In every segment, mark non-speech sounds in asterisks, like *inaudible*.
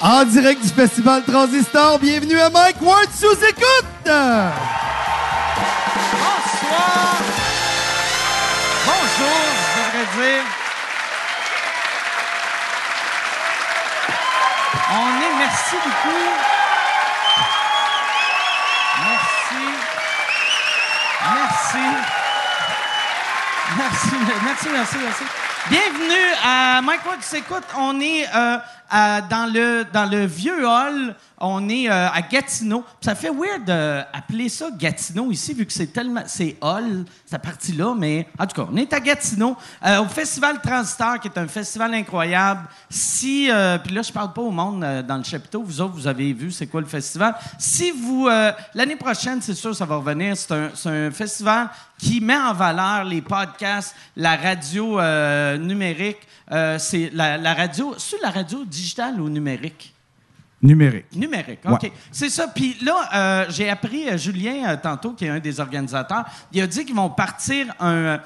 En direct du Festival Transistor, bienvenue à Mike Ward sous écoute! Bonsoir! Bonjour, je devrais dire. On est, merci beaucoup. Merci. Merci. Merci, merci, merci, merci. Bienvenue à Mike Ward s'écoute. On est euh, à- dans, le, dans le vieux hall. On est euh, à Gatineau. Puis Ça fait weird d'appeler ça Gatineau ici, vu que c'est tellement. C'est hall, cette partie-là, mais en tout cas, on est à Gatineau, euh, au Festival Transistor, qui est un festival incroyable. Si. euh, Puis là, je parle pas au monde euh, dans le chapiteau. Vous autres, vous avez vu c'est quoi le festival. Si vous. euh, L'année prochaine, c'est sûr, ça va revenir. C'est un, c'est un festival qui met en valeur les podcasts, la radio euh, numérique. Euh, c'est la, la radio. C'est la radio digitale ou numérique? Numérique. Numérique, Ouais. OK. C'est ça. Puis là, euh, j'ai appris, euh, Julien, euh, tantôt, qui est un des organisateurs, il a dit qu'ils vont partir un.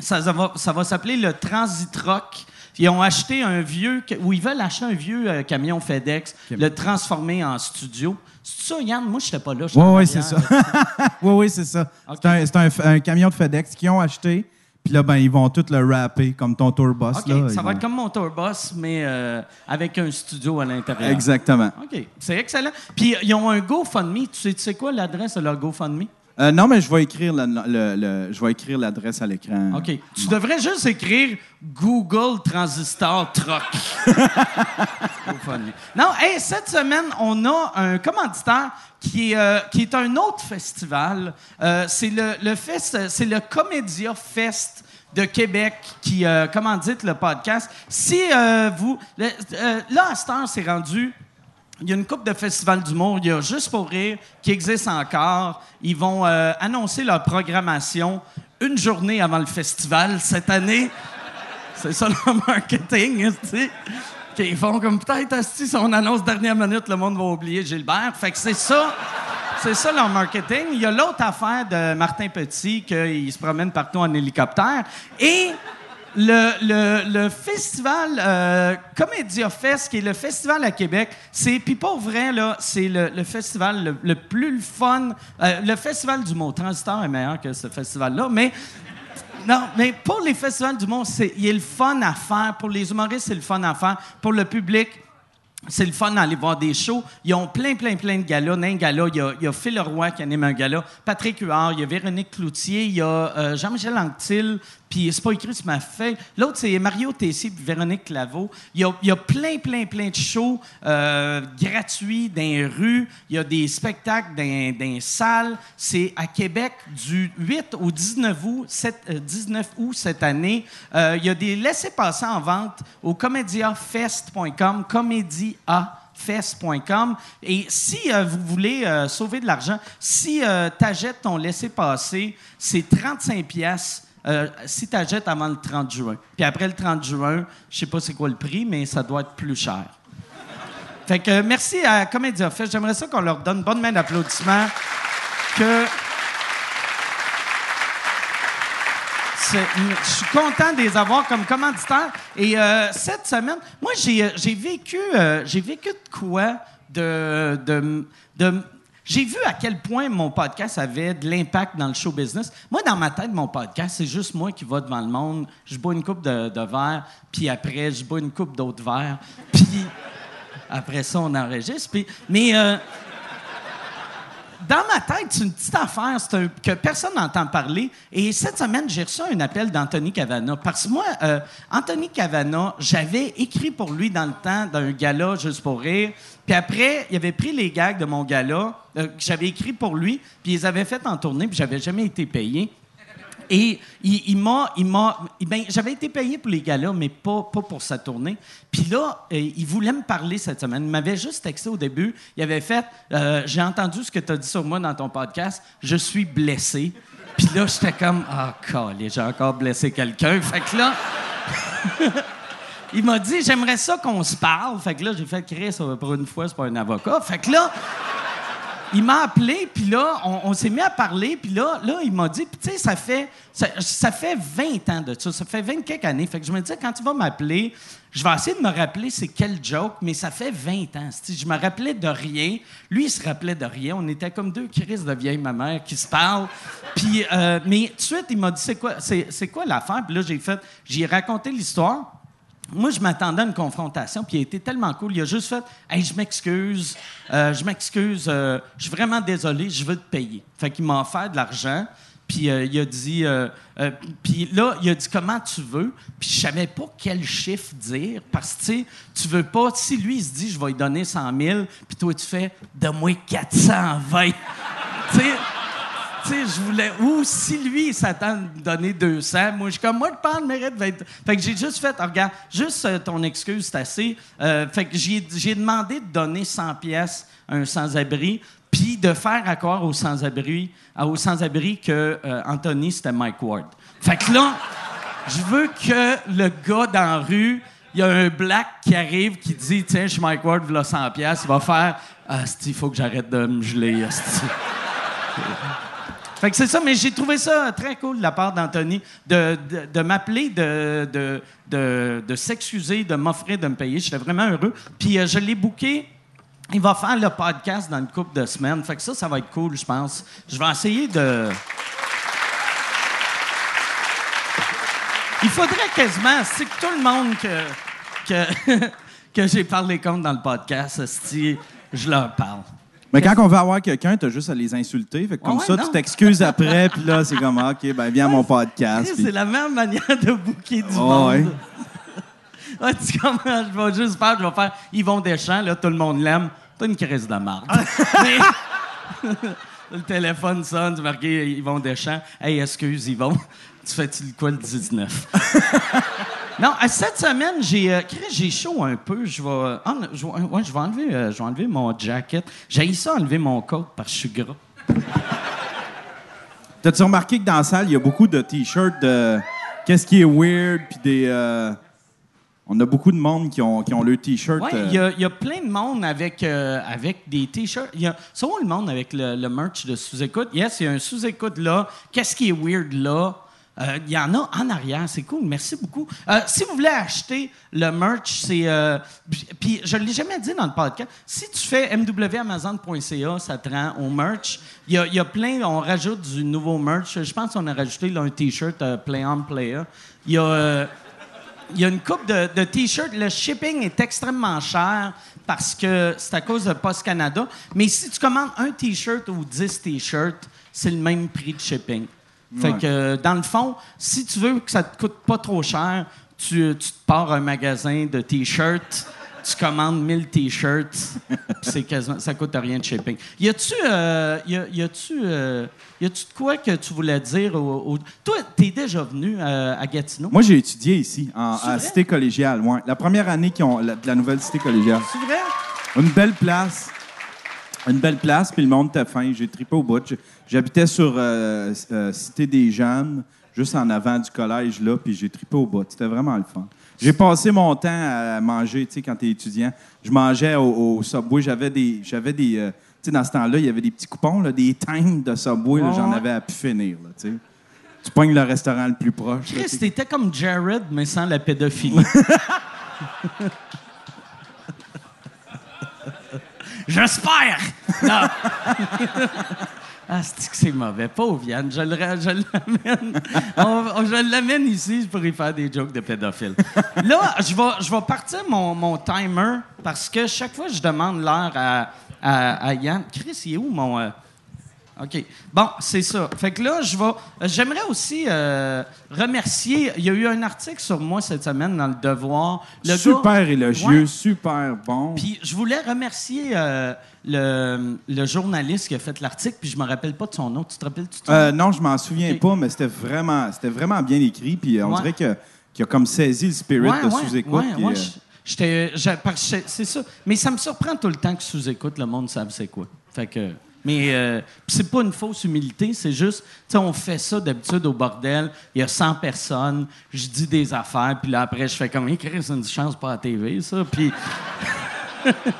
Ça, va, ça va s'appeler le Transitroc. Ils ont acheté un vieux. ca- Ou ils veulent acheter un vieux euh, camion FedEx, Ok. le transformer en studio. C'est ça, Yann? Moi, je n'étais pas là. j'étais Oui, en oui, c'est arrière. ça. *laughs* oui, oui, c'est ça. Ok. C'est un- C'est un, f- un camion de FedEx qu'ils ont acheté. Puis là, ben, ils vont tout le rapper comme ton tour boss. OK, là, Ils ça va vont- être comme mon tour boss, mais euh, avec un studio à l'intérieur. Exactement. OK, c'est excellent. Puis, ils ont un GoFundMe. Tu sais, tu sais quoi l'adresse de leur GoFundMe? Euh, non, mais je vais écrire la- le- le- je vais écrire l'adresse à l'écran. OK. Tu devrais juste écrire Google Transistor Truck. Au fun. non, hey, cette semaine, on a un commanditaire qui est, euh, qui est un autre festival. Euh, c'est le, le fest, c'est le Comédia Fest de Québec qui euh, commandite le podcast. Si euh, vous... le- euh, là, à cette heure, c'est rendu... Il y a une coupe de festivals d'humour. Il y a Juste pour rire qui existe encore. Ils vont euh, annoncer leur programmation une journée avant le festival cette année. C'est ça *laughs* le marketing, tu sais. Qu'ils font comme peut-être, asti, si on annonce dernière minute, le monde va oublier Gilbert. Fait que c'est ça. C'est ça leur marketing. Il y a l'autre affaire de Martin Petit, qu'il se promène partout en hélicoptère. Et le, le- le festival euh, Comédia Fest, qui est le festival à Québec, c'est, puis pour vrai, là, c'est le, le festival le, le plus fun. Euh, le festival du mot Transistor est meilleur que ce festival-là, mais non, mais pour les festivals du monde, c'est, il y a le fun à faire. Pour les humoristes, c'est le fun à faire. Pour le public, c'est le fun d'aller voir des shows. Ils ont plein, plein, plein de galas. Dans un gala, il y a, il y a Phil Roy qui anime un gala, Patrick Huard, il y a Véronique Cloutier, il y a euh, Jean-Michel Anctil, puis c'est pas écrit sur ma feuille. L'autre, c'est Mario Tessier puis Véronique Claveau. Il y a, il y a plein, plein, plein de shows euh, gratuits dans les rues. Il y a des spectacles dans, dans les salles. C'est à Québec du 8 au 19 août, cette- euh, 19 août cette année. Euh, il y a des laissés-passer en vente au comediafest.com, comédia fest.com. Et si euh, vous voulez euh, sauver de l'argent, si tu achètes ton laissez-passer, c'est 35 pièces si tu achètes avant le 30 juin. Puis après le 30 juin, je sais pas c'est quoi le prix, mais ça doit être plus cher. Fait que euh, merci à Comédia Fest. J'aimerais ça qu'on leur donne une bonne main d'applaudissement. Que... C'est- Je suis content de les avoir comme commanditaires. Et euh, cette semaine, moi, j'ai euh, j'ai vécu, euh, j'ai vécu de quoi? De, de, de- j'ai vu à quel point mon podcast avait de l'impact dans le show business. Moi, dans ma tête, mon podcast, c'est juste moi qui va devant le monde. Je bois une coupe de, de verre, puis après, je bois une coupe d'autres verres. *laughs* Puis après ça, on enregistre. Puis, mais... euh, dans ma tête, c'est une petite affaire c'est un- que personne n'entend parler. Et cette semaine, j'ai reçu un appel d'Anthony Cavana. Parce que moi, euh, Anthony Cavana, j'avais écrit pour lui dans le temps d'un gala juste pour rire. Puis après, il avait pris les gags de mon gala euh, que j'avais écrit pour lui, puis ils les avaient fait en tournée, puis j'avais jamais été payé. Et il, il m'a. il m'a- ben, J'avais été payé pour les gars-là, mais pas, pas pour sa tournée. Puis là, euh, il voulait me parler cette semaine. Il m'avait juste texté au début. Il avait fait euh, J'ai entendu ce que tu as dit sur moi dans ton podcast. Je suis blessé. Puis là, j'étais comme Ah, calé, j'ai encore blessé quelqu'un. Fait que là. *laughs* Il m'a dit, j'aimerais ça qu'on se parle. Fait que là, j'ai fait, Chris, euh, pour une fois, c'est pas un avocat. Fait que là, il m'a appelé, puis là, on, on s'est mis à parler, puis là, là, il m'a dit, puis tu sais, ça fait, ça, ça fait 20 ans de ça, ça fait 20 quelques années. Fait que je me disais, quand tu vas m'appeler, je vais essayer de me rappeler c'est quel joke, mais ça fait 20 ans. c'ti. Je me rappelais de rien. Lui, il se rappelait de rien. On était comme deux crises de vieille ma mère qui se parlent. Puis, euh, mais tout de suite, il m'a dit, c'est quoi, c'est, c'est quoi l'affaire? Puis là, j'ai fait, j'ai raconté l'histoire. Moi, je m'attendais à une confrontation, puis il a été tellement cool. Il a juste fait Hey, je m'excuse, euh, je m'excuse, euh, je suis vraiment désolé, je veux te payer. Fait qu'il m'a offert de l'argent, puis euh, il a dit euh, euh, Puis là, il a dit Comment tu veux Puis je savais pas quel chiffre dire, parce que tu sais, tu veux pas. Si lui, il se dit Je vais lui donner 100 000, puis toi, tu fais Donne-moi 420. tu sais, tu sais, je voulais. Ou si lui, il s'attend à me donner 200, moi, je suis comme, moi, je pense le mérite va être- Fait que j'ai juste fait, Ah, regarde, juste euh, ton excuse, c'est assez. Euh, fait que j'ai j'ai demandé de donner 100 pièces à un sans-abri, puis de faire accord aux sans-abri à- aux sans-abri que euh, Anthony, c'était Mike Ward. Fait que là, je veux que le gars dans la rue, il y a un black qui arrive qui dit, tiens, je suis Mike Ward, voilà 100 pièces, il va faire, ah, il faut que j'arrête de me geler, ah, asti. Fait que c'est ça, mais j'ai trouvé ça très cool de la part d'Anthony de, de- de m'appeler, de, de, de, de s'excuser, de m'offrir de me payer. J'étais vraiment heureux. Puis euh, je l'ai booké. Il va faire le podcast dans une couple de semaines. Fait que ça, ça va être cool, je pense. Je vais essayer de. Il faudrait quasiment, c'est que tout le monde que, que, *laughs* que j'ai parlé contre dans le podcast, esti, je leur parle. Mais quand on veut avoir quelqu'un, t'as juste à les insulter. Fait que comme Ouais, ça, non. tu t'excuses après, puis là, c'est comme, OK, ben viens à mon podcast. Chris, puis- C'est la même manière de bouquer du Ouais, monde. *laughs* Ouais, Ah, tu comprends? Je vais juste faire, je vais faire Yvon Deschamps, là, tout le monde l'aime. T'as une crise de marde. *laughs* Mais- *laughs* le téléphone sonne, tu marques Yvon Deschamps. Hey, excuse Yvon, *laughs* tu fais-tu le quoi le 19? *laughs* Non, à cette semaine, j'ai euh, Chris, j'ai chaud un peu. Je vais, euh, en- je vais- ouais, je vais enlever, euh, je vais enlever mon jacket. J'ai ça enlever mon coat parce que je suis gras. T'as-tu remarqué que dans la salle, il y a beaucoup de t-shirts de qu'est-ce qui est weird, puis des. euh, On a beaucoup de monde qui ont, qui ont le t-shirt. Oui, euh, il y a- il y, a plein de monde avec, euh, avec des t-shirts. Il y a c'est où le monde avec le, le merch de sous-écoute. Yes, il y a un sous-écoute là. Qu'est-ce qui est weird là? Euh, Il y en a en arrière, c'est cool, merci beaucoup. Euh, si vous voulez acheter le merch, c'est. euh, puis- puis je ne l'ai jamais dit dans le podcast. Si tu fais mwamazon.ca, ça te rend au merch. Il y a, il y a plein, on rajoute du nouveau merch. Je pense qu'on a rajouté là, un t-shirt euh, Play On, Play Up. Il y a. euh, il y a une coupe de, de t-shirts. Le shipping est extrêmement cher parce que c'est à cause de Post Canada. Mais si tu commandes un t-shirt ou 10 t-shirts, c'est le même prix de shipping. Fait Ouais. que, euh, dans le fond, si tu veux que ça te coûte pas trop cher, tu, tu te pars à un magasin de t-shirts, tu commandes 1000 t-shirts, puis c'est quasiment, ça coûte rien de shipping. Y a-tu, euh, y a- y a-tu, euh, y a-tu de quoi que tu voulais dire au, au- Toi, t'es déjà venu euh, à Gatineau? Moi, j'ai étudié ici, en, C'est à vrai? Cité collégiale. ouais. La première année qu'ils ont, la- de la nouvelle Cité collégiale. C'est vrai? Une belle place. Une belle place, puis le monde était fin. J'ai tripé au bout. J'- J'habitais sur euh, euh, Cité des Jeunes, juste en avant du collège, là, puis j'ai tripé au bout. C'était vraiment le fun. J'ai passé mon temps à manger, tu sais, quand t'es étudiant. Je mangeais au, au Subway. J'avais des... J'avais des euh, tu sais, dans ce temps-là, il y avait des petits coupons, là, des times de Subway. là, Ouais, J'en ouais. avais à pu finir, là, tu sais. Tu pognes le restaurant le plus proche. là, tu Chris, sais. t'étais comme Jared, mais sans la pédophilie. *laughs* J'espère! Non! ah, c'est que c'est mauvais. Pauvre Yann, je le ra- je l'amène. *laughs* on- on- je l'amène ici pour y faire des jokes de pédophile. Là, je vais, je vais partir mon, mon timer parce que chaque fois, je demande l'heure à, à- à Yann. Chris, il est où mon. euh, OK. Bon, c'est ça. Fait que là, je vais. euh, J'aimerais aussi euh, remercier. Il y a eu un article sur moi cette semaine dans Le Devoir. Le super gars- élogieux, Ouais. super bon. Puis je voulais remercier euh, le, le journaliste qui a fait l'article, puis je me rappelle pas de son nom. Tu te rappelles? Tu te- Euh, non, je m'en souviens Ok. pas, mais c'était vraiment, c'était vraiment bien écrit. Puis euh, on Ouais. dirait que, qu'il a comme saisi le spirit Ouais, de ouais, sous-écoute. ouais, puis, ouais, euh, je- j'étais- j'a- parce que C'est ça. Mais ça me surprend tout le temps que sous-écoute, le monde savent c'est quoi. Fait que. Mais euh, pis c'est pas une fausse humilité, c'est juste, tu sais, on fait ça d'habitude au bordel, il y a 100 personnes, je dis des affaires, puis là après je fais comme, hey, Chris, c'est une chance pas à la TV, ça, puis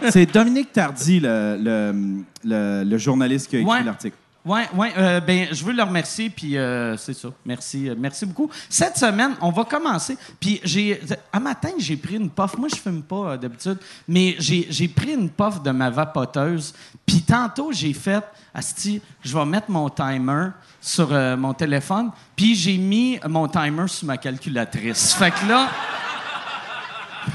C'est Dominique Tardy, le, le- le- le journaliste qui a écrit Ouais. l'article. Oui, oui. ben, je veux le remercier, puis euh, c'est ça. Merci, euh, merci beaucoup. Cette semaine, on va commencer. Puis, j'ai, à matin, j'ai pris une puff. Moi, je fume pas euh, d'habitude, mais j'ai, j'ai pris une puff de ma vapoteuse. Puis, tantôt, j'ai fait, Asti, je vais mettre mon timer sur euh, mon téléphone, puis j'ai mis mon timer sur ma calculatrice. Fait que là.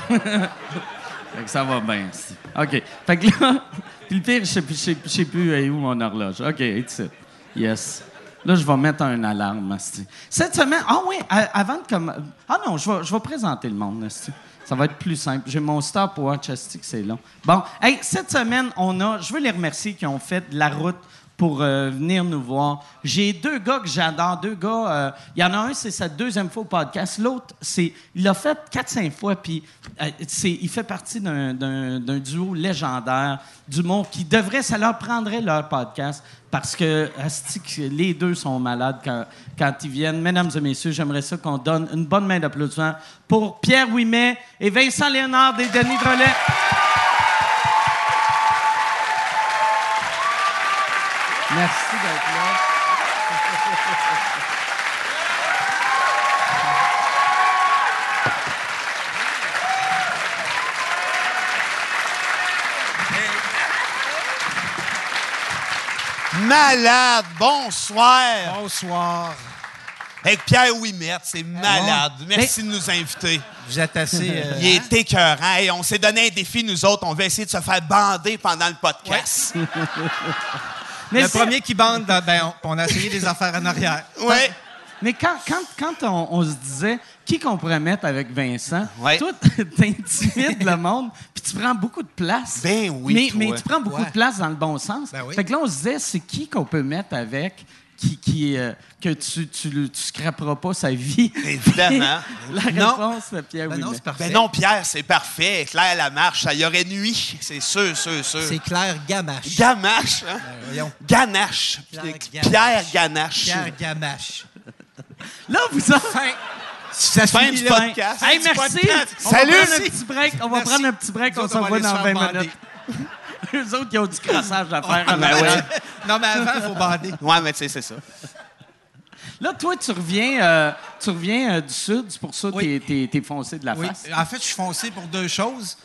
Fait que ça va bien. c'est- OK. Fait que là, *laughs* puis le pire, je sais plus, je sais- je sais plus elle est où mon horloge. OK, it's it. Yes. Là, je vais mettre un alarme, asti. Cette semaine, ah oui, a- avant de comme Ah non, je vais, je vais présenter le monde, asti. Ça va être plus simple. J'ai mon star pour Watch, asti, que c'est long. Bon, hey, cette semaine, on a, je veux les remercier qui ont fait de la route pour euh, venir nous voir. J'ai deux gars que j'adore, deux gars. euh, Il y en a un, c'est sa deuxième fois au podcast. L'autre, c'est il l'a fait 4-5 fois, puis euh, c'est- il fait partie d'un- d'un d'un duo légendaire du monde qui devrait, ça leur prendrait leur podcast parce que asti, que les deux sont malades quand, quand ils viennent. Mesdames et messieurs, j'aimerais ça qu'on donne une bonne main d'applaudissements pour Pierre Ouimet et Vincent Léonard et Denis Drolet. Merci d'être là. Malade, bonsoir. Bonsoir. Avec Pierre Ouimet, c'est malade. Merci de nous inviter. Vous êtes assez. Ah *laughs* euh, Il est écœurant. Hey, on s'est donné un défi, nous autres. On veut essayer de se faire bander pendant le podcast. Mais le c'est- premier qui bande, dans- ben, on, on a essayé des affaires en arrière. Oui. Mais quand, quand, quand on, on se disait qui qu'on pourrait mettre avec Vincent, Ouais. toi, *laughs* t'intimides le monde, puis tu prends beaucoup de place. Ben oui, Mais, toi. mais tu prends beaucoup Ouais. de place dans le bon sens. Ben oui. Fait que là, on se disait, c'est qui qu'on peut mettre avec qui, qui, euh, que tu, tu, le- tu scraperas pas sa vie? Évidemment. *laughs* La Non. réponse, de Pierre Ben non, Ouimet. c'est parfait. Ben non, Pierre, c'est parfait. Claire Lamarche, ça y aurait nuit. C'est sûr, sûr, C'est sûr. Claire Gamache. Gamache, hein? voyons. Ganache. Pierre Pierre, Ganache. Pierre Gamache. Là, vous en... Fin. Ça se Fin finit du là. podcast. Hey, Fin du merci! podcast. On va Salut! prendre un petit break. On va Merci. prendre un petit break. Nous On autres, se on va revoit aller se dans faire 20 bander. minutes. *laughs* Eux autres, qui ont du crassage à faire. en Ben avant. ouais. *laughs* Non, mais avant, il faut bander. Ouais, mais tu sais, c'est ça. Là, toi, tu reviens, euh, tu reviens euh, du sud, c'est pour ça que Oui. t'es- t'es- t'es foncé de la Oui. face. En fait, je suis foncé pour deux choses.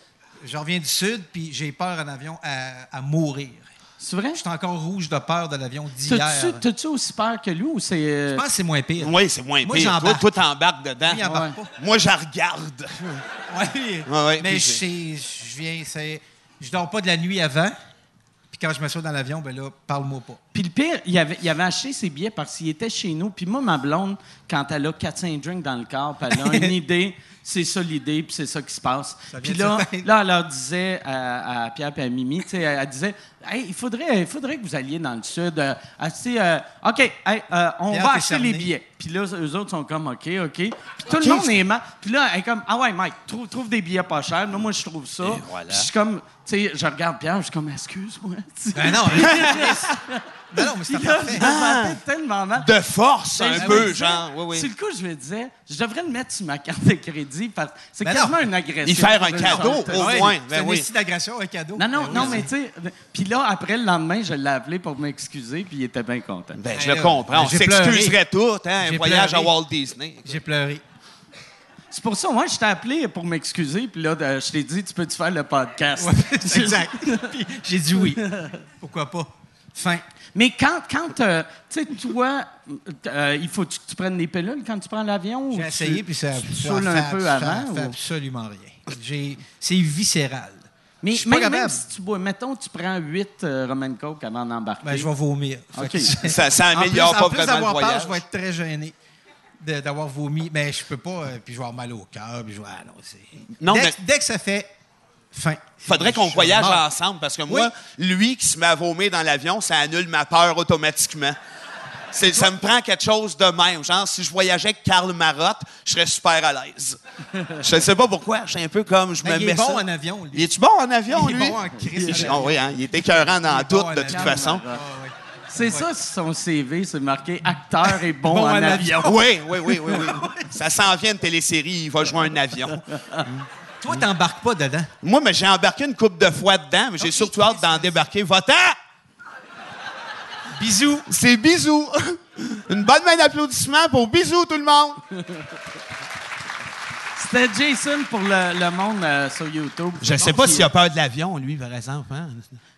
Je reviens du Sud, puis j'ai peur en avion à, à mourir. C'est vrai? Je suis encore rouge de peur de l'avion d'hier. T'as-tu t'as-tu aussi peur que lui ou c'est. euh, Je pense que c'est moins pire. Oui, c'est moins Moi, pire. Toi, j'embarque. toi, t'embarques dedans. Lui, il embarque Ouais. pas. Moi, je regarde. Oui. Ouais, ouais, mais puis je c'est- sais- je viens, c'est. Je dors pas de la nuit avant. Puis quand je me suis dans l'avion, ben là, parle-moi pas. Puis le pire, il avait, il avait acheté ses billets parce qu'il était chez nous. Puis moi, ma blonde, quand elle a 4-5 drinks dans le corps, puis elle a *laughs* une idée, c'est ça l'idée, puis c'est ça qui se passe. Ça Puis vient là, de se là, elle leur disait à, à Pierre et à Mimi, tu sais, elle, elle disait Hey, il faudrait, il faudrait que vous alliez dans le sud. euh, elle dit, euh, OK, hey, euh, on Pierre, va t'es acheter cerné. les billets. Puis là, eux autres sont comme OK, OK. Puis tout le monde est mal. Puis là, elle est comme Ah ouais, Mike, trouve, trouve des billets pas chers. Là, moi, je trouve ça. Et voilà. Puis je suis comme, tu sais, je regarde Pierre, je suis comme Excuse-moi. tu sais. Ben *laughs* non, hein. ben non, *laughs* mais Puis c'était là, je parfait. me sentais tellement mal. De force, un Ben, je me peu, disais- genre. Oui, oui. Sur le coup, je me disais, je devrais le mettre sur ma carte de crédit parce que c'est Ben quasiment non. une agression. Y faire un Je cadeau, sentais- au Ouais, moins. c'est Ben un oui. esti d'agression, un cadeau. Non, non, Ben oui, non, c'est- mais tu sais, puis là, après le lendemain, je l'ai appelé pour m'excuser, puis il était bien content. Ben, Hey, je là, le comprends. On j'ai s'excuserait tout, hein, un J'ai voyage pleuré. à Walt Disney. J'ai pleuré. C'est pour ça, moi, je t'ai appelé pour m'excuser, puis là, de- je t'ai dit, tu peux-tu faire le podcast? Ouais, *laughs* *laughs* exact. Puis j'ai dit oui. Pourquoi pas? Fin. Mais quand, quand euh, tu sais, toi, euh, il faut que tu prennes des pilules quand tu prends l'avion? ou J'ai tu- essayé, puis ça, tu te ça saoules fait- un peu ça avant? fait ou- absolument rien. J'ai- C'est viscéral. Mais Je suis pas même, même capable. si tu bois, mettons, tu prends 8 Roman Coke avant d'embarquer. Ben, je vais vomir. Fait OK. que c'est- Ça, ça En plus, améliore en pas plus vraiment le d'avoir peur, voyage. je vais être très gêné de- d'avoir vomi. Mais je peux pas, euh, puis je vais avoir mal au cœur, puis je vais... Ah non, c'est... Non, dès, mais- que- dès que ça fait fin. Faudrait qu'on je- voyage mort. ensemble parce que moi, lui qui se met à vomir dans l'avion, ça annule ma peur automatiquement. C'est- Ça me prend quelque chose de même. Genre, si je voyageais avec Karl Marotte, je serais super à l'aise. Je sais pas pourquoi. Je suis un peu comme je Ben, me il mets est bon ça. en avion, lui. Il est-tu bon en avion, Il est lui? bon en crise, en Il- avion. oui, hein, il est écœurant dans Il est tout, bon en de toute avion. façon. Ah, ouais. C'est ça, son CV, c'est marqué acteur et bon, Bon en en avion. avion. *laughs* Oui, oui, oui, oui, oui. Ça s'en vient une télésérie, il va jouer un avion. Toi, t'embarques pas dedans. Moi, mais j'ai embarqué une coupe de fois dedans, mais j'ai Ok, surtout hâte d'en c'est- débarquer. Va-t'en! Bisous. *laughs* C'est bisous! une bonne main d'applaudissement pour bisous, tout le monde! *laughs* C'était Jason pour le, le monde euh, sur YouTube. Je sais pas s'il a peur de l'avion, lui, par exemple. hein.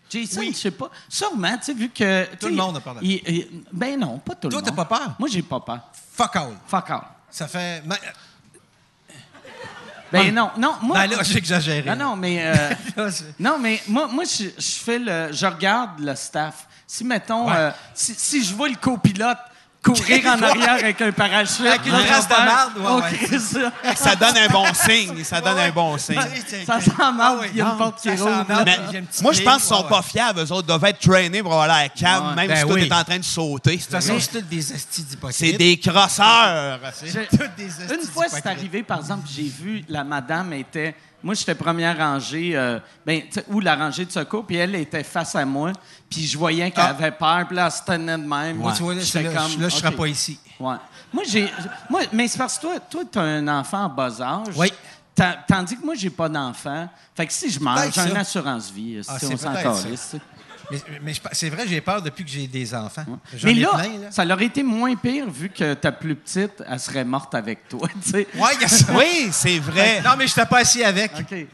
Jason, je sais pas. Sûrement, tu sais, vu que. tu Tout le sais, monde a peur de il- il- Ben non, pas tout le Toi, monde. t'as pas peur? Moi, j'ai pas peur. Fuck all. Fuck off. Ça fait. ma- Ben non, non, moi. Ben là, j'ai exagéré. Non, non, mais. euh, *laughs* Là, c'est- non, mais moi, moi je, je fais le. Je regarde le staff. Si, mettons, Ouais. euh, si, si je vois le copilote courir *laughs* en arrière avec un parachute. Avec une là, trace de Robert, marde, ouais, on ouais. crée ça. Ça donne un bon signe. Ça donne un bon signe. Ça sent mal, Ah oui. il y a une porte qui Ça sent roule. mal, Mais j'ai un petit moi, je pense qu'ils pied, sont ouais, pas ouais. fiables. Eux autres doivent être traînés pour avoir l'air calme, Ouais. même Ben si toi, oui. t'es en train de sauter. De toute façon, c'est toutes des astis d'hypocrites. C'est des crosseurs. J'ai- toutes des hosties Une fois, c'est d'hypocrites. arrivé, par exemple, j'ai vu la madame était. Moi, j'étais première rangée, euh, ben, tu sais, ou la rangée de secours, puis elle était face à moi, puis je voyais qu'elle Ah. avait peur, puis là, elle se tenait de même. Moi, tu vois, là, je suis J'étais là, comme, je- là, je serais OK. pas ici. Ouais. Moi, j'ai. Moi, mais c'est parce que toi, toi, t'as un enfant en bas âge. Oui. Ta- Tandis que moi, j'ai pas d'enfant. Fait que si je mange, Peut-être j'ai une ça. assurance-vie. Ah, si c'est on s'en peut-être ça. calisse, tu sais. Mais, mais je- c'est vrai, j'ai peur depuis que j'ai des enfants. J'en Mais ai là, plein, là. ça aurait été moins pire vu que ta plus petite, elle serait morte avec toi, *laughs* tu sais. Ouais, il y a ça. Oui, c'est vrai. Non, mais je t'ai pas assis avec. OK.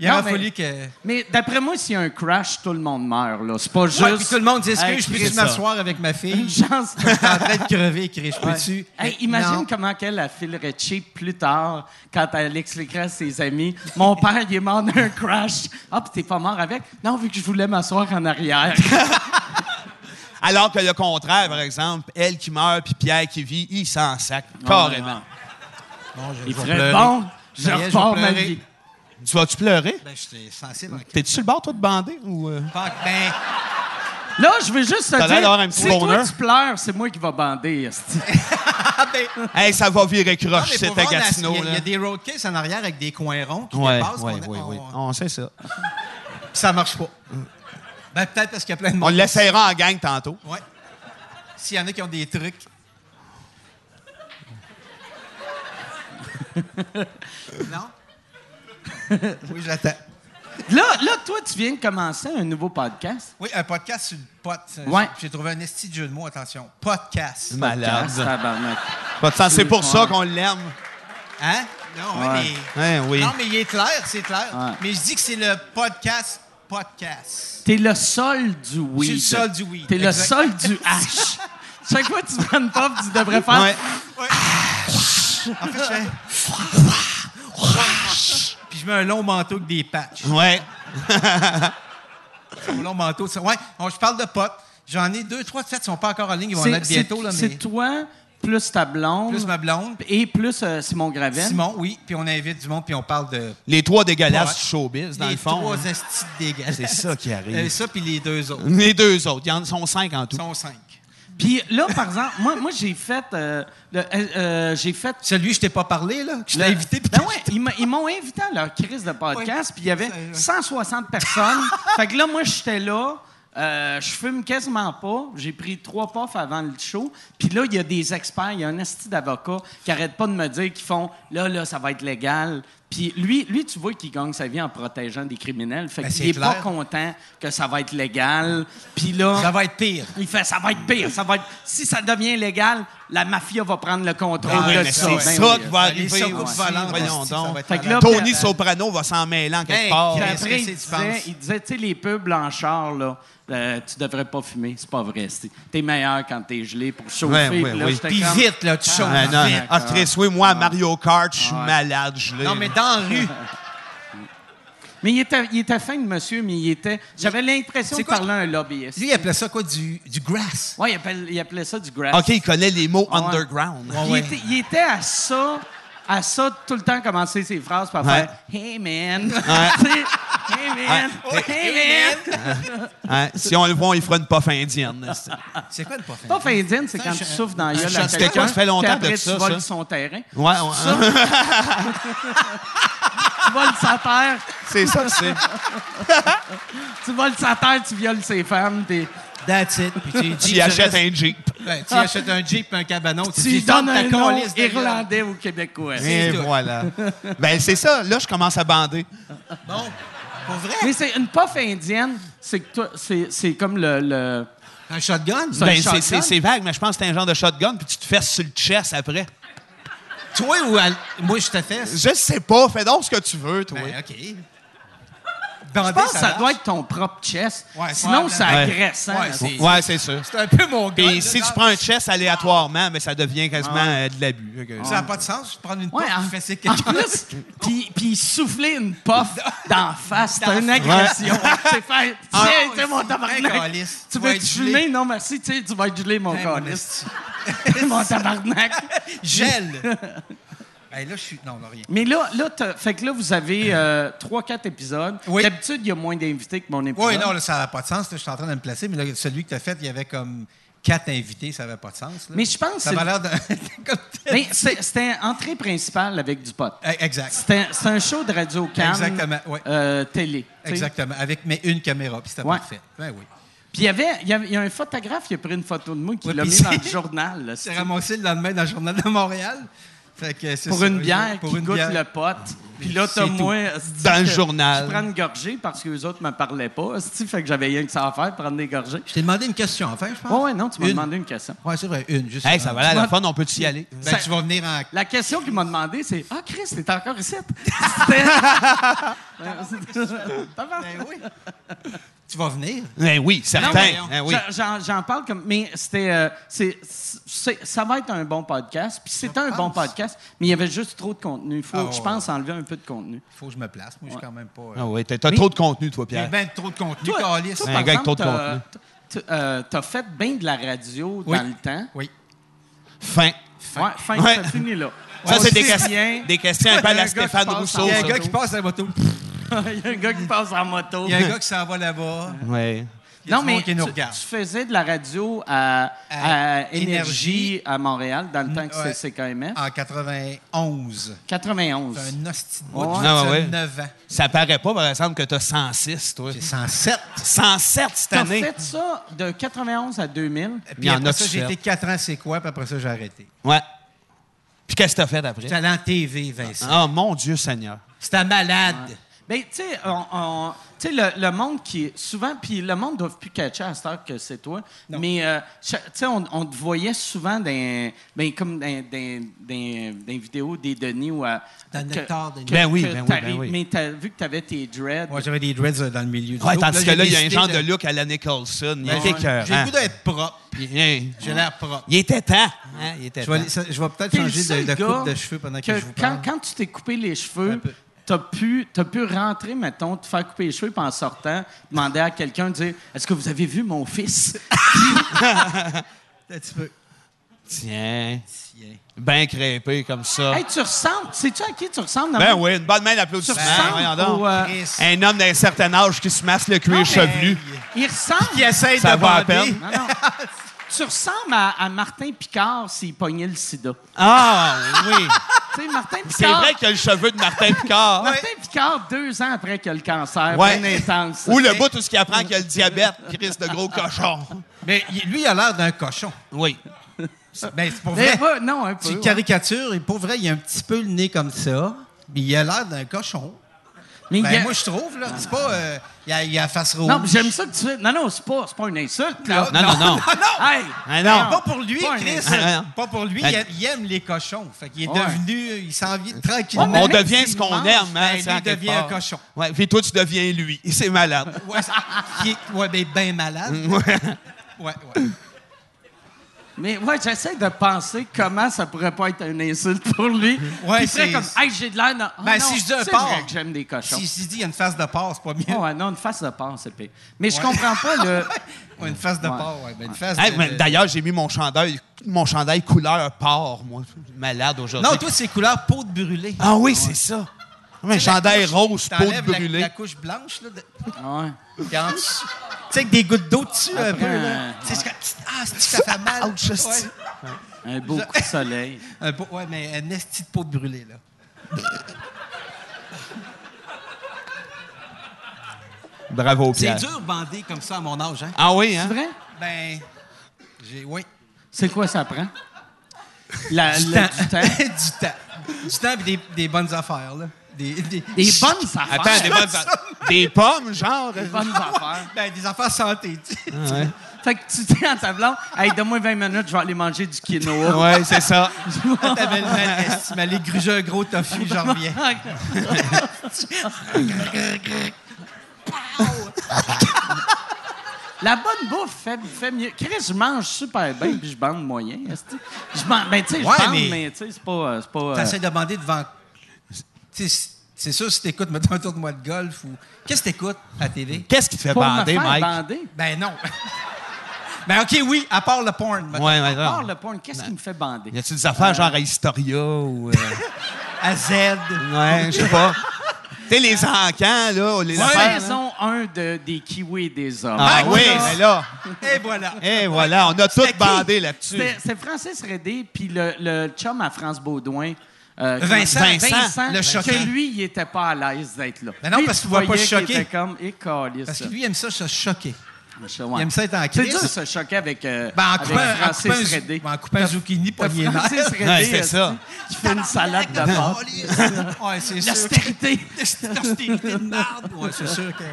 Il aurait Non, mais- fallu que. Mais d'après moi, s'il y a un crash, tout le monde meurt. là. C'est pas juste. Ouais, puis tout le monde dit Hey, Excuse, je Chris, peux-tu m'asseoir avec ma *laughs* fille Une chance. Je suis en train de crever, Chris, je Ouais. peux-tu Hey, imagine Non. comment qu'elle a filerait cheap plus tard quand elle expliquerait à ses amis Mon père, il est mort d'un crash. Ah, puis t'es pas mort avec Non, vu que je voulais m'asseoir en *laughs* arrière. Alors que le contraire, par exemple, elle qui meurt puis Pierre qui vit, il s'en sac carrément. Bon, je- Il je vais ferait pleurer. bon, je Ça y est, je vais repars ma pleurer. vie. Tu vas-tu pleurer? Ben, j'étais sensible. en- T'es-tu sur le bord, toi, de bander? Ou euh? Fuck, *laughs* Ben, Là, je veux juste te T'as l'air dire d'avoir un petit si toi, bonheur. tu pleures, c'est moi qui va bander. esti. ah, ben, oh, Hey, ça va virer non, croche, mais c'est pour à voir, Gatineau. il y a- Il y là. a des road cases en arrière avec des coins ronds qui Ouais, dépassent. ouais, qu'on- ouais, on- ouais. On sait ça. Puis Ça marche pas. Ben, peut-être parce qu'il y a plein de On monde. l'essayera en gang tantôt. Ouais. S'il y en a qui ont *laughs* des trucs. non? Oui, j'attends. Là, là, toi, tu viens de commencer un nouveau podcast. Oui, un podcast sur le pot. Euh, Ouais. J'ai trouvé un esti de jeu de mots, attention. Podcast. Malade. Podcast, tabarnak. Pas de sens, c'est pour Ouais. ça qu'on l'aime. Hein? Non, oui, Ouais. mais. Hein, oui. Non, mais il est clair, c'est clair. Ouais. Mais je dis que c'est le podcast, podcast. T'es le sol du weed. Je suis le sol du weed, T'es le exact. sol du *laughs* H. Chaque fois que tu prends une pop, tu devrais faire. Ouais. En fait, je fais. *laughs* Puis je mets un long manteau avec des patchs. Ouais. Un long manteau. ça- Ouais, on- je parle de potes. J'en ai deux, trois, peut-être, qui sont pas encore en ligne. Ils vont en C'est- être bientôt, là, C'est mais. c'est toi, plus ta blonde. Plus ma blonde. Et plus euh, Simon Gravel. Simon, oui. Puis on invite du monde, puis on parle de. Les trois dégueulasses Ouais. du showbiz, dans les le fond. trois hein. estis de dégueulasses. C'est ça qui arrive. Euh, ça, puis les deux autres. Les deux autres. Il y en sont cinq en tout. Ils sont cinq. Puis là, par exemple, moi, moi j'ai fait. euh, le- euh, euh, j'ai fait. Celui, je t'ai pas parlé, là. que Je t'ai le- invité, puis Ben t'as- ouais, ils m'a- ils m'ont invité à leur crise de podcast, Ouais. puis il y avait Ça, ouais. 160 personnes. *laughs* fait que là, moi, j'étais là. euh, je fume quasiment pas. J'ai pris trois puffs avant le show. Puis là, il y a des experts, il y a un esti d'avocat qui arrête pas de me dire qu'ils font là, là, ça va être légal. Puis lui, lui, tu vois qu'il gagne sa vie en protégeant des criminels. Fait Ben, qu'il c'est est pas clair. content que ça va être légal. Puis là. Ça va être pire. Il fait, ça va être pire, ça va être- Si ça devient légal, la mafia va prendre le contrôle Ah oui, de mais ça. c'est Ben ça oui. qui va Les arriver. soucoupes aussi. volantes, Voyons aussi, ça donc. va être Fait que malade. là, Tony ben, Soprano va s'en mêler en quelque Hey, part. Chris, Puis Oh. Qu'est-ce que après, il c'est, tu disait, penses? il disait, tu sais, les pubs en char, là, euh, tu devrais pas fumer. C'est pas vrai. c'est- T'es meilleur quand t'es gelé pour chauffer. Ouais, Puis ouais, là, oui. j'étais Puis comme- vite, là, tu chauffes. Ah, non, vite. mais- ah, Chris, oui, moi, à Mario Kart, je suis Ah ouais. malade, je l'ai. Non, mais dans la rue. Mais il était, il était fin de monsieur, mais il était. J'avais l'impression C'est de quoi? parler à un lobbyiste. Lui, il appelait ça quoi? Du, du grass. Ouais, il appelle- il appelait ça du grass. OK, il connaît les mots Ah ouais. underground. Ouais. Puis Il, était, il était à ça, à ça de tout le temps commencer ses phrases par Ouais. faire Hey man! *laughs* Tu sais, Hey man! Hey man! Hein, Si on le voit, il fera une pof *laughs* indienne. C'est quoi le parfum? Oh. Pas indienne, c'est Ça, quand je- tu souffles dans la gueule je- à c'était quelqu'un. quoi, ça fait longtemps puis après, de tu ça, voles ça. son terrain. Ouais, ouais, hein, Tu voles sa terre, *laughs* c'est ça que c'est. tu voles sa terre, tu violes ses femmes, puis That's it. Puis tu lui dis, Tu *laughs* je y achètes reste- un Jeep. Ben, tu achètes un Jeep et un cabanon, tu, Tu lui lui donnes un ta nom calisse de gueule. irlandais ou québécois. Et tout. voilà. ben, c'est ça. Là, je commence à bander. Bon, pour vrai, Mais c'est une puff indienne, c'est que toi- c'est c'est comme le, le- un shotgun. un Ben, c'est- shotgun? c'est c'est vague, mais je pense que c'est un genre de shotgun, puis tu te fesses sur le chest après. Toi ou Al- moi, je te fais. Je sais pas. Fais donc ce que tu veux, toi. Ben, OK. Je pense que ça doit être ton propre chest. Ouais, Sinon, ouais, ça ouais. agresse. hein, Ouais, la- c'est- ouais, c'est sûr. C'est un peu mon gars. Puis si tu prends un chest aléatoirement, mais ça devient quasiment euh, de l'abus. Ok. Ça n'a pas de sens. Je prends une Ouais, porte, en, je fais c'est en *laughs* quelqu'un. plus, *laughs* puis, puis souffler une *laughs* puff d'en face, c'est D'en une face. agression. *laughs* C'est faire, tiens, Ah, tiens, mon c'est vrai, tabarnak. câlisse. Tu Tu vas veux-tu être gelé. fumer? Non, merci, tu sais, tu vas être gelé, mon Hey, mon calice. *laughs* mon tabarnak. *laughs* Gel. Hey, là, je suis. Non, on n'a rien. Mais là, là t'as- fait que là, vous avez euh, trois, quatre épisodes. Oui. D'habitude, il y a moins d'invités que mon épisode. Oui, non, là, ça n'a pas de sens. là, je suis en train de me placer, mais là, celui que tu as fait, il y avait comme quatre invités, ça n'avait pas de sens. là. Mais je pense que Ça c'est- m'a l'air de. *laughs* comme tel. Mais c'est- c'était entrée principale avec du pot. Hey, Exact. C'était c'est un show de radio can Exactement, ouais. télé. tu sais. Exactement. Avec mais une caméra, puis c'était Ouais. parfait. Ben oui. Puis il y avait, il y avait- il y a un photographe qui a pris une photo de moi qui Ouais, l'a puis mis dans le c'est- journal. là, C'est ramassé le lendemain dans le journal de Montréal. Fait que c'est pour ça, une oui, bière pour qui une goûte bière. le pot. Puis là, C'est t'as tout. moi... esti, Dans le que journal. Je prends une gorgée parce que les autres me parlaient pas. esti, fait que j'avais rien que ça à faire, prendre des gorgées. Je t'ai demandé une question, enfin, je pense. Ouais, ouais, non, tu m'as Une. demandé une question. Ouais, c'est vrai, une, juste. Hey, ça va l'air Ouais. le fun, on peut y aller? Ben, Ça- tu vas venir en. La question qu'il m'a demandé, c'est Ah, Chris, t'es encore ici? C'était- Tabarnak. Ben oui. *laughs* tu vas venir. Ben oui, Non, certain. mais Ben oui. j'a- j'en- J'en parle comme. Mais c'était. euh, c'est- c'est- ça va être un bon podcast. Puis c'était un bon pense. podcast, mais il y avait juste trop de contenu. Faut, Ah, ouais, je pense, enlever un peu de contenu. Il faut que je me place. Moi, je suis quand même pas. euh, Ah oui, t'as t'as Mais- trop de contenu, toi, J'ai Pierre. bien trop de contenu, Toi, câlisse. toi, Un par gars avec exemple, trop de t'as- contenu. t- t- euh, T'as fait bien de la radio Oui. dans le temps. Oui. Fin. Fin. Ouais, fin, Ouais. ça finit là. Ça, On c'est des, sait ques- bien. des questions un peu à Il y a la un gars qui Stéphane passe Rousseau. Il y a un ça. gars qui passe à la moto. *laughs* Il y a un gars qui passe en moto. *laughs* Il y a un gars qui s'en va là-bas. Ouais. Il y a Non, du mais monde tu, qui nous regarde. tu faisais de la radio à, À à Énergie Énergie. Mm, à Montréal dans le temps que ouais. Ah. c'est hein? CKMF. En 91. 91. T'as un hostie de Ouais. bout, Ah, j'ai ouais. 9 ans. Ça paraît pas, par exemple, que t'as 106, toi. J'ai 107. 107 cette T'as année. fait ça de 91 à 2000. Puis y en après a ça, qui j'ai se été 4 ans, c'est quoi, puis après ça, j'ai arrêté. Ouais. Puis qu'est-ce que t'as fait après? J'étais allé en TV, Vincent. Ah, Oh, mon Dieu Seigneur. C'était malade. Ben, tu sais, on- on- tu sais, le, le monde qui est souvent, puis le monde ne doit plus catcher à cette heure que c'est toi, mais euh, cha- tu sais, on, on te voyait souvent dans, ben, comme dans, dans, dans, dans les vidéos des Denis ou à. Dans que- Nectar, Denis. que- Ben oui, que ben oui, ben t'arrives- oui. Mais t'as vu que tu avais tes dreads. Moi, j'avais des dreads euh, dans le milieu du Ouais, dos. tandis que j'ai là, il y a un décidé genre de look à la Nicholson. Il Ben, était j'ai- cœur. J'ai le goût d'être propre. J'ai l'air propre. Il était temps. hein, Il était Je vais, temps. aller- ça- je vais peut-être T'es le changer seul de, de gars coupe de cheveux pendant que, je vous quand, parle. quand tu t'es coupé les Un cheveux, peu. t'as pu, t'as pu rentrer, mettons, te faire couper les cheveux, puis en sortant, demander à quelqu'un, dire Est-ce que vous avez vu mon fils Un petit peu. Tiens. Tiens. Ben crépé comme Ah. ça. Hey, tu ressembles. Sais-tu à qui tu ressembles dans Ben mon- oui, une bonne main Tu d'applaudissements. voyons ressembles donc. au, euh, Ben Chris. Un homme d'un certain âge qui se masse le cuir mais- chevelu. Il ressemble. Qui essaye Ça de va à bander. peine. Non, non. tu ressembles à, à Martin Picard s'il pognait le sida. Ah oui. Tu sais, *laughs* Martin C'est Picard. vrai qu'il a le cheveu de Martin Picard. Martin Picard, deux ans après qu'il a le cancer, Ouais. bien intense. Ou le bout tout ce qui apprend qu'il a le diabète, Chris de gros cochon. Mais il- lui, il a l'air d'un cochon. Oui. Ben, c'est pour Mais vrai. pas- non, un peu. Tu ouais. caricatures, et pour vrai, il a un petit peu le nez comme ça. Mais il a l'air d'un cochon. Mais il y Ben, a- moi, je trouve, là. C'est pas. euh, il, a, il a la face rouge. Non, mais j'aime ça que tu fais. Non, non, c'est pas, c'est pas une insulte, là. Non, non, non. Hey! Ah non. Pas pour lui, Pas un Chris. instant. Ah, non. Pas pour lui. Ah. Il, a- il aime les cochons. Fait qu'il est Ouais. devenu. Il s'en vient Ouais, mais tranquillement. même On devient s'il ce qu'on mange, aime, hein, ben, c'est en lui quelque devient part. un cochon. Ouais, puis toi, tu deviens lui. *laughs* C'est malade. Ouais, qui est, ouais, ben, ben malade. Mm, Ouais. Ouais, Ben, ouais. Mais ouais, j'essaie de penser comment ça pourrait pas être une insulte pour lui. Ouais, Puis il serait c'est- comme, hey, j'ai de l'air. d'un- Ah Ben, non, si je dis un c'est porc. vrai que j'aime des cochons. Si je dis, il y a une face de porc, c'est pas mieux. Ah ouais, non, une face de porc, c'est pire. Mais je comprends pas le. Ouais, une face de Oh. Ouais. porc, ouais. Ben, une face Hey, de- mais D'ailleurs, j'ai mis mon chandail, mon chandail couleur porc, moi. Malade aujourd'hui. Non, toi, c'est couleur peau de brûlée. Ah oui, c'est ça. Un Tu sais, la chandail couche- rose, peau de t'enlèves la- brûlée. La, couche blanche, là. de- Ouais. Puis en dessous. Tu sais, avec des gouttes d'eau dessus, un peu, euh, là. Tu sais, c'est comme- Ah, c'est ça fait mal. Ouch, Ouais. c'est- Un beau coup de soleil. Un beau- ouais, mais un esti de peau de brûlée, là. Bravo, C'est Pierre. dur bander comme ça à mon âge, hein? Ah oui, hein? C'est vrai? Ben. J'ai. Oui. C'est quoi ça prend? La, *laughs* Du la- temps. du temps. du temps. Du temps et des, des bonnes affaires, là. Des, des, *laughs* Des bonnes affaires. Attends, des, bonnes... des pommes, genre. Des bonnes affaires. Ben, des affaires santé, tu sais. *laughs* Fait que tu dis à ta blonde, hey, donne-moi 20 minutes, je vais aller manger du quinoa. Ouais, c'est ça. Ta belle-mère, est-ce que m'a allé gruger un gros tofu, j'en reviens. *laughs* La bonne bouffe fait, fait mieux. Chris, je mange super bien puis je bande moyen. esti. Je mange, ben, tu sais, je Ouais, bande, mais- mais, tu sais, c'est pas. euh, c'est pas euh, T'essaies de demander devant. Tu sais, C'est sûr, si t'écoutes, mettons un tour de moi de golf ou. Qu'est-ce que t'écoutes à la télé? Qu'est-ce qui te fait pour me bander, faire Mike? bander. Ben non. *laughs* ben OK, oui, à part le porn. mettons. Ouais, ouais, À part genre. le porn, qu'est-ce qui me fait bander? Y a-tu des affaires genre à Historia *laughs* ou. euh, À Z. ouais, je sais pas. tu sais, les encans, là, les affaires. là. Saison 1 de, des kiwis et des hommes. Ah, Ah, oui, voilà. mais là, Et voilà. eh voilà, on a tout qui? bandé là-dessus. C'était- C'est Francis Redé, puis le, le chum à France Baudouin. euh, Vincent, Vincent, Vincent, le choquant. que lui, il était pas à l'aise d'être là. Ben non, Lui, parce qu'il tu voit pas voyais se qu'il choquer. était comme, Eh, calisse. Parce que lui, il aime ça se choquer. Ouais. Il aime ça être en C'est crise. dur de se choquer avec, euh, Ben, en avec coupant, en Francis coupant un zou- Redé. ben, en coupant un zucchini, pas T'as lié Francis Redé, Ouais, c'est euh, ça. qui fait une salade de pâtes. *laughs* Ouais, c'est sûr. L'austérité. L'austérité *laughs* de merde. Ouais, c'est sûr que. *laughs*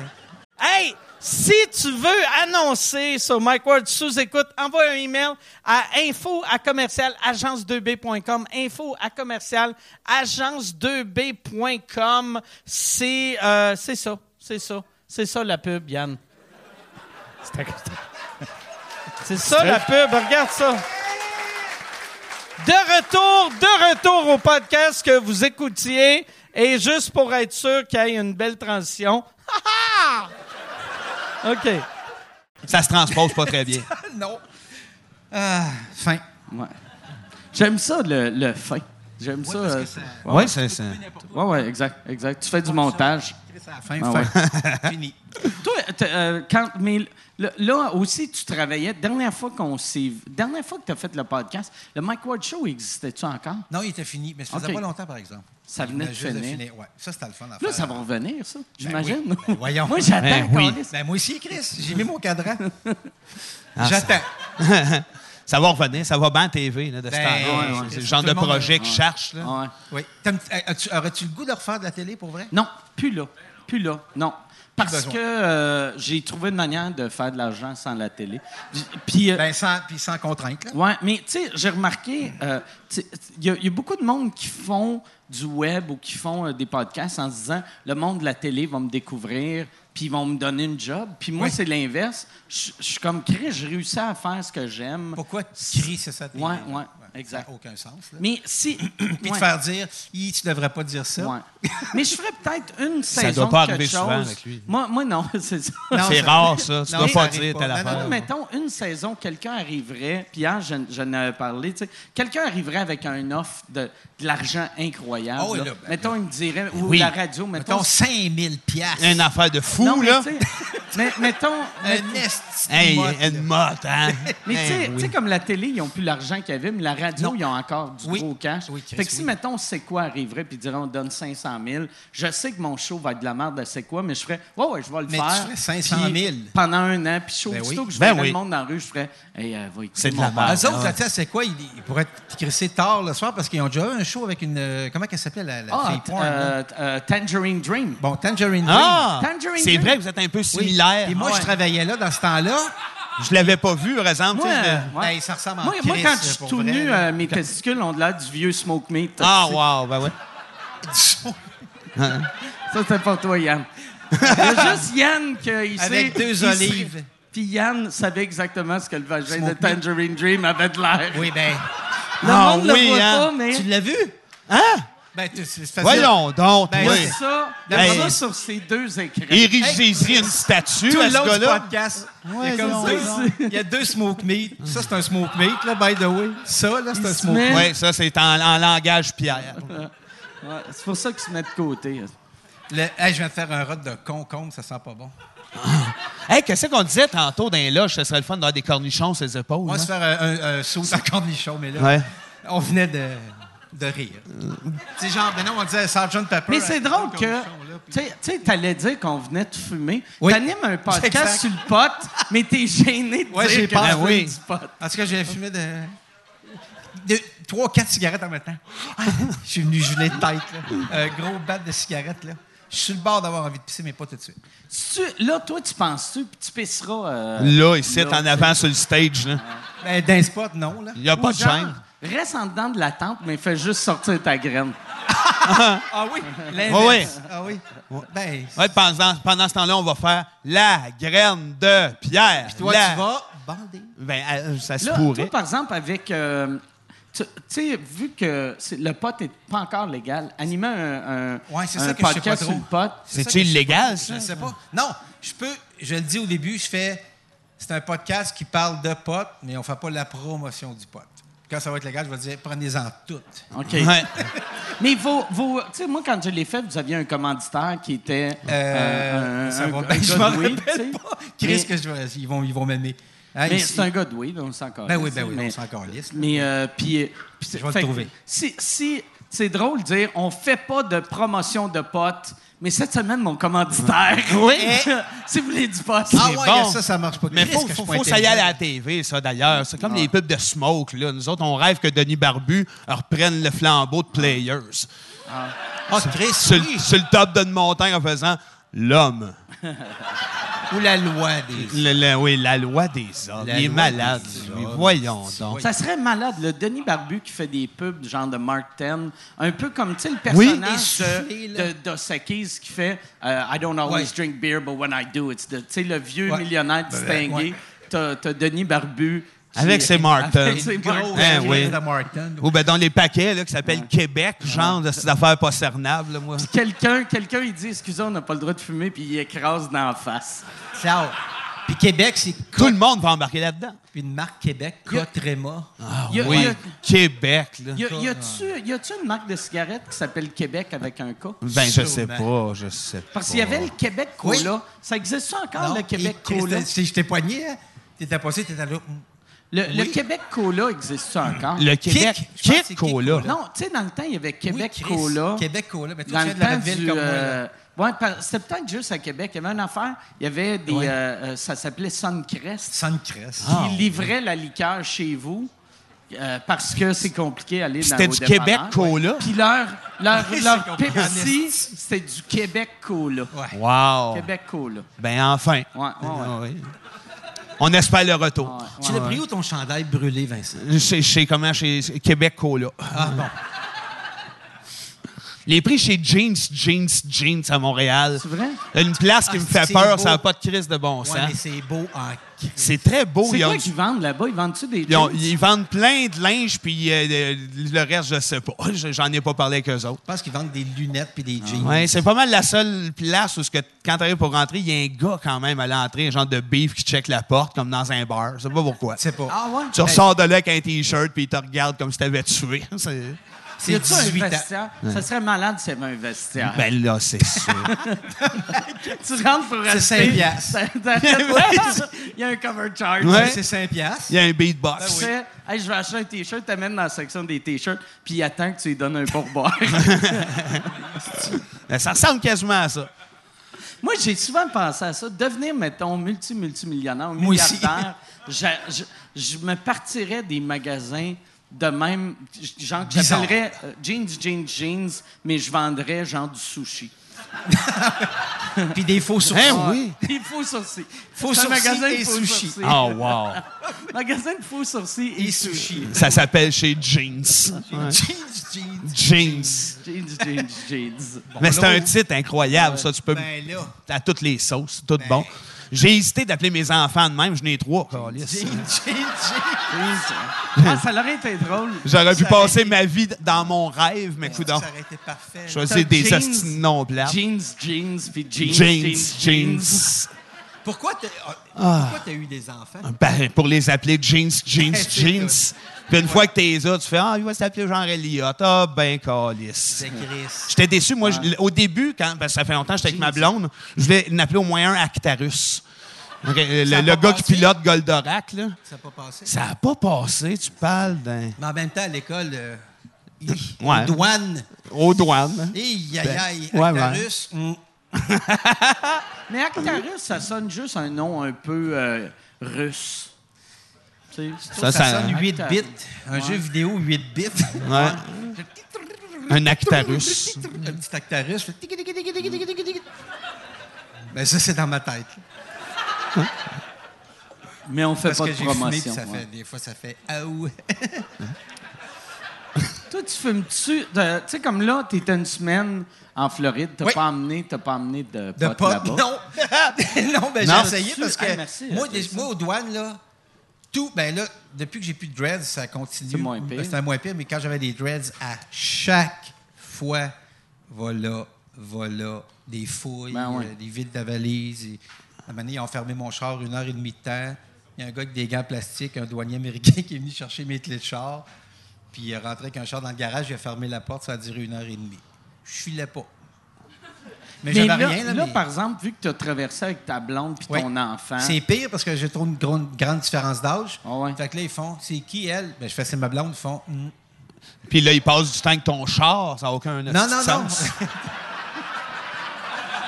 Hey, si tu veux annoncer sur Mike Ward sous écoute, envoie un email à info à commercial agence2b.com. Info à commercial agence2b.com. C'est euh, c'est ça, c'est ça, c'est ça la pub, Yann. C'est ça la pub, regarde ça. De retour, de retour au podcast que vous écoutiez. Et juste pour être sûr qu'il y ait une belle transition. Ha, ha! OK. Ça se transpose pas très *laughs* bien. Non. Ah, fin. Ouais. J'aime ça, le, le fin. J'aime ça. parce que euh, ça- ouais, ouais, c'est ça. ouais, ouais, exact, exact. Tu fais du montage. C'est la fin, Ah fin. *laughs* Fini. Toi, t'as, euh, quand, mais le- là aussi, tu travaillais. Dernière fois qu'on s'est, dernière fois que tu as fait le podcast, le Mike Ward Show existait-tu encore Non, il était fini, mais ça faisait OK. pas longtemps, par exemple. Ça venait de juste finir. Ouais. Ça, c'était le fun à Là, faire. ça va revenir, ça. J'imagine. oui. Ben, *laughs* voyons. Moi, j'attends. Ben oui. câlisse. Ben, moi aussi, Chris, j'ai mis mon *laughs* cadran. Ah, J'attends. ça va revenir, ça va bien TV, là, de ce Ben, temps-là. ouais, ouais. C'est le genre Tout de le monde- projet qu'ils cherchent, là. Ouais. Oui. T'aimes- as-tu- Aurais-tu le goût de refaire de la télé pour vrai? Non, plus là. Plus là. Non. Parce besoin. que euh, j'ai trouvé une manière de faire de l'argent sans la télé. Puis, Puis, euh, Ben, sans, puis sans contrainte, là. Ouais, mais tu sais, j'ai remarqué, euh, tu sais, il y, a- il y a beaucoup de monde qui font du web ou qui font euh, des podcasts en se disant le monde de la télé va me découvrir, puis ils vont me donner une job. Puis moi, Oui. c'est l'inverse. Je je suis comme Chris, je réussis à faire ce que j'aime. Pourquoi tu cries sur ça? Ouais, ouais, exact. Ça n'a aucun sens, là. Mais *clears throat* si. Puis ouais, de faire dire, Hi, tu devrais pas dire ça. ouais. Mais je ferais peut-être une Ça saison doit pas de quelque arriver chose. souvent avec lui. Moi, moi non, *laughs* c'est ça. Non, C'est ça- rare, ça. Tu Non, dois ça pas arrive dire pas. telle Non, affaire. non, mais- Mettons, une saison, quelqu'un arriverait, puis hier, je, je n'avais parlé, tu sais, quelqu'un arriverait avec un offre de, de l'argent incroyable. Oh, là. là, ben, mettons, il me dirait, ou oui. la radio, mettons. Mettons 5000 piastres. Une affaire de fou, non, mais là. tu sais, mais, *laughs* mettons. mais- Un esti de Hey, motte, une là. motte, hein? mais tu eh, sais- Hein, tu oui. sais, comme la télé, ils n'ont plus l'argent qu'il y avait, mais la radio, ils ont encore du Oui. gros cash. Oui, Chris, fait que si, oui. mettons, c'est quoi arriverait, puis dirait, on donne 500 000, je sais que mon show va être de la merde de c'est quoi, mais je ferais, ouais, ouais, je vais le Mais tu faire. ferais 500 puis 000. Pendant un an, puis chaud, Ben aussitôt oui. que je Ben verrais oui. le monde dans la rue, je ferais, hey, euh, va écouter C'est de mon la père. merde. Ah, Eux autres, tu sais, c'est quoi? Ils, ils pourraient être crissés tard le soir parce qu'ils ont déjà eu un show avec une. euh, comment qu'elle s'appelait la, la Ah, fille porn? là? euh, euh, Tangerine Dream. Bon, Tangerine Dream. Ah, Ah! Tangerine C'est Dream. vrai que vous êtes un peu Oui. similaire. Puis moi, je travaillais là dans ce temps-là. Je l'avais pas vu, par exemple. tu Moi, sais, je- euh, ouais. Ben, ça ressemble en moi, moi, crise, quand je suis pour tout vrai, nu, là. euh, mes testicules ont de l'air du vieux smoke meat. Ah, wow, ben ouais. Ça, c'était pour toi, *laughs* Yann. Il y a juste Yann qui euh, il sait... Avec deux il sait- olives. Puis Yann savait exactement ce que le vagin de Smoke meat. Tangerine Dream avait de l'air. Oui, ben. Le Ah, monde le oui, voit hein. pas, mais... Tu l'as vu? Hein? Ben, tu- c'est facile. Voyons donc, Ben, toi. oui. Ça, le Hey. ça sur ces deux écrans. Érigez-y une statue Tout à le ce long du gars-là. podcast, il, Ouais, y a non, comme deux, il y a deux smoke meat. Ça, c'est un smoke meat, là, by the way. Ça, là, c'est Il un se smoke met- meat. Oui, ça, c'est en, en langage Pierre. Ouais, c'est pour ça qu'il se met de côté. Le- hey, je viens de faire un rot de concombre, ça sent pas bon. Hey, qu'est-ce qu'on disait tantôt dans les loges? Ce serait le fun d'avoir des cornichons sur les épaules. On va hein? se faire un, un, un saut en cornichon, mais là, Ouais. on venait de. de rire. tu sais, genre, ben non, on disait Sgt. Pepper. Mais c'est avec drôle le que. cornichon, là, Tu sais- tu sais, t'allais dire qu'on venait de fumer. Oui. T'animes *laughs* un podcast Exact. sur le pot, mais t'es gêné de Ouais, dire j'ai que peur. tu Ah Ben oui. fumes du pot. En tout cas, j'ai fumé de. de trois, quatre cigarettes en même temps. Ah, Je suis venu geler de tête, là. Un gros bat de cigarettes, là. Je suis sur le bord d'avoir envie de pisser, mais pas tout de suite. Tu- Là, toi, tu penses-tu, puis tu pisseras. euh, Là, ici, là, en avant sur le stage, là. Ben, d'un spot, non, là. Il n'y a pas de genre, chaîne. Reste en dedans de la tente, mais fais juste sortir ta graine. Ah oui, Ouais, ouais. l'inverse. Ah oui. Ben, Ouais, pendant, pendant ce temps-là, on va faire la graine de pierre. toi, La- tu vas bander. Ben, euh, ça se Là, toi, pourrait. par exemple, avec. euh, tu tu sais, vu que c'est- le pot n'est pas encore légal, animer un, un, Ouais, c'est un ça que je sais pas podcast sur trop. le pot. ça C'est que je- illégal, Je ça? ne sais pas. Non, je peux, je le dis au début, je fais, c'est un podcast qui parle de potes, mais on ne fait pas la promotion du pote. Quand ça va être légal, je vais dire, prenez-en toutes. OK. Ouais. Mais vos. vos- tu sais, moi, quand je l'ai fait, vous aviez un commanditaire qui était. Euh, ça va un- bien, un *laughs* je gars m'en de weed, tu sais. rappelle pas. Chris, Mais- que je vais- ils vont, ils vont m'aimer. Hein, Mais ils- c'est un gars de weed, on s'en calisse, Ben oui, ben oui, mais- on s'en calisse. Mais, euh, puis. euh, puis c'est- Je vais le fait que trouver. Si, si- c'est drôle de dire, on fait pas de promotion de potes, mais cette semaine, mon commanditaire. Oui. *laughs* si vous voulez du pot. Ah ouais, bon. yes, ça, ça marche pas. Mais Chris, faut, que je Ah. suis faut, pas faut que ça y aille à la intelligent. TV, ça, d'ailleurs. C'est comme les pubs de Smoke, là. Nous autres, on rêve que Denis Barbu reprenne le flambeau de Players. Ah, Chris, Sur, oui. sur le top d'une montagne en faisant l'homme. Ou la loi des... Le- le- oui, la loi des hommes. La Il est loi malade, des lui. hommes. Voyons donc. Ça serait malade, le Denis Barbu qui fait des pubs genre de Mark Ten, un peu comme, tu sais, le Oui. personnage Essoufflé, de, là. de, de Sakis qui fait euh, I don't always Ouais. drink beer, but when I do, it's the... Tu sais, le vieux Ouais. millionnaire distingué. ouais. T'as t'as Denis Barbu. qui- Avec ses Martens. Avec ses Gros, Martens. Hein, Chris oui. de Martin. Ou ben dans les paquets là, qui s'appellent Québec, genre de ces affaires pas cernables, là, moi. Quelqu'un, quelqu'un, il dit, excusez, on n'a pas le droit de fumer, puis il écrase dans la face. Ciao. Puis Québec, c'est Tout Cote- le monde va embarquer là-dedans. puis une marque Québec, Il y a- Cotrema. Ah Y a- oui, y a- Québec, là. Y, a, y a-tu- y a-tu une marque de cigarette qui s'appelle Québec avec un K? Ben, je sais Sûrement. pas, je sais pas. Parce qu'il y avait le Québec Cola. Oui. Ça existe ça encore, Non, le Québec et- Cola? t'es- Si je t'ai poigné, hein, t'étais passé, t'étais là. hum. Le, le Oui. Québec Cola existe ça encore? Le Québec, Kick, je pense Kick, que c'est Kick Cola. Cola. Non, tu sais, dans le temps, il y avait Québec Oui, Chris, Cola. Québec Cola. Mais toi, Dans tu le viens de la temps ville du, comme moi. là. euh, ouais, par- c'était peut-être juste à Québec. Il y avait une affaire. Il y avait des. Ouais. Ah, euh, euh, ça s'appelait Suncrest. Sans une cresse. qui livrait la liqueur chez vous euh, parce que c'est compliqué d'aller dans C'était au du dépanneur. Québec Cola? Puis leur, leur, *laughs* Oui, leur c'est compliqué. Oh. Pepsi, c'était du Québec Cola. Ouais. Wow. Québec Cola. Ben, enfin. Ouais, ouais, ouais. Ah oui. On espère le retour. Ouais, Tu ouais. l'as pris où ton chandail brûlé, Vincent? Chez, chez comment? Chez chez Québec Cola. Ah bon. Les prix chez Jeans, Jeans, Jeans à Montréal. C'est vrai? Une place qui Ah, me fait c'est peur, beau. ça n'a pas de crise de bon Ouais, mais sens. c'est beau en crise. C'est très beau. C'est ils, ont quoi du- qu'ils vendent là-bas? Ils vendent-tu des ils ont- jeans? ils vendent plein de linge, puis euh, euh, le reste, je sais pas. *laughs* Je- J'en ai pas parlé avec eux autres. Je pense qu'ils vendent des lunettes puis Ah, des jeans. Ouais, c'est pas mal la seule place où, ce que, quand t'arrives pour rentrer, il y a un gars quand même à l'entrée, un genre de beef qui check la porte, comme dans un bar. Je sais pas pourquoi. Je sais pas. Ah ouais? Tu ressors de là avec un T-shirt, puis il te regarde comme si t'avais tué. *laughs* C'est- C'est Y a-tu un 18 ans. vestiaire? Ça serait malade s'il y avait un vestiaire. Ben là, c'est sûr. tu rentres pour acheter... cinq *laughs* piastres. *laughs* T'arrêtes pas. Il y a un cover charge. Ouais. C'est 5 piastres. Il y a un beatbox. Ben Tu fais, hey, je vais acheter un t-shirt, t'amènes dans la section des t-shirts, puis il attend que tu lui donnes un *laughs* pourboire. *laughs* Ben, Ça ressemble quasiment à ça. Moi, j'ai souvent pensé à ça. Devenir, mettons, multi-multimillionnaire ou Moi aussi. milliardaire, *laughs* je, je- je me partirais des magasins de même, j- genre que Bizarre. j'appellerais euh, jeans, jeans, jeans, mais je vendrais genre du sushi. Puis des faux sourcils. Hein, *laughs* oui. Il faut sourcils. Faux C'est un sourcils magasin de et faux sushi. Ah. sourcils. Oh, wow. Magasin de faux sourcils et, Et sushi. sushi. Ça s'appelle chez Jeans. Ouais. Jeans, jeans. Jeans. Jeans, jeans, jeans. Mais c'est là, un on- titre incroyable, ça. Tu peux. Ben là. À toutes les sauces, tout bon. J'ai hésité d'appeler mes enfants de même, je n'ai trois. Jeans, câlisse. jeans, jeans. Ah, ça leur été drôle. J'aurais pu Ça aurait passer ma vie d- dans mon rêve, mais Ça coudons. aurait été parfait. Choisir des Jeans. hosties non plates. Jeans, jeans, puis jeans, Jeans, jeans. jeans. Pourquoi t'as ah, pourquoi t'as eu des enfants? Ben, pour les appeler jeans, *laughs* jeans, C'est jeans. tout. Puis une fois que t'es là, tu fais Ah, il va s'appeler genre Elliott. Ah, ben, calice. C'est Chris. J'étais déçu. Moi, je- au début, quand, parce que ça fait longtemps que j'étais avec ma blonde, je voulais l'appeler au moins un Actarus. Le, Ça a le pas gars qui passé? pilote Goldorak, là. Ça n'a pas passé. Ça a pas passé, tu parles d'un. Mais en même temps, à l'école, euh, Ouais. Douane. Aux douanes. Hey, aïe, aïe, ouais, Actarus. Mm. Mais Actarus, ça sonne juste un nom un peu euh, russe. Tu sais, c'est Ça, Ça, ça- sonne 8 Actarus. bits. Un jeu vidéo 8 bits. Ouais. Un Actarus. Un petit Actarus. là. Ben ça, c'est dans ma tête. Mais on fait Parce pas que de j'ai fumé, puis promotion. ça ouais. fait, des fois, ça fait « Ah ouais! Toi, tu fumes-tu? de- Tu sais, comme là, tu étais une semaine en Floride, t'as Oui. pas amené, t'as pas amené de, » De potes pas... là-bas. Non! *laughs* non, ben Non. j'ai essayé parce que Ah, merci, moi, Jason. des- moi, aux douanes, là, tout... Ben là, depuis que j'ai plus de dreads, ça continue. C'est moins pire. C'était moins pire, mais quand j'avais des dreads, à chaque fois, voilà, voilà, des fouilles, Ben oui. euh, des vides de valise. Et... À un moment donné, ils ont fermé mon char une heure et demie de temps. Il y a un gars avec des gants plastiques, un douanier américain *laughs* qui est venu chercher mes clés de char. Puis il est rentré avec un char dans le garage, il a fermé la porte, ça a duré une heure et demie. Je filais pas. Mais, Mais là, j'avais rien, là. là, mais- par exemple, vu que tu as traversé avec ta blonde puis Oui. ton enfant, C'est pire parce que j'ai trop une grande, grande différence d'âge. Ah ouais. Fait que là, ils font, c'est qui elle? Ben, je fais, c'est ma blonde. Ils font, Hmm. Puis là, il passe du temps avec ton char. Ça n'a aucun non, non, non. sens.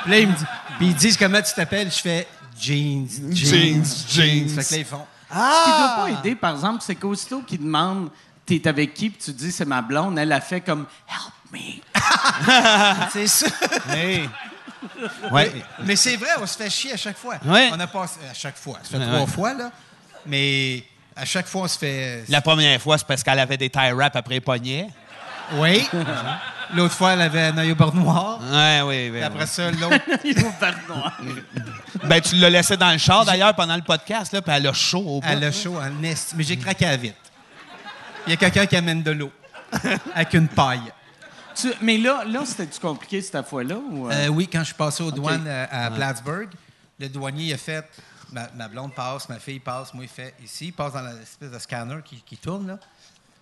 Puis *laughs* là, ils me disent, puis ils disent comment tu t'appelles. Je fais, jeans, jeans, Jeans, Ah. jeans. Fait que là, ils font, ce qui Ah! doit pas aider, par exemple, c'est qu'aussitôt qu'il demande t'es avec qui, puis tu dis c'est ma blonde, elle a fait comme help me. *laughs* Ah, *laughs* c'est ça. Hey. Ouais. Mais c'est vrai, on se fait chier à chaque fois. Ouais. On a passé à chaque fois. Ça fait Ouais, trois ouais. fois, là. Mais à chaque fois, on se fait. La première fois, c'est parce qu'elle avait des tie wraps après les poignets. *laughs* Oui. L'autre fois, elle avait un œil au bord noir. Ouais, oui, oui. Puis après oui. ça, l'autre. Il est ouvert noir. Ben, tu l'as laissé dans le char d'ailleurs pendant le podcast, là, puis elle a chaud au bout. Elle a chaud en est. Mais j'ai craqué à la vite. Il y a quelqu'un qui amène de l'eau avec une paille. Tu- mais là, là c'était-tu compliqué cette fois-là? Ou, euh? Euh, oui, quand je suis passé aux douanes euh, à Plattsburgh, le douanier il a fait ma, ma blonde passe, ma fille passe, moi il fait ici, il passe dans l'espèce de scanner qui, qui tourne là.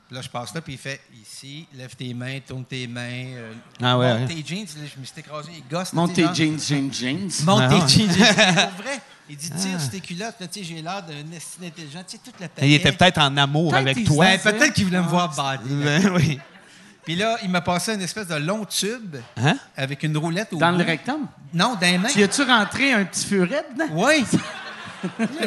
Puis Là, je passe là, puis il fait ici, lève tes mains, tourne tes mains. euh, Ah ouais, monte tes jeans, là, je me suis écrasé, les gosses. Monte tes là, tu sais, jeans, jeans, jeans. genre, Monte Ah ouais. tes *laughs* jeans. C'est pour vrai. Il dit, tire sur tes culottes, là, tu sais, j'ai l'air d'un esti intelligent, tu sais, toute la paquet. Il était peut-être en amour Peut-être avec il toi. Ben, peut-être qu'il voulait me voir body. Ben, oui. Puis là, il m'a passé une espèce de long tube Hein? avec une roulette au Dans bout. le rectangle? Non, dans les mains. Tu as-tu rentré un petit furet dedans? Oui.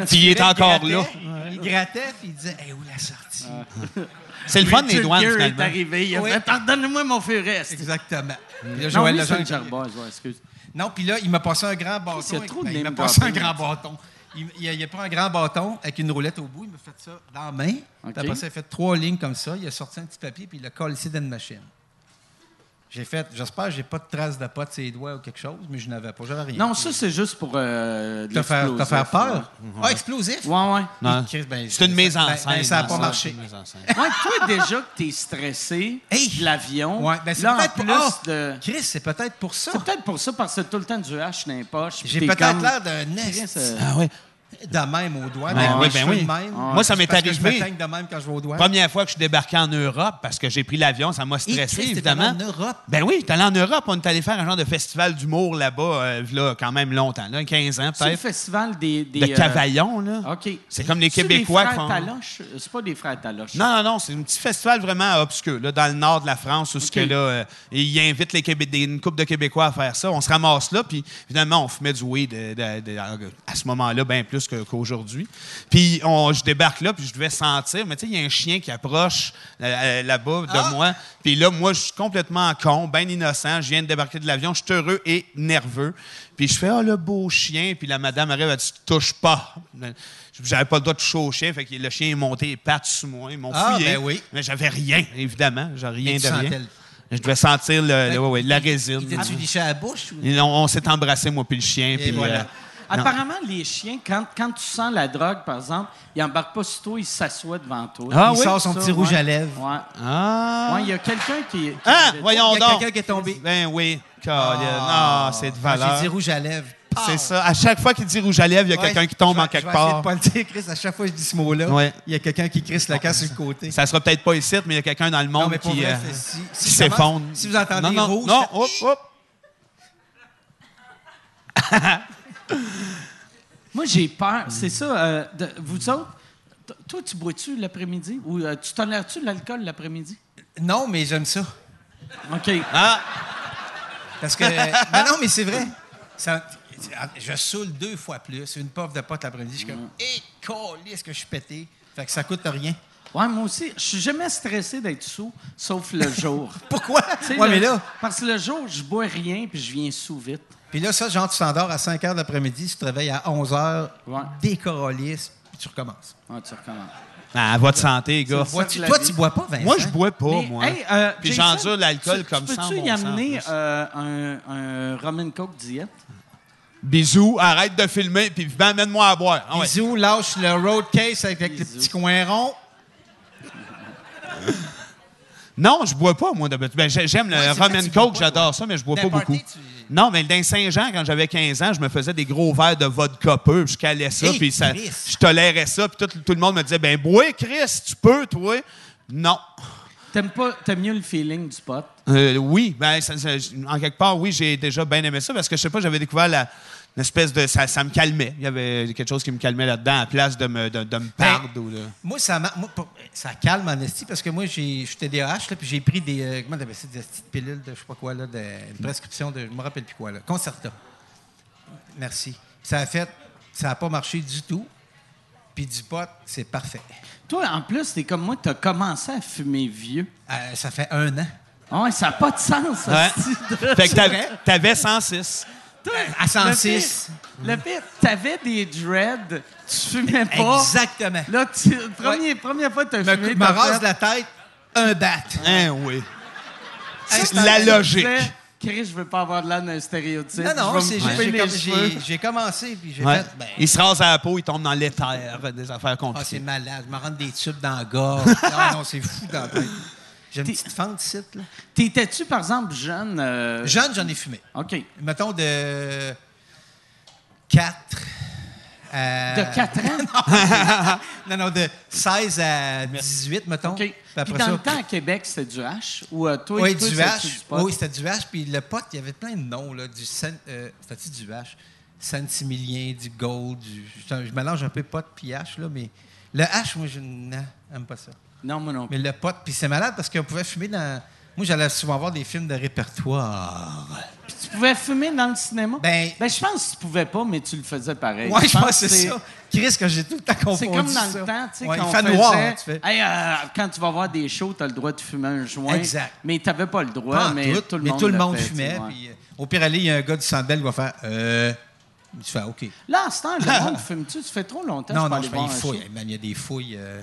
Puis il est encore là. Il grattait, puis il disait, hey, où la sortie? C'est le fun des Richard douanes, Gere est finalement. arrivé, il a Oui. fait Pardonne-moi mon furet. Exactement. Puis là, Non, Joël lui, c'est Legendre- le Gerboise, ouais, excuse. Non, puis là, il m'a passé un grand bâton. ben, Christ, il y a trop de il m'a name passé un dropping. grand bâton. Il, il a, il a pris un grand bâton avec une roulette au bout, il m'a fait ça dans la main. Puis OK. Après ça, il a fait trois lignes comme ça. Il a sorti un petit papier, puis il l'a collé dans une machine. J'ai fait, j'espère que j'ai pas de traces de pas de ses doigts ou quelque chose, mais je n'avais pas, j'avais rien. Non, ça, c'est juste pour. Euh, de Te faire, te l'explosif, faire peur? Ah, explosif? Ouais, ouais. Non. Chris, ben, C'est une ça- mise en ben, scène. ben, ça n'a dans pas le marché. sens, une mise en scène. Ouais, toi, déjà que t'es stressé Hey! de l'avion, Ouais, ben, c'est là, en peut-être pour- plus ah! de. Chris, c'est peut-être pour ça. C'est peut-être pour ça, parce que t'as tout le temps du hache dans les poches. puis J'ai t'es peut-être comme- l'air d'un est Chris, euh, Ah oui. de même aux doigts. Ben mais oui, Ah, je ben suis oui. de même. Moi, ça Ah, C'est m'est parce que arrivé. Je me teigne de même quand je vais aux doigts. Première fois que je débarquais en Europe, parce que j'ai pris l'avion, ça m'a Et stressé, Chris, t'es évidemment. allé en Europe. Ben oui, j'étais allé en Europe. On est allé faire un genre de festival d'humour là-bas, euh, là, quand même longtemps, là, 15 ans C'est le peut-être. festival des. des De euh, Cavaillon, là. Ah. OK. C'est comme les C'est-tu Québécois des qui frères font- Taloche? C'est pas des frères Taloche. Non, non, non, c'est un petit festival vraiment obscur, là, dans le nord de la France, où ce que là, euh, ils invitent les Québé- des- une couple de Québécois à faire ça. On se ramasse là, puis évidemment, on fumait du weed euh, de- de- à ce moment-là, bien plus que- qu'aujourd'hui. Puis on- je débarque là, puis je devais sentir, mais tu sais, il y a un chien qui approche euh, euh, là-bas de Ah! moi. Puis là, moi, je suis complètement con, bien innocent. Je viens de débarquer de l'avion, je suis heureux et nerveux. Puis je fais, ah, le beau chien. Puis la madame arrive, elle dit, touche pas. J'avais pas le droit de toucher au chien, fait que le chien est monté les pattes sous moi. Ils m'ont Ah, fouillé. ben oui. Mais j'avais rien, évidemment. J'avais rien Mais tu de rien. sentais le- Je devais sentir le, le- ouais, ouais, la Ben, Il résine. était du liché à la bouche? ou- Et on on s'est embrassé, moi, puis le chien. Puis, voilà. non. Apparemment, les chiens, quand, quand tu sens la drogue, par exemple, ils embarquent pas sur toi, ils s'assoient devant toi. Ah il oui, sort son Ça, petit rouge ouais. à lèvres. Ouais. Ah! Ouais, il y a quelqu'un qui. qui- Ah, voyons Il y a donc. quelqu'un qui est tombé. Ben oui, Colin. Ah. Ah, c'est de J'ai valeur. dit rouge à lèvres. Ah, C'est ça. À chaque fois qu'il dit rouge à lèvres, il y a quelqu'un qui tombe en quelque part. Je vais essayer de pas le dire, Chris. À chaque fois que je dis ce mot-là, Ouais. Ah, il y a quelqu'un qui crisse la casse sur le côté. Ça sera peut-être pas ici, mais il y a quelqu'un dans le Non, monde mais pour qui, vrai, euh, c'est- si- si qui ça marche- s'effondre. Si vous entendez non, non, rouge, Non, oh. faites- hop, hop. Moi, j'ai peur. C'est ça. euh, de- vous autres, t- toi, tu bois-tu l'après-midi? Ou euh, tu tolères-tu l'alcool l'après-midi? Non, mais j'aime ça. OK. Ah, Parce que. *laughs* ben non, mais c'est vrai. Ça- je saoule deux fois plus. Une pauvre de pote l'après-midi, je suis Mm. comme. Hé, est ce que je suis pété. Fait que ça coûte rien. *laughs* Ouais, moi aussi, je suis jamais stressé d'être sous, sauf *laughs* le jour. Pourquoi? Tu sais, Ouais, le- mais là. Parce que le jour, je bois rien puis je viens sous vite. Puis là, ça, genre, tu t'endors à 5 h l'après-midi, tu te réveilles à 11 h, Ouais. décorolisse, puis tu recommences. Ah, tu recommences. Ah, votre santé, les gars. Vois-tu- la toi, vie. tu bois pas, Vincent? Moi, je bois pas, Mais, moi. hey, euh, Puis Jason, j'endure l'alcool tu- comme ça, Peux-tu bon y sang, en amener plus. euh, un, un Roman Coke diète? Bisous, arrête de filmer, puis ben, amène-moi à boire. Ah ouais. Bisous, lâche le road case avec les Bisous. petits coins ronds. Non, je bois pas, moi, d'habitude. Ben, j'ai- j'aime le Ouais, c'est rum vrai, and tu bois coke, pas, j'adore ça, mais je bois Dans pas les parties, beaucoup. tu- Non, mais dans Saint-Jean, quand j'avais 15 ans, je me faisais des gros verres de vodka peu, je calais ça, Hey, puis ça, Chris. je tolérais ça, puis tout, tout le monde me disait, ben, bois, Chris, tu peux, toi. Non. T'aimes pas, t'aimes mieux le feeling du pot? Euh, oui, ben, ça- ça- en quelque part, oui, j'ai déjà bien aimé ça parce que je sais pas, j'avais découvert la, une espèce de. Ça, ça me calmait. Il y avait quelque chose qui me calmait là-dedans, à la place de me, de, de Ben, me perdre. ou de- Moi, ça, m'a- moi, pour- ça calme en esti parce que moi, j'ai- je suis TDAH, là, puis j'ai pris des. euh, comment t'appelles ça, des petites pilules de je sais pas quoi, là, de, une prescription de. Je me rappelle plus quoi, là. Concerta. Merci. Ça a fait. Ça n'a pas marché du tout. Puis du pot, c'est parfait. Toi, en plus, t'es comme moi, t'as commencé à fumer vieux. Euh, ça fait un an. Ah ouais, ça n'a pas de sens, Ouais. hostie, de- Fait que t'avais, t'avais 106. Toi, À 106. Le pire, le pire, t'avais des dreads, tu fumais pas. Exactement. Là, tu, premier, première fois que t'as me, fumé, me t'as rase fait- la tête, un bat. Hein, oui. Hey, c'est la un- logique. Tu disais, Chris, je veux pas avoir de l'air d'un stéréotype. Non, non, je vais c'est- me j'ai couper j'ai les comme- cheveux. j'ai- j'ai commencé, puis j'ai Ouais. fait. ben, Il se rase à la peau, il tombe dans l'éther, euh, des affaires Ah, c'est compliquées. malade. Je me rentre des tubes dans *laughs* la gorge. Ah, non, non, c'est fou dans la tête. J'ai une petite fente ici, là. Euh, T'étais-tu, par exemple, jeune? euh, Jeune, j'en ai fumé. OK. Mettons de 4 à... De 4 *laughs* ans? Non, non, de 16 à 18, mettons. OK. Puis Puis après dans ça- le temps, à Québec, c'était du H? Ou euh, toi, Oui, toi, du c'était H. pot? Oui, c'était du H. Puis le pote, il y avait plein de noms. Là, du San- euh, C'était-tu du H? Saint-Similien, du Gold. Du... Je, je mélange un peu pote puis H, là, mais le H, moi, je n'aime pas ça. Non, moi non. Mais le pote, puis c'est malade parce qu'on pouvait fumer dans. Moi, j'allais souvent voir des films de répertoire. Tu pouvais fumer dans le cinéma? Ben- je pense que tu pouvais pas, mais tu le faisais pareil. Moi, je pense que c'est que ça. Chris, que j'ai tout le temps confondu. C'est comme dans ça. le temps, tu sais, Ouais, quand il on fait faisait, noir, hein, tu fais. Hey, euh, quand tu vas voir des shows, t'as le droit de fumer un joint. Exact. Mais t'avais pas le droit, Pas en mais, tout, tout, le mais monde tout le le monde fait, tu fumait. sais, ouais. puis, euh, au pire aller, il y a un gars du Sandbell qui va faire. Euh... Tu fais OK. Là, à ce temps, *laughs* le monde fume-tu? Tu fais trop longtemps Non, je peux non, je aller fais, il voir un show. fouille. Eh, man, il y a des fouilles. euh,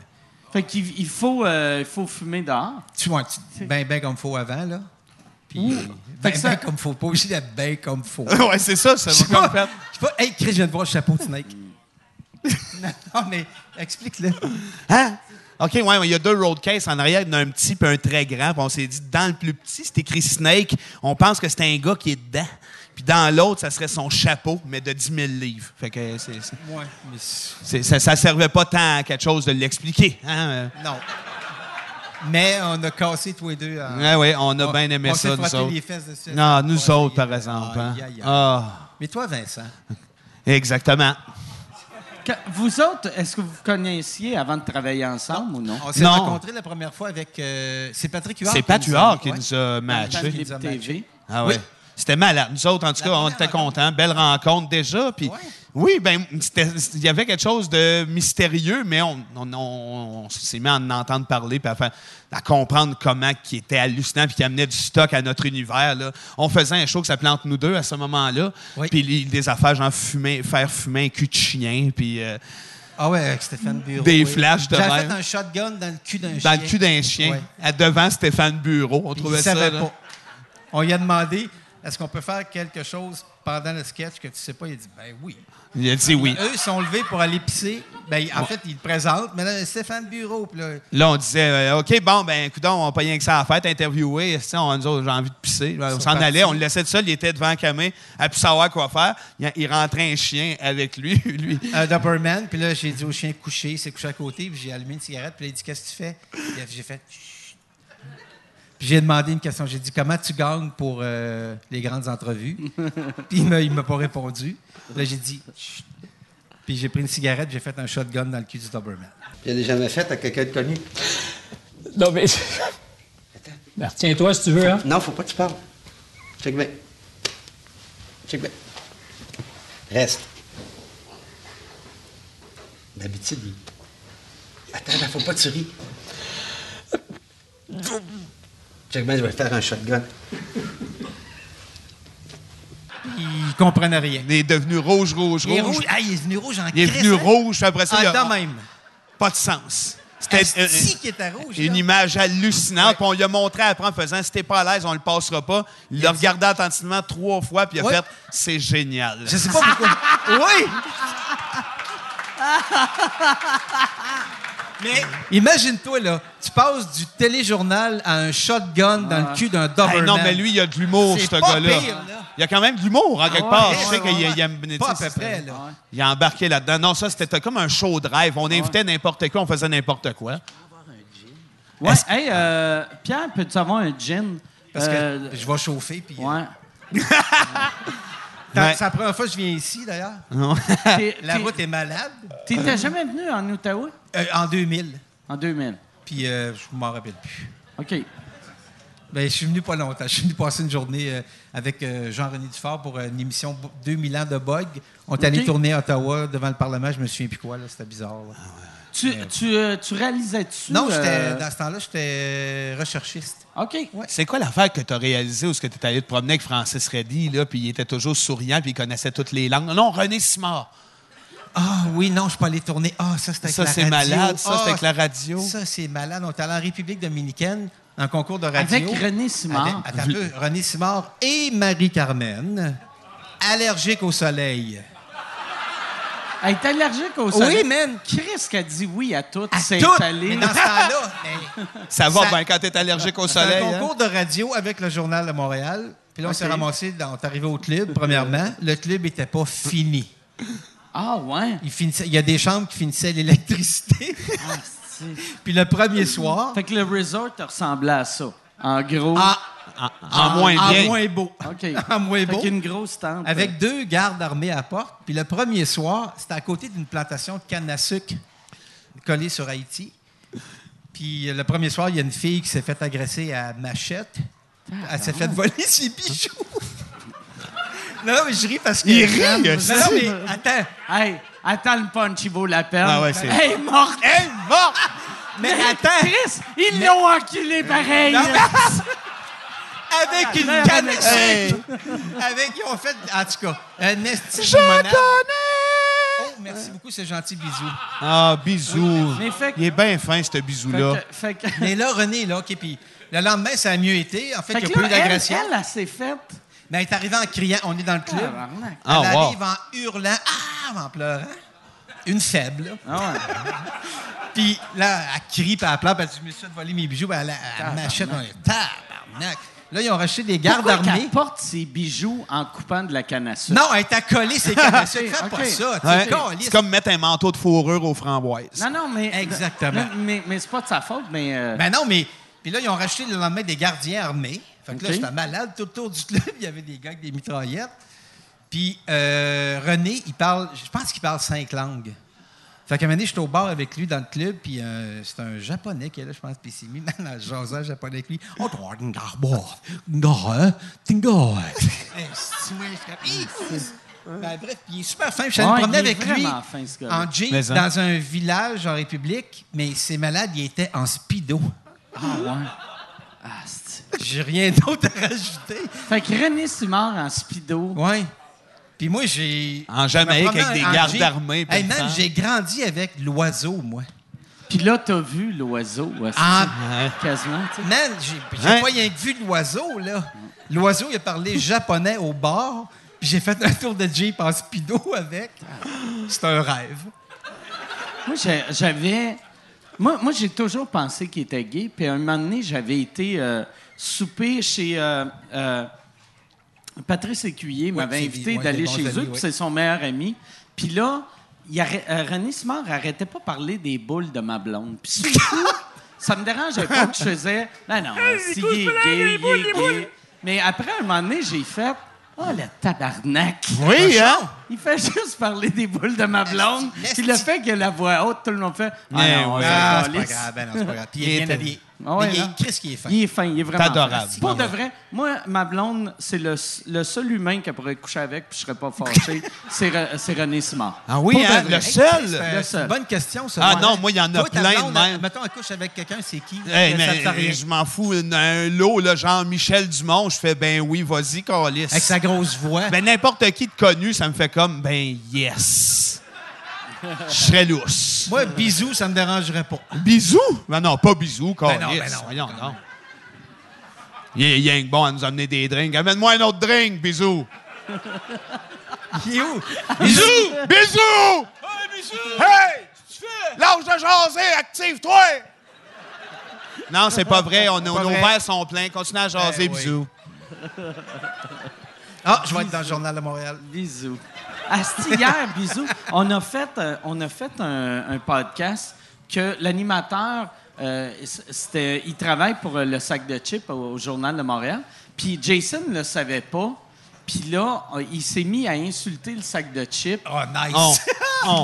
Fait qu'il il faut, euh, il faut fumer dehors. tu vois, tu dis ben, ben comme faut avant, là. Puis, ben, Fait que ben ça- comme faut. Pas obligé d'être ben comme *laughs* faut. *laughs* ouais, c'est ça, ça Je sais pas, je sais pas, hey, Chris, je viens de voir Chapeau de Mm. Snake. non, *laughs* non, mais explique-le. *laughs* Hein? OK, ouais, ouais, il y a deux road cases en arrière, il y en a un petit puis un très grand. Puis on s'est dit, dans le plus petit, c'est écrit Snake. On pense que c'est un gars qui est dedans. Puis dans l'autre, ça serait son chapeau, mais de 10 000 livres. Fait que c'est- c'est- Ouais, mais. c'est- c'est- ça, ça servait pas tant à quelque chose de l'expliquer. Hein? euh. Non. Mais on a cassé tous les deux. en- Ouais, ouais, on a bien aimé Ah. on s'est ça, nous frotté autres. les fesses dessus. Non, nous Ouais, autres, par aïe, exemple. hein. aïe, aïe. Ah, Mais toi, Vincent, exactement. Que- Vous autres, est-ce que vous vous connaissiez avant de travailler ensemble ou non? on s'est Non. rencontrés la première fois avec. euh, c'est Patrick Huard. C'est qui nous a- Pat Huard qui ouais. nous a Dans le matchés. temps Philippe TV. Ah ouais. Oui. C'était malade. Nous autres, en tout La cas, on première était rencontre. contents. Belle rencontre déjà. Puis, Ouais. Oui, ben c'était- il y avait quelque chose de mystérieux, mais on, on- on- on s'est mis à en entendre parler puis à, faire- à comprendre comment qui était hallucinant puis qui amenait du stock à notre univers. là. On faisait un show que ça plante nous deux à ce moment-là. Oui. Puis les- des affaires genre fumer, faire fumer un cul de chien, puis euh, Ah ouais, avec Stéphane Bureau. Des oui. flashs de J'avais même. fait un shotgun dans le cul d'un chien. dans le cul d'un chien, Ouais. à devant Stéphane Bureau. On Puis trouvait il ça. savait là. pas. On lui a demandé est-ce qu'on peut faire quelque chose pendant le sketch que tu sais pas Il a dit ben oui. Il a dit oui. Eux sont levés pour aller pisser. Ben, en fait, ils le présentent. Mais là, Stéphane Bureau. Puis là, Là, on disait, euh, OK, bon, ben, coudon, on pas rien que ça à faire, t'interviewer, si on nous autres, j'ai envie de pisser. Ben, on sont s'en partis. allait, on le laissait tout seul, il était devant la camé, à plus savoir quoi faire. Il, il rentrait un chien avec lui. *laughs* lui. un Doberman. Puis là, j'ai dit au chien couché, il s'est couché à côté. Puis j'ai allumé une cigarette. Puis là, il dit Qu'est-ce que tu fais Puis J'ai fait Chut. Puis j'ai demandé une question. J'ai dit Comment tu gagnes pour euh, les *laughs* grandes entrevues Puis il m'a- il m'a pas répondu. Là, j'ai dit Chut. Puis j'ai pris une cigarette. J'ai fait un shotgun dans le cul du Doberman. Il y a des jamais fait à quelqu'un de connu. Non, mais. *laughs* Attends, Ben, retiens-toi si tu veux, hein? Non, faut pas que tu parles. Check bien. Check bien. Reste. D'habitude, il... Attends, là, faut pas que tu ris. Check bien, je vais faire un shotgun. Ils comprennent rien. Il est devenu rouge, rouge, Il est rouge. rouge. Ah, il est venu rouge en Il est crise, devenu hein? rouge, puis après ça, il Ah, a de même. pas de sens. C'était euh, Asti qui était rouge. une là. image hallucinante. Puis on lui a montré après en faisant si t'es pas à l'aise, on le passera pas. Il l'a regardé attentivement trois fois, puis il a Ouais. fait c'est génial. Je sais pas pourquoi. oui! Mais imagine-toi, là, tu passes du téléjournal à un shotgun dans le cul d'un Doberman. Ah. Hey, non, mais lui, il a de l'humour, ce C'est pas gars-là. pire, là. Ah Il a quand même de l'humour, en quelque part. Je ouais, sais ouais, qu'il ouais. aime tu sais, Pas à peu c'est- près, là. Il a embarqué là-dedans. Non, ça, c'était comme un show de rêve. On invitait n'importe quoi, on faisait n'importe quoi. Ouais, hey, euh, Pierre, peux-tu avoir un gin? Parce que Euh, je vais chauffer. Puis, euh, Ouais. *laughs* t'as- Ouais. C'est la première fois que je viens ici, d'ailleurs. T'es- La t'es- route est malade. T'étais jamais venu en Outaouais? Euh, en 2000. En 2000. Puis euh, je m'en rappelle plus. OK. Ben, je suis venu pas longtemps. Je suis venu passer une journée euh, avec euh, Jean-René Dufort pour euh, une émission b- 2000 ans de Bug. On est allé Ok. tourner à Ottawa devant le Parlement. Je me souviens plus quoi. là, C'était bizarre. là. Tu, tu, euh, tu réalisais-tu? non, j'étais- euh, dans ce temps-là, j'étais recherchiste. OK. C'est quoi l'affaire que tu as réalisée où tu es allé te promener avec Francis Reddy, là, puis il était toujours souriant, puis il connaissait toutes les langues? Non, René Simard. Ah oui, non, je suis pas allé tourner. Ah, ça, c'était avec Ça, la c'est radio. malade. Ça, Ah, c'est avec la radio. Ça, c'est malade. On est allé en République dominicaine, en concours de radio. Avec René Simard. Avec- attends un peu, René Simard et Marie-Carmen, allergique au soleil. Elle est allergique au soleil. Oui, man! Chris qui a dit oui à tout. À Ah, c'est tout! allé. Mais dans ce temps-là, mais- Ça va Ça- bien quand t'es allergique au C'était soleil. un hein? concours de radio avec le Journal de Montréal. Puis là, on s'est ramassé, dans- on est arrivé au club, premièrement. Le club n'était pas fini. Ah ouais. Il, finissait- il y a des chambres qui finissaient à l'électricité. Ah, c'est- *laughs* Puis le premier soir, fait que le resort ressemblait à ça. En gros. en, En moins Ah, en bien. moins beau. *laughs* OK. En moins Ah, beau. Fait qu'une grosse tente. Avec deux gardes armés à la porte. Puis le premier soir, c'était à côté d'une plantation de canne à sucre collée sur Haïti. Puis euh, le premier soir, il y a une fille qui s'est fait agresser à machette. Elle s'est fait voler ses bijoux. *laughs* non, mais je ris parce que. Il rit, euh, Non, aussi. non, mais attends. Hey, attends le punch, il vaut la peine. Ah ouais, c'est- Hey, morte. Hey, va! Mais attends. Chris, ils l'ont enculé pareil. Non, *laughs* Avec une merde, canne à avec- sucre. *laughs* Avec, ils ont fait. En tout cas, un esti de Je limonade. connais! Oh, merci beaucoup, ce gentil bisou. Ah, bisous. Mais fait que- Il est bien fin, ce bisou-là. Fait que- fait que- Mais là, René, là, OK, puis le lendemain, ça a mieux été. En fait, fait il n'y a que pas eu là, elle, d'agression. elle, elle s'est faite. Mais elle est arrivée en criant. On est dans le club. Tabarnak. Elle Ah, wow. arrive en hurlant, ah, en pleurant. Une faible. là. Ah ouais. *laughs* Puis là, elle crie, puis elle pleure, puis elle dit, je me suis fait voler mes bijoux. Puis elle, elle m'achète. On est, Tabarnak. Là, ils ont racheté des gardes Pourquoi armés. qu'elle porte ses bijoux en coupant de la canne à sucre? Non, elle t'a collé *laughs* ses cannes. Fais Ok, pas ok. ça. tu sais, Ouais. calisse. C'est comme mettre un manteau de fourrure aux framboises. Non, non, mais. Exactement. Non, mais mais c'est pas de sa faute, mais. euh, Ben non, mais. Puis là, ils ont racheté le lendemain des gardiens armés. Fait que là, OK. j'étais malade tout autour du club. *laughs* Il y avait des gars avec des mitraillettes. Puis euh, René, il parle, je pense qu'il parle cinq langues. Fait qu'à un moment donné, j'étais au bar avec lui dans le club, puis euh, c'est un japonais qui est là, je pense, puis il s'est mis *laughs* dans la jaseur japonais avec lui. Oh, toi, ngarbo, ngare, *laughs* tingo. Hey, c'est-tu moi, je suis comme, Hi! Ben, bref, il est super fin. Je suis allé Ouais, me promener il est avec lui vraiment fin, ce gars-là. en jeep Mais, hein. dans un village en République, mais c'est malade, il était en speedo. Ah ouais. Ah, c'est- J'ai rien d'autre à rajouter. fait que René Simard en speedo. Ouais. Puis moi, j'ai. En Jamaïque, je me promenais avec des en gardes Jeep. armés, puis Hey, le man, sang. j'ai grandi avec l'oiseau, moi. Puis là, t'as vu l'oiseau. hostie. Ah. Quasiment, tu sais. Man, j'ai j'ai Hein? pas rien que vu l'oiseau, là. L'oiseau, il a parlé japonais au bar, puis j'ai fait un tour de Jeep en speedo avec. C'est un rêve. Moi, j'ai- j'avais. Moi, moi j'ai toujours pensé qu'il était gay. Puis à un moment donné, j'avais été euh, souper chez. euh, euh, Patrice Écuyer m'avait c'est invité des- ouais, d'aller des bons chez amis, eux, puis ouais. c'est son meilleur ami. Puis là, il arrê- euh, René Simard arrêtait pas de parler des boules de ma blonde. Puis sur le coup, ça me dérangeait pas que je faisais. ben Non, non, si il est gay, il est gay. Mais après, à un moment donné, j'ai fait. Oh, le tabarnak! Oui, hein? Il fait juste parler des boules de ma blonde. Laisse- Puis le fait que la voix haute, tout le monde fait. Ah Mais non, on oui. Ah, s'en c'est pas calisse. grave, ben non, c'est pas grave. Puis il est bien habillé. Ah ouais, Mais il non? est Chris qui est fin. Il est fin, il est vraiment. T'es adorable. fin. Pour de vrai, moi, ma blonde, c'est le, le seul humain qu'elle pourrait coucher avec, puis je serais pas *laughs* fâché. c'est Re- c'est René Simard. Ah oui, Pour de hein, vrai. le seul. Euh, Le c'est une seul. bonne question, ça. Ah Ouais. non, moi, il y en a Toi, ta plein de blonde, même. Mettons, elle couche avec quelqu'un, c'est qui? Hey, Que ça te fait rien. mais, je m'en fous. Un, un lot, là, genre Michel Dumont, je fais ben oui, vas-y, Calis. Avec sa grosse voix. Ben n'importe qui de connu, ça me fait comme ben yes. Je serais lousse. Moi, bisous, ça me dérangerait pas. Bisous? Ben non, pas bisous, Calis. non, ben non. Voyons, non. Il est yang bon à nous amener des drinks. Amène-moi un autre drink, bisous. *laughs* Il est où? Bisous! Bisous! Hey! Lâche de jaser, active-toi! Non, c'est pas vrai. On, on a vrai. ouvert son plein. Continue à jaser, Ben oui. bisous. Ah, je vais être dans le Journal de Montréal. Bisous. Asti, Ah, hier, bisous. On a fait, euh, on a fait un, un podcast que l'animateur, euh, c- c'était, il travaille pour euh, le sac de chips au, au Journal de Montréal. Puis Jason ne le savait pas. Puis là, euh, il s'est mis à insulter le sac de chips. Oh, nice. On.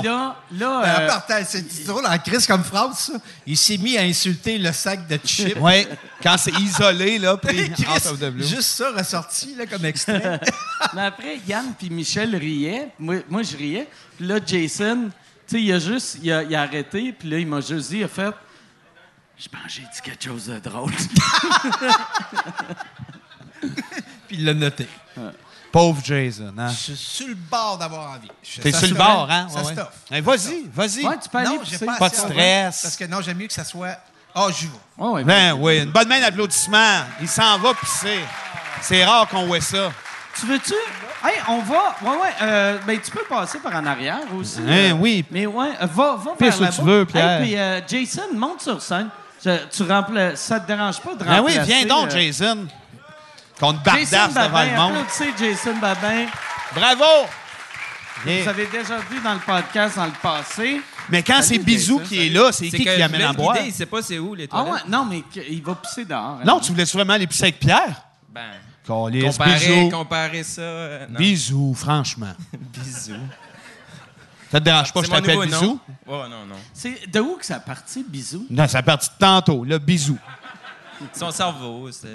Puis On. là, là Ben, euh, en partant, c'est c'est drôle, en crise comme phrase, ça. Il s'est mis à insulter le sac de chips. Oui, quand c'est isolé, là, puis *laughs* Chris, out of the blue. juste ça ressorti là, comme extrait. Mais après, Yann puis Michel riaient. Moi, moi, je riais. Puis là, Jason, tu sais, il a juste... Il a, il a arrêté, puis là, il m'a juste dit, il a fait... Je pense que j'ai dit quelque chose de *laughs* drôle. Puis il l'a noté. Pauvre Jason, hein? Je suis sur le bord d'avoir envie. Je- T'es ça sur le se bord, fait, hein? Ça Ouais, se ouais. toffe. Hey, vas-y, vas-y. ouais, tu peux aller Non, j'ai pisser. pas, Pas de assez envie, stress. Parce que non, j'aime mieux que ça soit. Ah, j'y vais. Ouais, ouais, Ben oui, une bonne main d'applaudissement. Il s'en va pisser. C'est rare qu'on voit ça. Tu veux-tu? Hey, on va. Ouais, ouais. euh, ben, tu peux passer par en arrière aussi. Hein, oui. Mais ouais, euh, va, va Fais vers ce que là tu veux, Pierre. puis euh, Jason, monte sur scène. Je- tu rempla- Ça te dérange pas de Ben oui, remplacer, viens donc, euh, Jason. Qu'on te Jason bardasse devant Babin, le monde. applaudissez Jason Babin. Bravo! Vous avez déjà vu dans le podcast dans le passé. Mais quand c'est Bisou qui est là, c'est qui que qui amène je à laisse boire? l'idée, Il sait pas c'est où les Ah toilettes. ouais, non, mais que- il va pisser dehors. hein. Non, tu voulais sûrement les pisser avec Pierre? Ben, Calice, comparer, Bisou. comparer ça. euh, non. Bisou, *laughs* franchement. Bisous. Ça te dérange pas que C'est je mon t'appelle nouveau nom. Bisou? Oh non, non. C'est de où que ça partit, bisous? Non, ça a parti de tantôt, le Bisou. Son cerveau, c'est.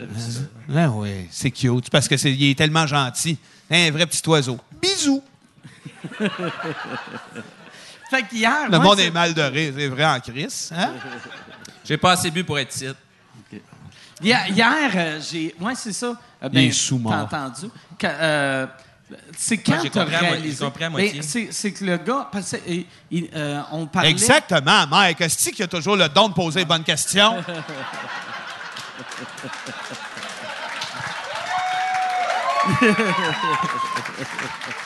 Ah oui, c'est cute, parce que c'est, il est tellement gentil. Un vrai petit oiseau. Bisous! Fait qu'hier. Le ouais, monde c'est- est mal de rire, c'est vrai en crise. Hein? J'ai pas assez bu pour être titre. Hier, hier, euh, j'ai. Ouais, c'est ça. Euh, Il est sous-mort. T'as entendu? Quand, euh, c'est quand Ah, j'ai t'as compris à mo- réalisé- j'ai compris à Ben, moitié. c'est, c'est que le gars. Parce que, euh, il- euh, on parlait. Exactement, Mike. Est-ce qu'il a toujours le don de poser les bonnes questions?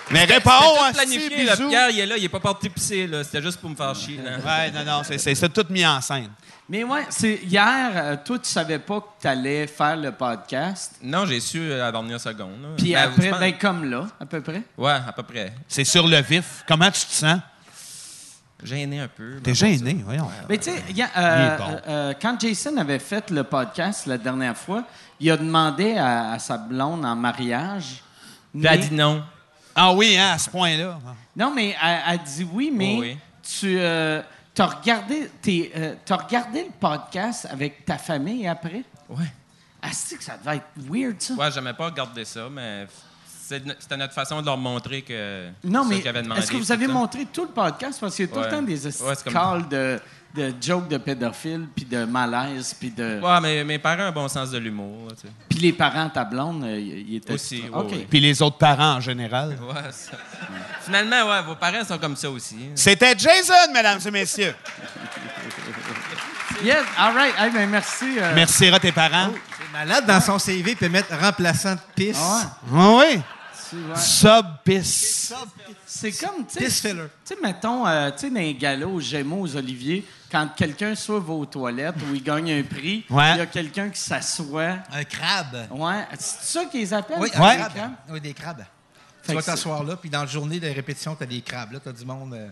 Mais réponds, C'était tout hein, si, planifié, là. bisous. Pierre, il est là, il est pas parti pisser, là. C'était juste pour me faire chier, là. Ouais, non, non, c'est, c'est, c'est tout mis en scène. Mais ouais, c'est, hier, euh, toi, tu savais pas que t'allais faire le podcast. Non, j'ai su euh, à la dernière seconde. là. Puis Ben, je après, pense- ben, comme là, à peu près. Ouais, à peu près. C'est sur le vif. Comment tu te sens? Gêné un peu. mais T'es bon, gêné, voyons. Mais tu sais, il y a, euh, Il est bon. euh, quand Jason avait fait le podcast la dernière fois, il a demandé à, à sa blonde en mariage. ça. Puis elle mais- dit non. Ah oui, hein, à ce point-là. Non, mais elle, elle dit oui, mais Oui, oui. tu euh, t'as regardé, t'es, euh, t'as regardé le podcast avec ta famille après? Ouais. Ah, que ça devait être weird, ça. Ouais, j'aimais pas regarder ça, mais f- c'est no- c'était notre façon de leur montrer que. non, c'est ça mais qu'ils avaient demandé, est-ce que vous tout avez ça. montré tout le podcast? Parce qu'il y a tout Ouais. le temps des esti Ouais, c'est comme- calls de, de jokes de pédophiles, puis de malaise, puis de... Ouais, mais mes parents ont un bon sens de l'humour, là, tu sais. Puis les parents, ta blonde, euh, ils ils étaient... Aussi, ouais, OK. ouais. Puis les autres parents en général. Ouais, *laughs* ça. Finalement, ouais, vos parents sont comme ça aussi. C'était Jason, mesdames et messieurs. Yes, all right. Hey, ben, merci. euh, Merci à tes parents. C'est malade dans son CV puis mettre remplaçant de pisse. Ah Ah oui. ouais, tu- ouais. Sub-bis. C'est comme, tu sais, Piss filler. tu sais, mettons, euh, tu sais, dans les galas aux Gémeaux, aux Oliviers, quand quelqu'un soit va aux toilettes ou il gagne un prix, il Ouais. y a quelqu'un qui s'assoit. Un crabe. Ouais, c'est ça qu'ils appellent? Oui, ça, un Ouais. les crabe. hein? crabes? Oui, des crabes. Fait tu vas que c'est- t'asseoir là, puis dans la journée de répétition, tu as des crabes. Là, tu as du monde euh,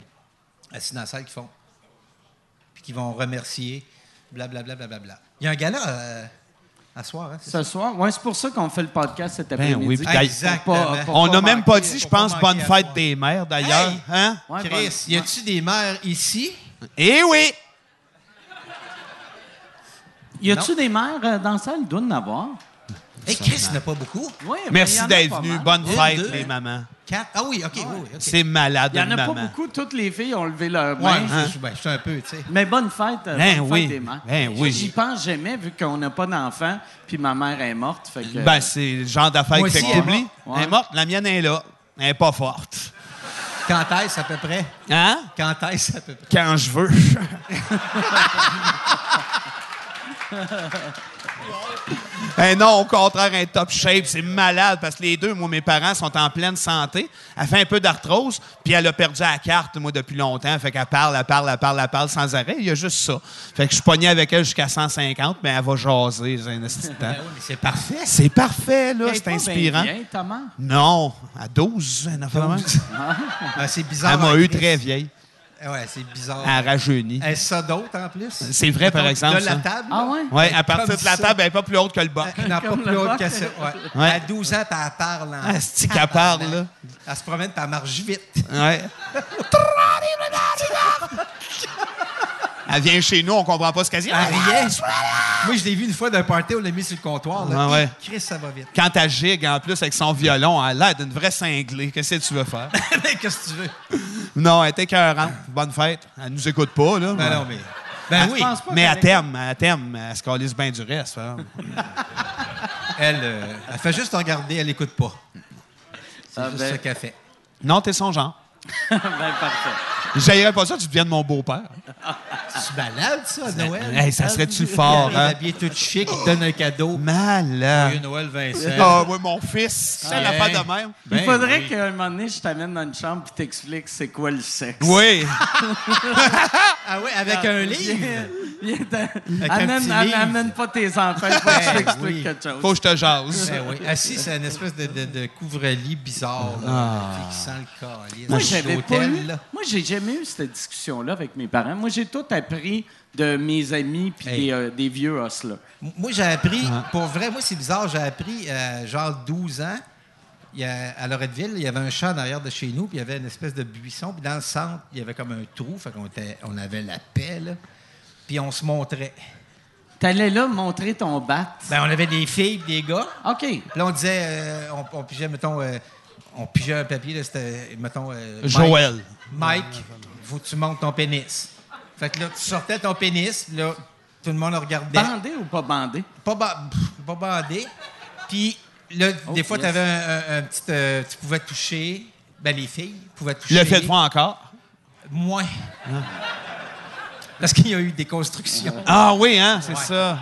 assis dans la salle qui font. Puis qui vont remercier. Blablabla. Bla, bla, bla, bla, bla. Il y a un gars là. euh, À soir, hein? c'est Ce soir, ouais, c'est pour ça qu'on fait le podcast cet Ben oui, après-midi. puis Pour d'ailleurs- Exactement. pas- pour On n'a même pas manquer- dit, je faut pas pense, bonne manquer à fête soir. des mères, d'ailleurs. Hey! Hein? Ouais, Chris, bonne- y a-tu des mères ici? Eh oui! Y a-tu des mères euh, dans la salle? Il doit en avoir. Hey, Chris, il n'y en a pas beaucoup. Oui, mais il y en Merci a d'être pas venu. mal. Bonne Une, fête, deux. les mamans. Quatre. Ah oui, OK, oui, oui, OK. C'est malade, Il y en a une pas maman. beaucoup. Toutes les filles ont levé leur Ouais, main. hein? je- je, ben, je suis un peu, tu sais. Mais bonne fête, euh, Ben bonne oui, fête des mères. ben oui. J'y pense jamais vu qu'on n'a pas d'enfant puis ma mère est morte. Fait que, Ben, c'est le genre d'affaire Moi que fait aussi, que elle est t'oublies. morte. Elle est morte, la mienne est là. Elle est pas forte. Quand est-ce, à peu près? Hein? Quand est-ce, à peu près? Quand je *laughs* veux. Eh non, au contraire, un top shape, c'est malade parce que les deux, moi, mes parents sont en pleine santé. Elle fait un peu d'arthrose, puis elle a perdu la carte, moi, depuis longtemps. Fait qu'elle parle, elle parle, elle parle, elle parle sans arrêt. Il y a juste ça. Fait que je suis pogné avec elle jusqu'à 150, mais elle va jaser dans un esti de temps. Ben oui, mais c'est parfait. C'est parfait, là, Elle est c'est pas ben inspirant. bien, ta mère. Non, à 12, un enfant de même. Ben, c'est bizarre. Elle m'a hein, eu Chris. très vieille. Ouais, c'est bizarre. Elle rajeunit. Est-ce ça d'autre, en plus? C'est vrai, par De- exemple, De ça. la table? Ah ouais? Oui, à partir Comme de la ça. table, elle n'est pas plus haute que le bas. Elle n'a pas Comme plus le haute rock. que ça. ouais. Ouais. À 12 ans, puis elle parle. En... Ah, c'est-tu qu'elle parle, là? Elle se promène, puis elle marche vite. Ouais. Elle vient chez nous, on comprend pas ce qu'elle dit. Elle riait. Moi, je l'ai vu une fois d'un party, on l'a mis sur le comptoir. Là. Eh, Ah ouais. Chris, ça va vite. Quand elle gigue, en plus, avec son violon, elle a l'air d'une vraie cinglée. Qu'est-ce que tu veux faire? Eh, Qu'est-ce que tu veux? Non, elle est écœurante. Bonne fête. Elle nous écoute pas, là. Ben non, mais. Ben Elle- oui. pense pas mais qu'elle elle t'aime, elle t'aime. Elle se calisse bien du reste. hein. Elle, euh, elle fait juste regarder, elle n'écoute pas. C'est Ah juste ben. ce qu'elle fait. Non, t'es son genre. *laughs* Ben, parfait. J'aillerais pas ça, tu deviennes mon beau-père. Tu balades, ça, à Noël? Hey, ça serait-tu fort, Elle est hein? habillée toute chic, il te donne un cadeau. Joyeux Malade. Noël, Vincent. Ah, oui, mon fils. C'est la Hey. l'affaire de même. Ben Il faudrait oui. qu'à un moment donné, je t'amène dans une chambre puis t'explique c'est quoi le sexe. Oui. Ah oui, avec un livre. Viens- *laughs* viens t'en- Avec un Amène petit am- livre. amène pas tes enfants, faut que je Ben t'explique oui. quelque chose. Faut que je te jase. Ben oui. Assis, c'est une espèce de, de, de couvre-lit bizarre, là, qui sent le calice. Moi, Je suis j'avais pas d'hôtel, eu- là. Moi, j'ai jamais eu cette discussion-là avec mes parents. Moi, j'ai tout appris de mes amis puis Hey. des, euh, des vieux os, là. M- Moi, j'ai appris, pour vrai, moi, c'est bizarre, j'ai appris, euh, genre 12 ans, il y a- à Loretteville, il y avait un champ derrière de chez nous, puis il y avait une espèce de buisson, puis dans le centre, il y avait comme un trou, fait qu'on était- on avait la paix, là, puis on se montrait. T'allais là montrer ton bat. Ben, on avait des filles, puis des gars. OK. Puis Là, on disait, euh, on, on pigeait, mettons, euh, on pigeait un papier, là, c'était, mettons, euh, Mike- Joël. Mike, faut que tu montes ton pénis. Fait que là, tu sortais ton pénis, là, tout le monde le regardait. Bandé ou pas bandé? Pas, ba- pff, pas bandé. Puis là, des fois, Oh, yes. t'avais un, un- un petit. euh, tu pouvais toucher. Ben, les filles pouvaient toucher. Le fait de voir Hein? encore. Moins. Parce qu'il y a eu des constructions. Ah oui, hein, c'est Ouais. ça.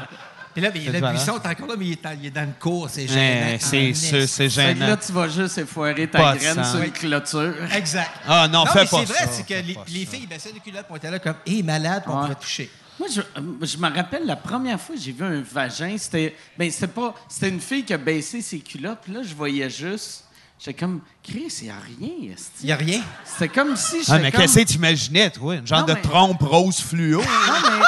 Puis là, ben, de le valeur. buisson est encore là, mais il est, en- il est dans le cours, c'est gênant. Eh, en c'est esti. sûr, c'est Ben Fait que là, gênant. tu vas juste effoirer ta Pas de graine sang. sur Oui. une clôture. Exact. Ah non, fais mais pas c'est vrai, ça, c'est que fais les, pas les filles ben, baissaient le culotte, puis on était là comme, hé, malade, puis on Ouais. pouvait toucher. Moi, je, euh, je me rappelle la première fois que j'ai vu un vagin, c'était. Ben, c'était pas. C'était une fille qui a baissé ses culottes, puis là, je voyais juste. J'étais comme, Chris, il n'y a rien, Il esti. n'y a rien. C'était comme si. Ah, j'étais mais comme- qu'est-ce que t'imaginais, toi? Une genre Non, de mais- trompe rose fluo? Non, mais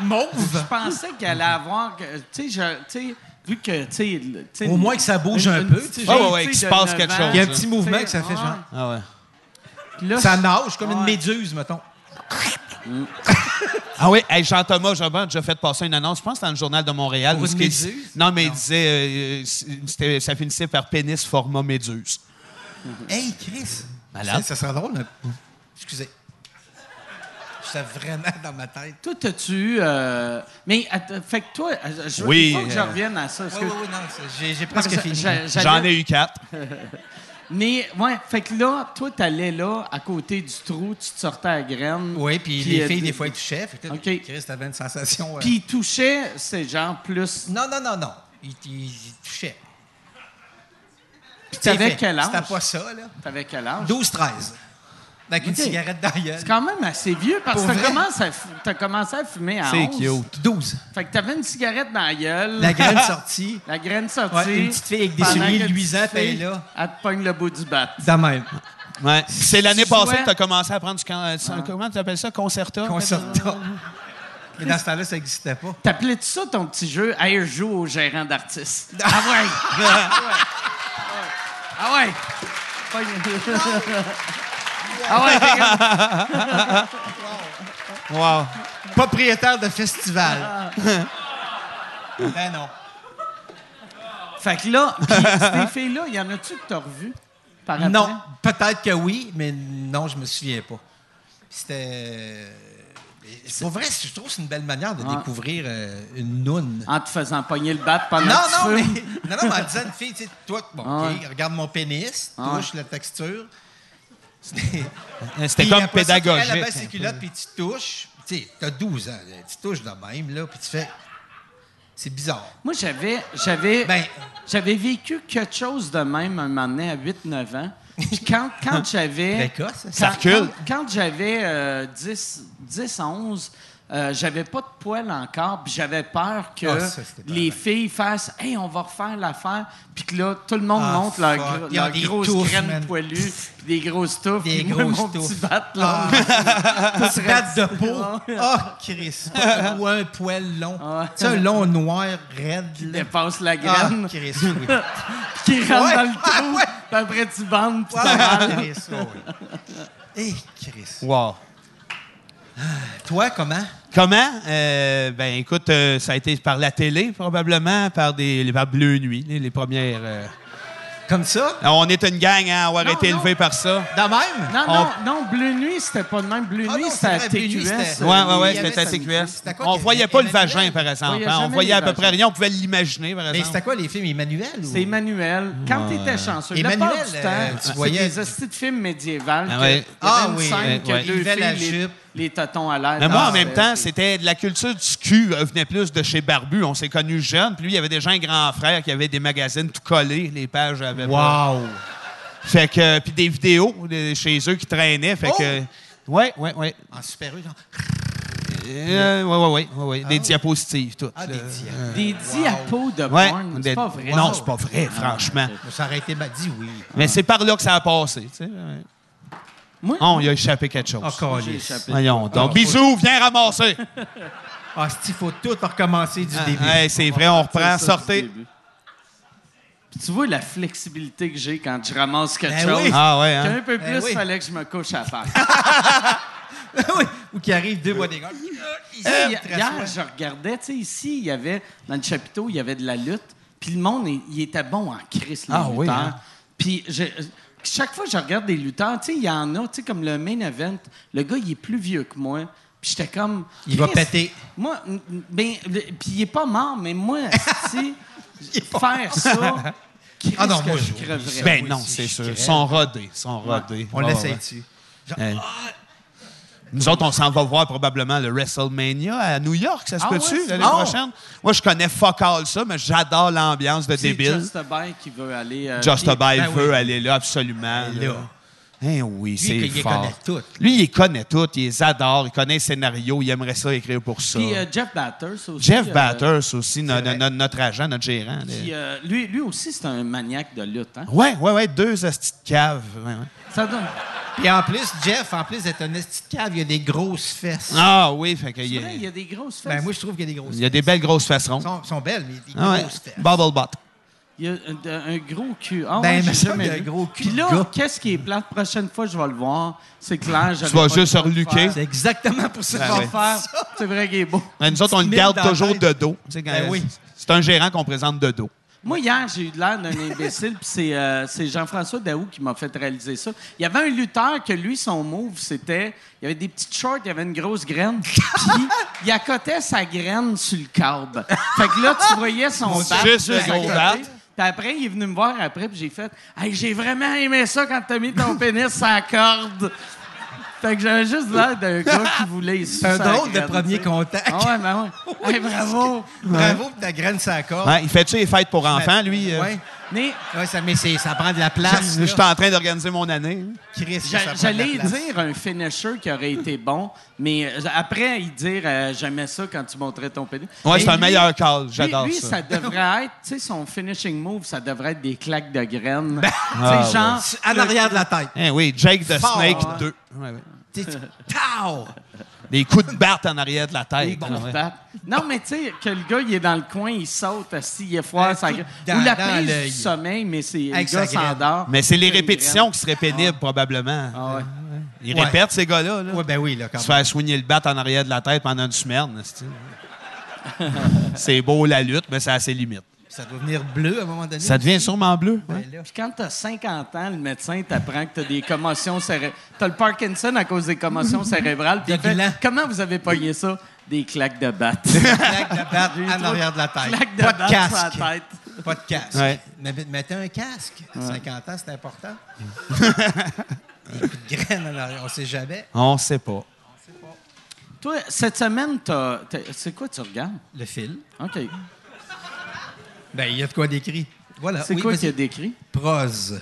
je Mauve. pensais qu'elle allait avoir. que- Tu sais, je- tu sais, vu que. tu sais, le- tu sais, Au une- moins que ça bouge une- un une peu, petite tu sais, Ouais, fille, ouais, ouais, tu sais, qu'il se de passe quelque 9 ans, chose, Il y a un petit tu sais, mouvement que ça fait ouais. genre. Ah ouais. Puis là, Ça je- nage comme une Ouais. méduse, mettons. Ah oui, hey, Jean-Thomas Jobin a déjà fait passer une annonce, je pense que c'était dans le journal de Montréal. Pour où une ce qu'il- méduse? Non, mais il disait, euh, c'était- ça finissait par pénis format méduse. Hey, Chris! Malade. Ça, ça serait drôle, mais- Excusez. J'étais vraiment dans ma tête. Toi, t'as-tu eu. euh, Mais, attends, fait que toi, euh, je Oui, il faut que je euh, revienne à ça. parce Oui, que- oui, oui, non, c'est- j'ai j'ai parce presque que fini. j'a- j'allais- J'en ai eu quatre. Mais, ouais, fait que là, toi, t'allais là, à côté du trou, tu te sortais à la graine. Oui, puis euh, les filles, des fois, elles touchaient. Fait que là, OK. Chris, t'avais une sensation... euh, Puis ils touchaient, c'est genre plus. Non, non, non, non. Ils il, touchaient. Puis t'avais C'est quel fait. C'était âge? pas ça, là. T'avais quel âge? 12-13. Avec une OK. cigarette dans la gueule. C'est quand même assez vieux parce Pour que t'as vrai? commencé à fu- t'as commencé à fumer à 11. 12. Fait que t'avais une cigarette dans la gueule. La graine sortie. La graine sortie. Ouais, une petite fille avec des Pendant souliers que la luisants, petite fille, puis elle est là. Elle te pogne le bout du bat. Dans même. Ah, Ouais. C'est l'année Tu passée jouais- Ah. que tu as commencé à prendre du. can- euh, Comment tu appelles ça? Concerta? Concerta. Mais dans ce temps-là, ça n'existait pas. T'appelais-tu ça ton petit jeu? Hey, je joue au gérant d'artiste. *laughs* Ah ouais! Ah ouais! Ah *laughs* ouais! Ah ouais, t'es comme- Wow. Propriétaire de Ah. festival. ben non. Fait que là, pis *laughs* ces filles-là, y en a-tu que t'as revu? Par après? Non, peut-être que oui, mais non, je me souviens pas. Puis C'était. C'est pour vrai, je trouve que c'est une belle manière de Ah. Ouais. découvrir euh, une noune. En te faisant pogner le bat pendant Non, non, que tu mais, fumes? non, non, mais en disant à une fille, tu sais, toi, bon, Ah ok, regarde mon pénis, Ah touche la texture. Hein, C'était Puis comme après ça, tu prends la pédagogique. hein, baisse et culotte, puis tu touches. Tu sais, t'as 12 ans, là, tu touches de même, là, puis tu fais. C'est bizarre. Moi, j'avais, j'avais, Ben- j'avais vécu quelque chose de même un moment donné à 8-9 ans. Puis quand, *laughs* quand j'avais... Précoce, ça. Quand- recule. Quand, quand j'avais euh, 10, 10, 11, euh, j'avais pas de poils encore, puis j'avais peur que Ah, ça, c'était pas les vrai. filles fassent « Hey, on va refaire l'affaire », puis que là, tout le monde Ah, montre leurs fuck. gro- Ils ont leurs des grosses touffes, graines man. poilues, puis des grosses touffes, Des puis moi, grosses mon touffes. petit bat, là. Ah. Petite batte de peau. Ah, Chris. Ou *laughs* un poil long. Ah. Tu sais, un long noir, raide. Il là. dépasse la Ah, graine, Chris, oui. *laughs* qui rentre Ouais, Ah, dans le trou, ouais. puis après tu bandes, puis t'en Ah, parles. Chris, oui. Hé, Chris. Wow. Toi, comment? Comment? Euh, ben écoute, euh, ça a été par la télé probablement, par des par Bleu Nuit, les, les premières. euh. Comme ça? On est une gang hein, à avoir Non, été non. élevés par ça. De même? Non, non, non, Bleu Nuit, c'était pas de même. Bleu Ah Nuit, non, c'est c'était à vrai, Bleu Nuit, TQS. c'était- euh, Ouais, ouais, ouais, il y avait c'était à ça, TQS. c'était quoi On qu'il y voyait avait? pas le Emmanuel? vagin, par exemple. voyait hein. On jamais voyait le à peu près vagin. rien. On pouvait l'imaginer, par Mais c'était exemple. quoi les films? Emmanuel? ou- C'est Emmanuel. Quand t'étais chanceux, Emmanuel, la part du euh, tu temps, voyais- c'est des hosties de films médiévales. Ah que- ouais. il y avait Ah une oui, scène euh, que ouais. deux Il levait la filles, jupe. les, les totons à l'air. Mais moi, Ah, en même c'est- temps, c'est- c'était de la culture du cul euh, venait plus de chez Barbu. On s'est connus jeunes. Puis lui, il y avait déjà un grand frère qui avait des magazines tout collés. Les pages avaient pas- Wow! Fait que, puis des vidéos de- chez eux qui traînaient. Fait que, ouais, ouais, ouais. En super genre. Euh, ouais, ouais, ouais, ouais, ouais. Des diapositives, tout. Ah, là. des diables. Des diapos de Ouais. porn, Des- c'est pas vrai. Non, c'est pas vrai, franchement. Ça aurait été mal dit, oui. Mais c'est par là que ça a passé, tu sais. ouais. Moi, Oh, il a échappé quelque Ah, chose. Encore j'ai lisse. échappé. Voyons donc. Ah, Bisous, viens ramasser. Ah, il faut tout recommencer du Ah, début. hey, c'est vrai, on C'est ça, reprend. du Sortez. début. Puis tu vois la flexibilité que j'ai quand je ramasse quelque Ben chose. oui. Ah ouais, hein? Un peu Ben plus, il oui. fallait que je me couche à faire. *laughs* Oui, Ou qui arrive deux mois d'écart. Hier, hier, je regardais, tu sais, ici, il y avait, dans le chapiteau, il y avait de la lutte. Puis le monde, il, il était bon en crise, les Ah lutteurs. oui, hein? Puis je- chaque fois que je regarde des lutteurs, tu sais, il y en a, tu sais, comme le main event, le gars, il est plus vieux que moi. Puis j'étais comme... Il va Chris, péter. Moi, m- m- ben, le- puis il est pas mort, mais moi, si faire ça... Chris, Ah non, que moi, je j'ai creverais. oublié ça. Ben Oui, non, si, c'est je sûr. crève. Ils sont rodés, ils sont rodés. On Ouais, l'essaye ouais. dessus. Hey. Nous autres, on s'en va voir probablement le WrestleMania à New York, ça se Ah peut-tu, ouais, c'est l'année bon. prochaine? Moi, je connais fuck all ça, mais j'adore l'ambiance de C'est débile. Just a Bear qui veut aller... euh, Just a puis- Bye Ben veut oui. aller là, absolument. Ben Là. là. Hein, oui, c'est qu'il les fort. connaît toutes. Lui, il connaît tout, il les adore, il connaît les scénarios, il aimerait ça écrire pour ça. Puis euh, Jeff Batters aussi. Jeff euh, Batters aussi, no- no- vrai. no- notre agent, notre gérant. Puis, là. euh, lui, lui aussi, c'est un maniaque de lutte. Hein? Ouais, ouais, ouais, deux hosties de caves. ouais, ouais. Ça donne. Puis en plus, Jeff, en plus d'être un esti de cave, il y a des grosses fesses. Ah oui, fait que C'est il, y a, vrai, il y a des grosses fesses. Ben moi, je trouve qu'il y a des grosses il y a des belles grosses fesses fesses. rondes. Elles sont, sont belles, mais des Ah ouais. grosses fesses. Bubble butt. Il y a un, un gros cul. Ah, Ben, ouais, mais j'ai ça, jamais il y a un vu. gros cul Puis de là, gars. qu'est-ce qui est plat? La prochaine fois, je vais le voir. C'est clair. Tu vas juste reluquer. C'est exactement pour ça Ben qu'on oui. faire. C'est vrai qu'il est beau. Mais nous autres, on le Mine garde dans la toujours tête. de dos. Tu sais, quand- Ben oui. C'est un gérant qu'on présente de dos. Moi, hier, j'ai eu l'air d'un imbécile, puis c'est, euh, c'est Jean-François Daou qui m'a fait réaliser ça. Il y avait un lutteur que lui, son move, c'était. Il y avait des petites shorts, il y avait une grosse *laughs* graine, puis il accotait sa graine sur le câble. Fait que là, tu voyais son bat. Juste le à gros côté. bat. Puis après, il est venu me voir après, puis j'ai fait Hey, j'ai vraiment aimé ça quand t'as mis ton pénis sur la corde. Fait que j'avais juste l'air d'un gars qui voulait. C'est un drôle de premier contact. Ah ouais, ben ouais. Hey, bravo. *laughs* Bravo pour ta graine sur la corde. Ouais, il fait-tu les fêtes pour enfants, lui? euh? Ouais. Mais Ouais, ça, mais c'est- ça prend de la Je place. je là. suis en train d'organiser mon année. hein. Chris, J'a- ça prend de la J'allais place. dire un finisher qui aurait été bon, mais euh, après, il dire euh, j'aimais ça quand tu montrais ton pénis. Ouais, Mais c'est un lui- meilleur call. J'adore lui, lui, ça. devrait être, tu sais, son finishing move, ça devrait être des claques *laughs* de graines. tu sais, Ah, genre, En arrière de la tête. *laughs* Eh oui, Jake the Fort, Snake hein. 2. Ouais, ouais. Tu T'es- Tao! Des coups de batte en arrière de la tête. Les Ah, grosses ouais. pattes. Non, mais tu sais, que le gars, il est dans le coin, il saute, assis, il est froid, Un ça coup gra- Euh, dans- Ou la dans prise l'œil. du sommeil, mais c'est le Avec gars sa graine. s'endort. Mais c'est les Une répétitions qui seraient pénibles, probablement. graine. Ah ouais. Ils Ouais. répètent, ces gars-là. là. Ouais, ben oui, là, quand Se même. faire soigner le bat en arrière de la tête pendant une semaine. c'est-tu. *laughs* C'est beau la lutte, mais ça a ses limites. Ça doit venir bleu à un moment donné. Ça devient sûrement bleu. ouais. Ben là. Puis quand t'as 50 ans, le médecin t'apprend que t'as des commotions cérébrales. T'as le Parkinson à cause des *laughs* commotions cérébrales. Puis Des il fait, bilans. Comment vous avez pogné ça? Des claques de batte. Claque de batte en arrière de la tête. claques de pas de batte casque. sur la tête. Pas de casque. Ouais. Mais mais mettez un casque. À 50 ans, *laughs* c'est important. Des coups de graines en arrière, on sait jamais. On sait pas. *laughs* Toi, cette semaine, t'as. t'as- C'est quoi tu regardes? Le fil. OK. Ben, il y a de quoi d'écrit. Voilà. C'est oui, quoi vas-y. qu'il y a décrit? Prose.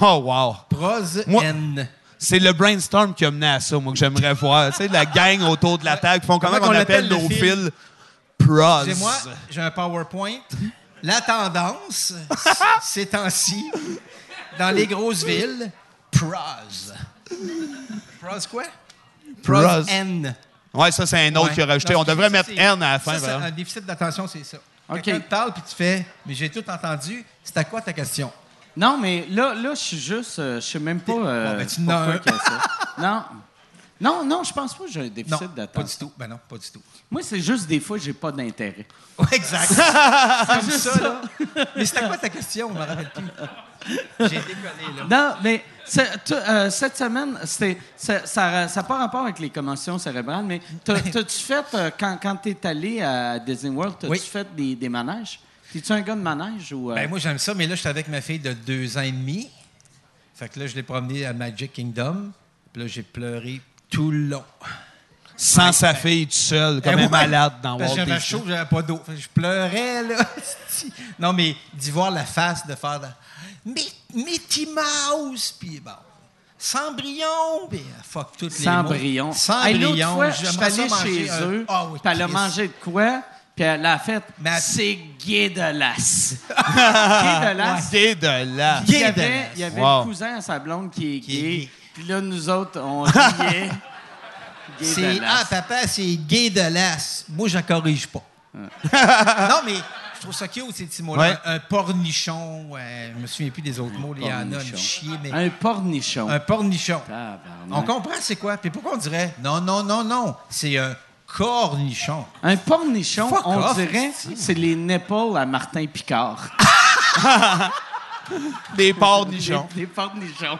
Oh, wow. Prose Moi- N. C'est le brainstorm qui a mené à ça, moi, que j'aimerais voir. tu sais, la gang autour de la table qui font comment, Euh, Comment on qu'on appelle l'appelle, nos le fil? fils pros. C'est moi, j'ai un PowerPoint. *laughs* La tendance, c- ces temps-ci, dans les grosses villes, prose. Prose quoi? Prose. N. Ouais, ça, c'est un autre Ouais. qui a rajouté. Non, on devrait c'est- mettre c'est- N à la fin. ça, c'est par exemple. un déficit d'attention, c'est ça. OK. Quelqu'un te parle, puis tu fais, mais j'ai tout entendu, c'était quoi ta question? Non, mais là, là je suis juste. euh, je sais même pas. euh, Bon, ben, tu pourquoi n'as un. qu'il y a ça. Non. Non, non, je pense pas que j'ai un Non, déficit pas du d'attention. tout. Ben non, pas du tout. *laughs* Moi, c'est juste des fois, j'ai pas d'intérêt. Ouais, exact. C'est comme Ah, ça, là. Mais c'était quoi ta question? On me rappelle plus. J'ai déconné, là. Non, mais c'est- tu- euh, cette semaine, c'était- ça n'a pas rapport avec les commotions cérébrales, mais *laughs* t'as- t'as-tu fait, euh, quand, quand tu es allé à Disney World, t'as-tu Oui. fait des, des manèges? T'es-tu un gars de manège ou... euh, Ben, moi, j'aime ça, mais là, j'étais avec ma fille de deux ans et demi. Fait que là, je l'ai promenée à Magic Kingdom. Puis là, j'ai pleuré tout le long. Sans sa fille, tout seul, comme Eh un ouais. malade dans Parce Walt que J'avais Disney. chaud, j'avais pas d'eau. Fait que Je pleurais, là. *laughs* Sti. non, mais d'y voir la face, de faire de- Mi- Mickey Mouse! Puis bon. Cendrillon! Puis euh, fuck toutes les Cendrillon. mots. Hey, l'autre Cendrillon. fois, je suis j'aimerais ça allé manger chez un- eux, Ah oui, puis elle a Christ. mangé de quoi, puis elle a fait Mais elle- C'est *laughs* dégueulasse. Ah, Dégueulasse. Dégueulasse. Il y avait, Dégueulasse. il y avait Wow. le cousin à sa blonde qui est Qui est gay, gay. puis là, nous autres, *laughs* on riait. C'est Dégueulasse. Ah, papa, c'est gay de l'as. Moi, je corrige pas. non, mais je trouve ça cute, ces petits mots-là. Ouais. Un, un pornichon, euh, je me souviens plus des autres mots. là, Il y en a, pornichon. un chier, mais. Un pornichon. Un pornichon. Tabarnak. On comprend c'est quoi. Puis pourquoi on dirait non, non, non, non, c'est un cornichon. Un pornichon, Fuck on off, dirait, c'est les nipples à Martin Picard. *laughs* Des pornichons. Des pornichons.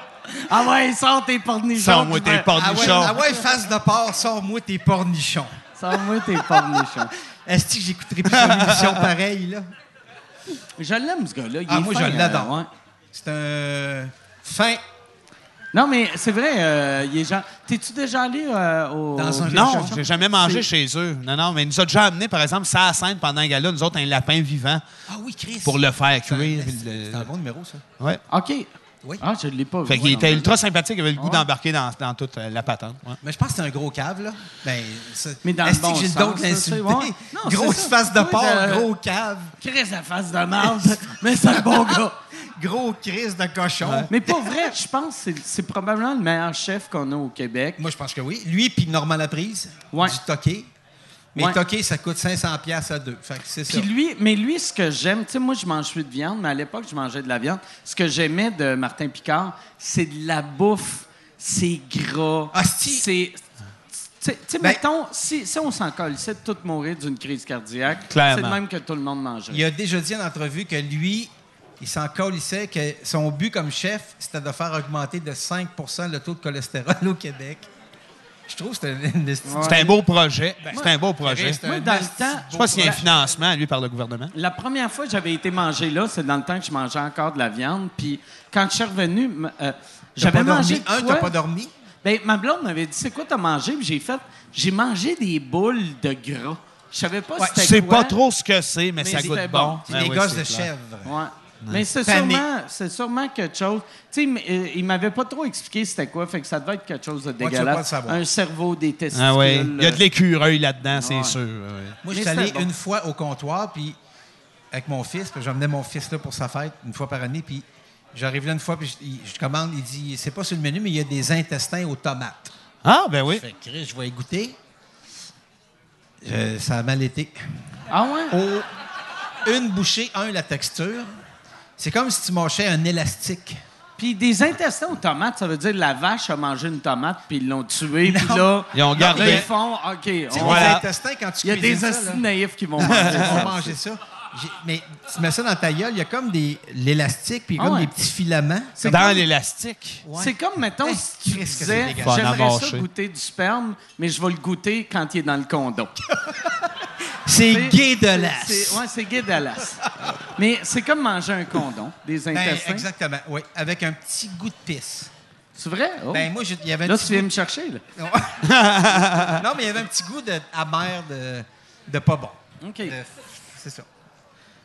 Ah ouais, sors tes pornichons. Sors-moi tu tes vas- Ah ouais, pornichons. ah ouais, face de porc, sors-moi tes pornichons. Sors-moi tes pornichons. Est-ce que j'écouterai plus une *laughs* émission pareille, là? Je l'aime, ce gars-là. Il Ah, est moi, je fin, l'adore. euh, ouais. C'est un. Fin. Non, mais c'est vrai, euh, il est genre... T'es-tu déjà allé euh, au... Dans un- au- Non, Cornichon. j'ai jamais mangé chez eux. Non, non, mais ils nous ont déjà amené, par exemple, ça à scène pendant un gala, nous autres, un lapin vivant Ah oui, Chris. pour le faire C'est un- cuire. puis le- C'est un bon numéro, ça. Ouais. OK. Oui. Ah, je l'ai pas vu. Fait qu'il Ouais, était non. ultra sympathique, il avait le goût Ouais. d'embarquer dans, dans toute euh, la patente. ouais. Mais je pense que c'est un gros cave, là. Ben, c'est- Mais dans le est-ce bon que j'ai le sens, don de ça, c'est- l'insulter? ouais. Non, c'est Grosse ça. face de Oui, porc, de- gros cave, Chris, la face de merde, mais c'est un bon gars. gros crise de cochon. Mais pour vrai, je pense que c'est- c'est probablement le meilleur chef qu'on a au Québec. Moi, je pense que oui. Lui, puis Normand Laprise, Ouais. du toqué. Mais Ouais. toqué, ça coûte 500 pièces à deux. Fait que c'est ça. Puis lui, mais lui, ce que j'aime, tu sais, moi, je mange plus de viande, mais à l'époque, je mangeais de la viande. Ce que j'aimais de Martin Picard, c'est de la bouffe. C'est gras. Ah, si. c'est. Tu sais, tu sais, Ben- mettons, si, si on s'en colle, c'est de tout mourir d'une crise cardiaque, Clairement. c'est de même que tout le monde Il mangerait. a déjà dit en entrevue que lui, il s'en colissait que son but comme chef, c'était de faire augmenter de 5 le taux de cholestérol au Québec. Je trouve que c'est une estime. C'est un beau projet. Ben, C'est un beau projet. reste Je Moi, un dans le nasty temps, sais pas s'il y a un la- financement, lui, par le gouvernement. La première fois que j'avais été manger là, c'est dans le temps que je mangeais encore de la viande. Puis quand je suis revenu, m- euh, j'avais mangé. de Un, quoi? t'as pas dormi. Ben, ma blonde m'avait dit C'est quoi t'as mangé Puis j'ai fait J'ai mangé des boules de gras. Je savais pas Ouais, c'était Je sais quoi. pas trop ce que c'est, mais, Mais ça c'était goûte bon. bon. Ah C'est Ouais, des ouais, gosses c'est de clair. chèvre. Ouais. Mais c'est Pané. sûrement, c'est sûrement quelque chose. Tu sais, il m- euh, il m'avait pas trop expliqué c'était quoi, fait que ça devait être quelque chose de veux pas le dégueulasse. savoir. Un cerveau des testicules. Ah ouais. Il y a de euh, l'écureuil là-dedans, c'est Ouais. sûr. ouais. Moi, Mais je suis allé c'était bon. une fois au comptoir, puis avec mon fils, puis j'emmenais mon fils là pour sa fête une fois par année, puis j'arrive là une fois, puis je, il- je commande, il dit, c'est pas sur le menu, mais il y a des intestins aux tomates. Ah, ben oui. Fait que, Chris, je vais y goûter. Euh, ça a mal été. Ah ouais? Oh, une bouchée, un, la texture. C'est comme si tu mâchais un élastique. Puis des intestins aux tomates, ça veut dire la vache a mangé une tomate, puis ils l'ont tuée, puis Non. là, Ils ont gardé. Ils font, OK, Tu sais, on- Les Voilà. intestins, quand tu il y a cuisines des ça, acides là, naïfs qui vont manger *laughs* ils vont ça. manger ça. J'ai- Mais tu mets ça dans ta gueule, il y a comme des l'élastique, puis Ah comme ouais. des petits filaments. C'est Dans comme- l'élastique. Ouais. C'est comme, mettons, Hey, si tu Christ, que c'est disais, dégueulasse. Faut en j'aimerais ça mâcher. goûter du sperme, mais je vais le goûter quand il est dans le condom. C'est C'est- dégueulasse. Ouais, c'est guédalasse. mais c'est comme manger un condom, des Ben, intestins. exactement, oui. Avec un petit goût de pisse. c'est vrai? Oh. Ben, moi, j'ai- il y avait un là, tu petit viens goût- me chercher, là. Non. *laughs* non, mais il y avait un petit goût de, amer de, de pas bon. OK. De- C'est ça.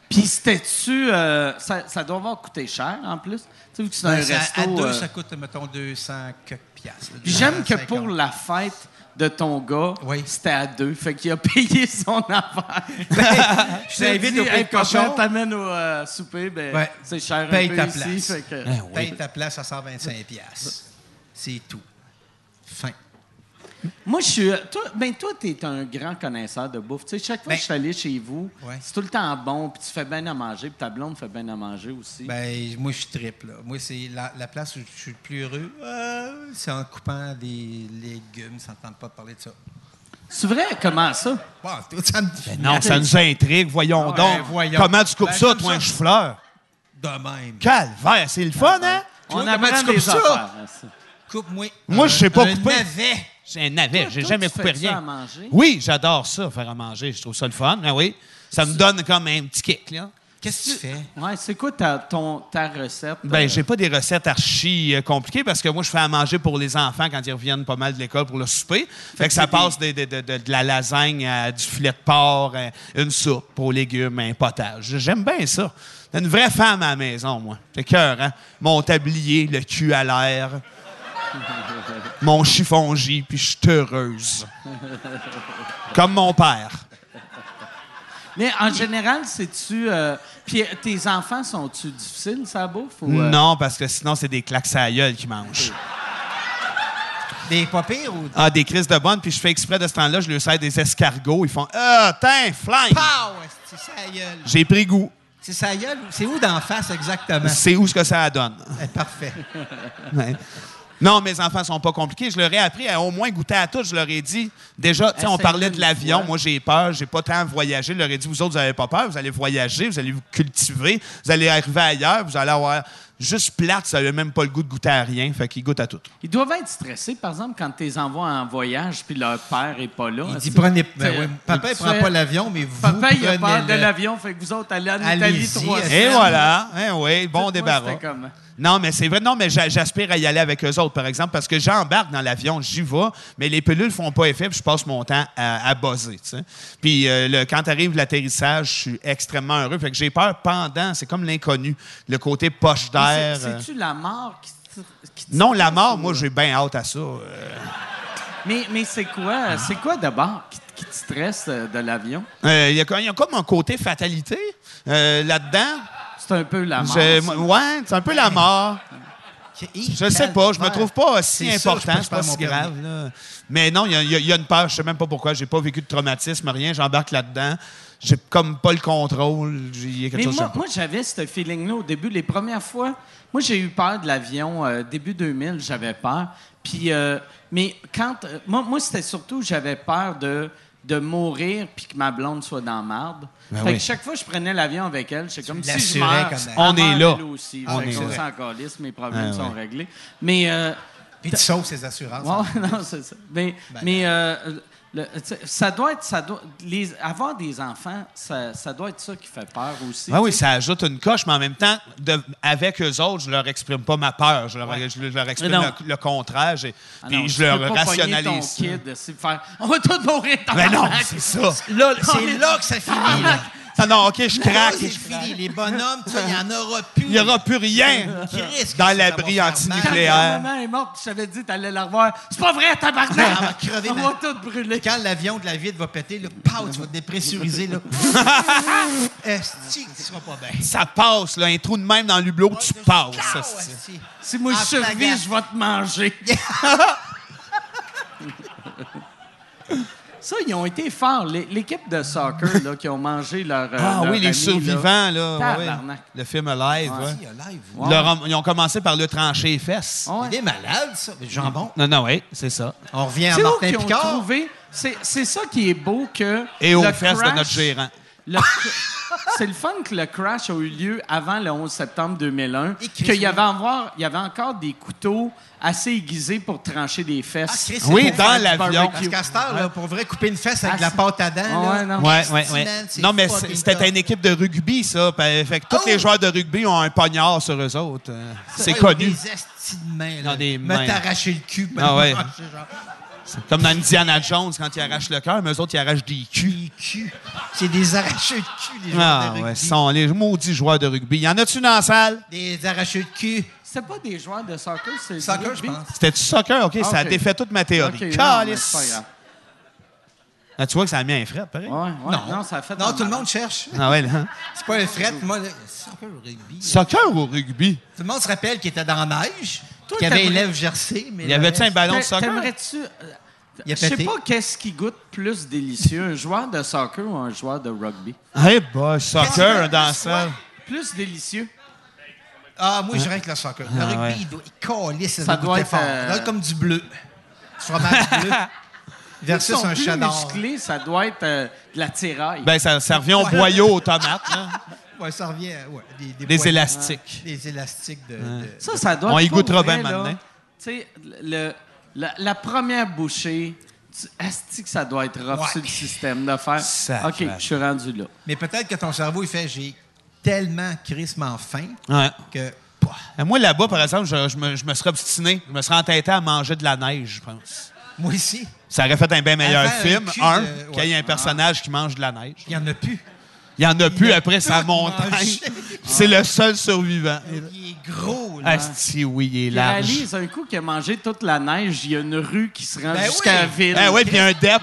Puis c'était-tu... euh, ça, ça doit avoir coûté cher, en plus. Tu sais, vu que c'est dans un Ben, ça- resto... à deux, euh, ça coûte, mettons, 200 quelques piastres. Puis j'aime que 250. pour la fête de ton gars, Oui. c'était à deux. Fait qu'il a payé son *laughs* affaire. Ben, Je J'ai t'invite au Pays de Cochon. t'amène au euh, souper, ben, Ouais. c'est cher Paye un ta peu ici. place. Ben Fait que... Paye ta place à 125 piastres. C'est tout. Fin. Moi, je suis. Toi, ben, toi, t'es un grand connaisseur de bouffe. Tu sais, chaque fois Ben- que je suis allé chez vous, Ouais. c'est tout le temps bon, puis tu fais bien à manger, puis ta blonde fait bien à manger aussi. Ben, moi, je triple. là. Moi, c'est la, la place où je suis le plus heureux. euh, c'est en coupant des légumes. Ça ne tente pas de parler de ça. c'est vrai? Comment ça? Wow, tout ça me Ben Ben Non, ça nous intrigue, voyons Ah, donc. ben, voyons. Comment tu coupes Ben, ça, comme toi, ça. un chou-fleur? de même. Calvaire, c'est le fun, hein? Toi, On comment apprend tu coupes des ça? affaires. ça. Coupe-moi. Moi, un- je sais pas un couper. navet. C'est un navet, j'ai toi, jamais tu coupé fais ça rien. à manger? Oui, j'adore ça, faire à manger. Je trouve ça le fun, mais oui. Ça me donne comme un petit kick, là. Qu'est-ce que tu fais? Ouais, c'est quoi ta, ton, ta recette? Ben, euh, j'ai pas des recettes archi euh, compliquées parce que moi, je fais à manger pour les enfants quand ils reviennent pas mal de l'école pour le souper. Fait que ça passe des- des- de, de- de la lasagne à du filet de porc, à une soupe aux légumes, un potage. J'aime bien ça. T'as une vraie femme à la maison, moi. C'est cœur, hein? Mon tablier, le cul à l'air, *laughs* mon chiffon J, puis je suis heureuse. Comme mon père. Mais en général, c'est-tu. euh, Puis euh, tes enfants, sont-tu difficiles, sa bouffe? Ou, euh, Non, parce que sinon, c'est des claques à la gueule qui mangent. Des pas pires ou. Ah, des crises de bonne, puis je fais exprès de ce temps-là, je leur sers des escargots. Ils font Ah, tiens, flingue! Pow! C'est sa gueule. J'ai pris goût. C'est sa gueule. ou- C'est où d'en face *laughs* exactement? C'est où ce que ça donne. Eh, Parfait. Ouais. Non, mes enfants sont pas compliqués. Je leur ai appris à au moins goûter à tout. Je leur ai dit, déjà, tu sais, on Essaye parlait de une l'avion. fois. Moi, j'ai peur. J'ai pas tant voyagé. Je leur ai dit, vous autres, vous n'avez pas peur. Vous allez voyager, vous allez vous cultiver, vous allez arriver ailleurs, vous allez avoir juste plate. Vous n'avez même pas le goût de goûter à rien. Fait qu'ils goûtent à tout. Ils doivent être stressés, par exemple, quand tu les envoies en voyage, puis leur père est pas là. Il Est-ce dit que- prenez. Tu Ben, sais, oui, papa, il tu prend fais- pas l'avion, mais vous. Papa, il a peur de prenez-le. l'avion, fait que vous autres, allez en Italie Allez-y, trois est-ce semaines. Et Semaine. voilà. Eh oui, bon Dites-moi, débarras. c'était comment? Non, mais c'est vrai. Non, mais j'a- j'aspire à y aller avec eux autres, par exemple, parce que j'embarque dans l'avion, j'y vais, mais les pilules font pas effet, puis je passe mon temps à, à buzzer, tu sais. Puis euh, le- quand arrive l'atterrissage, je suis extrêmement heureux. Fait que j'ai peur pendant, c'est comme l'inconnu, le côté poche Mais d'air. c'est- C'est-tu la mort qui, te- qui te euh. Non, la stresse mort, ou- moi, j'ai bien hâte à ça. Euh, Mais, mais c'est quoi, c'est quoi d'abord qui, te- qui te stresse euh, de l'avion? euh, Il y, a comme- il y a comme un côté fatalité euh, là-dedans. C'est un peu la mort. Je- ça. moi- ouais, c'est un peu la mort. Je sais pas, je me trouve pas aussi C'est sûr, je important, pense c'est pas pas à mon si grave. là. Mais non, il y, a- il y a- il y a une peur, je sais même pas pourquoi, j'ai pas vécu de traumatisme, rien, j'embarque là-dedans. J'ai comme pas le contrôle, il y a quelque Mais chose que moi, j'aime pas. moi j'avais ce feeling-là au début. Les premières fois, moi, j'ai eu peur de l'avion. euh, début 2000, j'avais peur. Puis, euh, mais quand. euh, moi, moi c'était surtout, j'avais peur de, de mourir puis que ma blonde soit dans la marde. fait Ben oui. que chaque fois que je prenais l'avion avec elle, c'est comme si je l'assurais meurs, comme elle On est meurt, là. elle aussi. On Fait est qu'on là. s'en calisse, mes problèmes Ah, sont ouais. réglés. Mais. euh, *laughs* Puis tu sauves ses assurances. Ouais, ouais, non, c'est ça. Mais, Ben mais euh, le- tu sais, ça doit être. Ça doit, les, avoir des enfants, ça, ça doit être ça qui fait peur aussi. Ah oui, tu sais. ça ajoute une coche, mais en même temps, de- avec eux autres, je leur exprime pas ma peur, je leur, je leur exprime Mais non. le, le contraire, j'ai- Ah puis non, je tu leur peux pas pogner rationalise. Ton kid, c'est faire, on va tout mourir dans Mais non, la c'est ça. Là, c'est là que ça finit. Là. Ah non, ok, je Là, craque. c'est fini. Les bonhommes, ça, il n'y en aura plus. Il y aura plus rien Christ, dans que ça l'abri va faire Ta mal. antinucléaire. maman est morte, puis je t'avais dit, t'allais la revoir. C'est pas vrai, tabarnak! On va crever, On man. va tout brûler. Quand l'avion de la vide va péter, là, pow, tu vas te dépressuriser. Là. Esti que tu seras pas bien. Ça passe, là, un trou de même dans l'hublot, tu passes. Pow, hostie. esti. Si moi En je plein *laughs* survis, gaz. je vais te manger. Ça, ils ont été forts. L'é- L'équipe de soccer là, qui ont mangé leur. euh, Ah leur oui, les ami, là. survivants, là. ouais. Tabarnak. Le film Alive, ouais. Il y a live. Ouais. Leur- ils ont commencé par le trancher les fesses. Ouais. Il est malade, ça. Mais Jambon. Non, non, oui, c'est ça. On revient à C'est où Martin qu'ils ont Picard. trouvé? C'est c'est ça qui est beau que. Et le aux fesses de crash- Ah, notre gérant. le cr- C'est le fun que le crash a eu lieu avant le 11 septembre 2001. Qu'il y, avait avoir- il y avait encore des couteaux assez aiguisés pour trancher des Ah, fesses. Chris, Oui, c'est bon. dans l'avion. Parce qu'à cette heure, là, pour vrai, couper une fesse avec de la pâte à dents, Ah hein, ouais, non. là, Ouais, ouais, Christy, ouais. man, c'est Non, mais fucking c'est- c'était tough. une équipe de rugby, ça. Ben, Fait fait que tous Oh! les joueurs de rugby ont un poignard sur eux autres. Euh, C'est ouais, connu. Des astis de main, là. Dans des Me mains. t'arracher le cul. me Ah ouais. t'arracher, genre, Comme dans Indiana Jones, quand ils arrachent le cœur, mais eux autres, ils arrachent des culs. des culs. C'est des arracheux de cul, les gens Ah, de rugby. ouais, ce sont les maudits joueurs de rugby. Y en a-tu dans la salle? Des arracheux de cul. C'était pas des joueurs de soccer, c'est. du Soccer, je rugby? pense. C'était du soccer, OK? Ça a Ok. défait toute ma théorie. Ok, non, mais Calisse. c'est pas grave. Ah, tu vois que ça a mis un fret, pareil. Ouais, ouais, non. ça a fait. Non, un tout le malade. monde cherche. Ah ouais, là. C'est pas un fret. Moi, là, soccer au rugby. là. Soccer ou rugby? Tout le monde se rappelle qu'il était dans la neige, Toi, qu'il avait les t'aimerais- lèvres gercées. Mais Il y le avait-tu un reste- ballon de T'a- soccer? T'aimerais-tu. euh, Il a Je sais pété. pas qu'est-ce qui goûte plus délicieux, un joueur de soccer ou un joueur de rugby. Eh boy, soccer dans la salle. Plus délicieux. Ah, moi, je Hein? dirais que le soccer. Le rugby, il doit il calisse, ça, Ça doit doit goûter être, fort. euh, Ça doit être comme du bleu. Du fromage *laughs* bleu. Ils Versus sont un plus cheddar. musclés, ça doit être euh, de la tiraille. Ben, ça, ça revient au Ouais. boyau aux tomates, là. Ouais, ça revient. à- Ouais, des, des Les poils- élastiques. Des élastiques de. de- ça, ça doit On être y pas goûtera vrai, bien là. maintenant. Tu sais, le- la, la première bouchée, tu asti que ça doit être rough Ouais. sur le système de faire. Sacre. OK, je suis rendu là. Mais peut-être que ton cerveau, il fait j'ai tellement crissement faim Ouais. que. Pouah. Euh, Moi, là-bas, par exemple, je, je me, je me serais obstiné. Je me serais entêté à manger de la neige, je pense. Moi ici, Ça aurait fait un bien meilleur Avant, un film, cul un, de- ouais. qu'il y ait un personnage qui mange de la neige. il n'y en a plus. Il y en a plus Il a après sa tout montagne. mangé. C'est le seul survivant. Il est gros, là. Asti, oui, il est Il large. réalise un coup qu'il a mangé toute la neige, il y a une rue qui se rend Ben jusqu'à la oui. ville. Eh oui, puis il y a un dep. Il y a un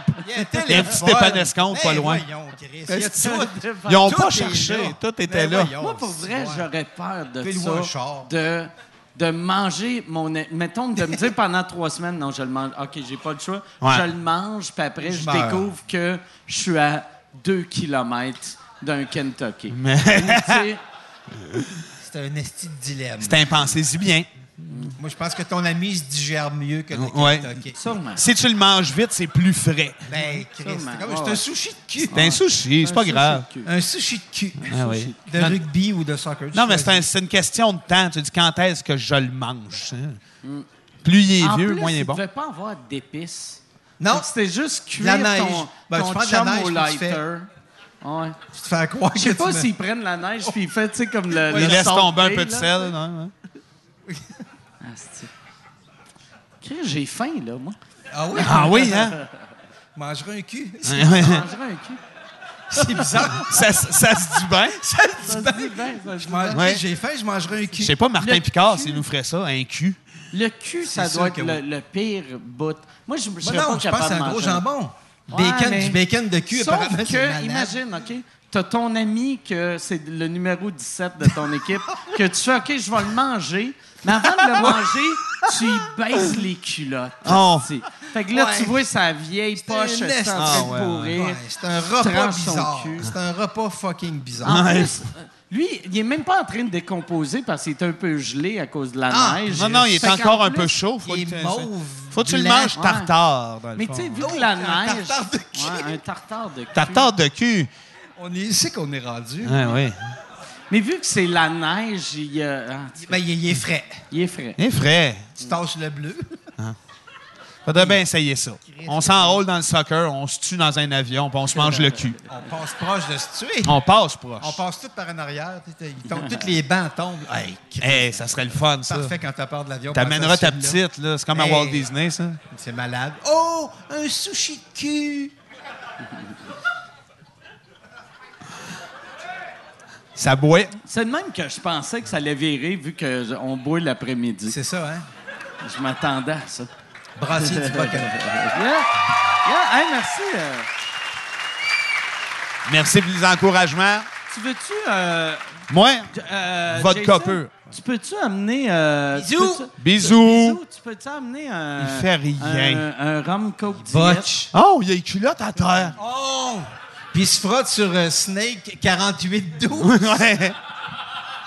Il y a un petit épanescompte Ben pas loin. voyons, Chris, il y a C'est tout. Ils ont Tout pas est cherché. là. Tout était Ben là. voyons, Moi, pour vrai, c'est- j'aurais peur de Fais-le-moi un char. ça. De, de manger mon. Mettons, de me dire pendant trois semaines, non, je le mange. OK, j'ai pas le choix. Ouais. Je le mange, puis après, je, meurs. découvre que je suis à deux kilomètres d'un Kentucky. Mais Tu sais, C'est un esti de dilemme. c'est un pensée-y bien. Moi, je pense que ton ami se digère mieux que le Ouais. Kentucky. sûrement. Si tu le manges vite, c'est plus frais. Ben, Chris, Sûrement. Ah c'est comme c'est Ouais. un sushi de cul. C'est un sushi, c'est pas grave. Un sushi de cul. Ah oui. De Non, rugby ou de soccer. tu non, mais c'est un- choisis. c'est une question de temps. Tu dis quand est-ce que je le mange? hein? Plus il est En vieux, plus, moins il il est bon. devait pas avoir d'épices. Non, Donc, C'était juste cuire La neige. ton, Ben, tu ton prends de la chum neige, au puis tu fais- lighter. Ouais. tu te fais croire Je sais que pas tu me- s'ils prennent la neige puis ils font, tu sais, comme le. Il le laisse sauté, tomber un peu de là. sel. non, ouais. Asti. Ah, Chris, J'ai faim, là, *laughs* moi. Ah oui? Ah oui, *laughs* hein? Mangerai un cul. Je mangerai un cul. C'est bizarre. ça, se- ça se dit bien. Ça se dit bien, ça se dit bien. Mange- Ouais. J'ai faim, je mangerai un cul. Je sais pas, Martin Le Picard, cul. s'il nous ferait ça, un cul. Le cul, ça sûr doit être que le, le pire bout. Moi, je me Bah serais non, pas je pense capable que c'est de un gros manger. jambon. Ouais, bacon, mais- du bacon de cul, Sauf apparemment, c'est que, malade. imagine, OK, t'as ton ami que c'est le numéro 17 de ton *laughs* équipe, que tu fais, OK, je vais le manger, mais avant de le manger, tu y baisses les culottes. Oh. asti. Fait que là, Ah, Ouais. tu vois sa vieille poche un elle est en esti- train de Ah, ouais, pourrir. Ouais, c'est un repas Tranche son bizarre. cul. C'est un repas fucking bizarre. En plus, euh, lui, il est même pas en train de décomposer parce qu'il est un peu gelé à cause de la Ah, neige. Non, non, il est Fait qu'en encore un plus- peu chaud. Faut il que, est mauve, faut que tu le blanc. manges tartare. dans le Mais fond. tu sais, vu que la Oh, un neige. tartare de cul. Ouais, un tartare de cul. Tartare de cul. On est ici qu'on est rendu. Ouais, ouais. Mais vu que c'est la neige, il, euh, ah, tu- Ben, il, est- il est frais. il est frais. Il est frais. Tu tasses le bleu. Faudrait bien essayer ça. On s'enrôle dans le soccer, on se tue dans un avion, puis on se mange le cul. On passe proche de se tuer. On passe proche. On passe tout par en arrière. tu sais, ils tombent- toutes les bancs tombent. Hey, Christ, Hey, Eh, ça serait le fun, ça. parfait quand t'as peur de l'avion. T'amèneras Passe à ta celui-là. Eh. petite, là. C'est comme à Hey. Walt Disney, ça. C'est malade. Oh, un sushi de cul. Ça boit. C'est de même que je pensais que ça allait virer vu qu'on boit l'après-midi. C'est ça, hein? Je m'attendais à ça. Brassier du bocage. Yeah. Yeah. Hey, merci. euh. Merci pour les encouragements. tu veux-tu. Euh, Moi, j- euh, votre Jason? copeux. Tu peux-tu amener. euh, tu Bisous. peux-tu- Bisous. Euh, Bisous, Tu peux-tu amener un. Il fait rien. Un, un rum coke diète? Botch. Oh, il y a les culottes à terre. Oh! Puis il se frotte sur euh, Snake 48-12. Ouais. Ah,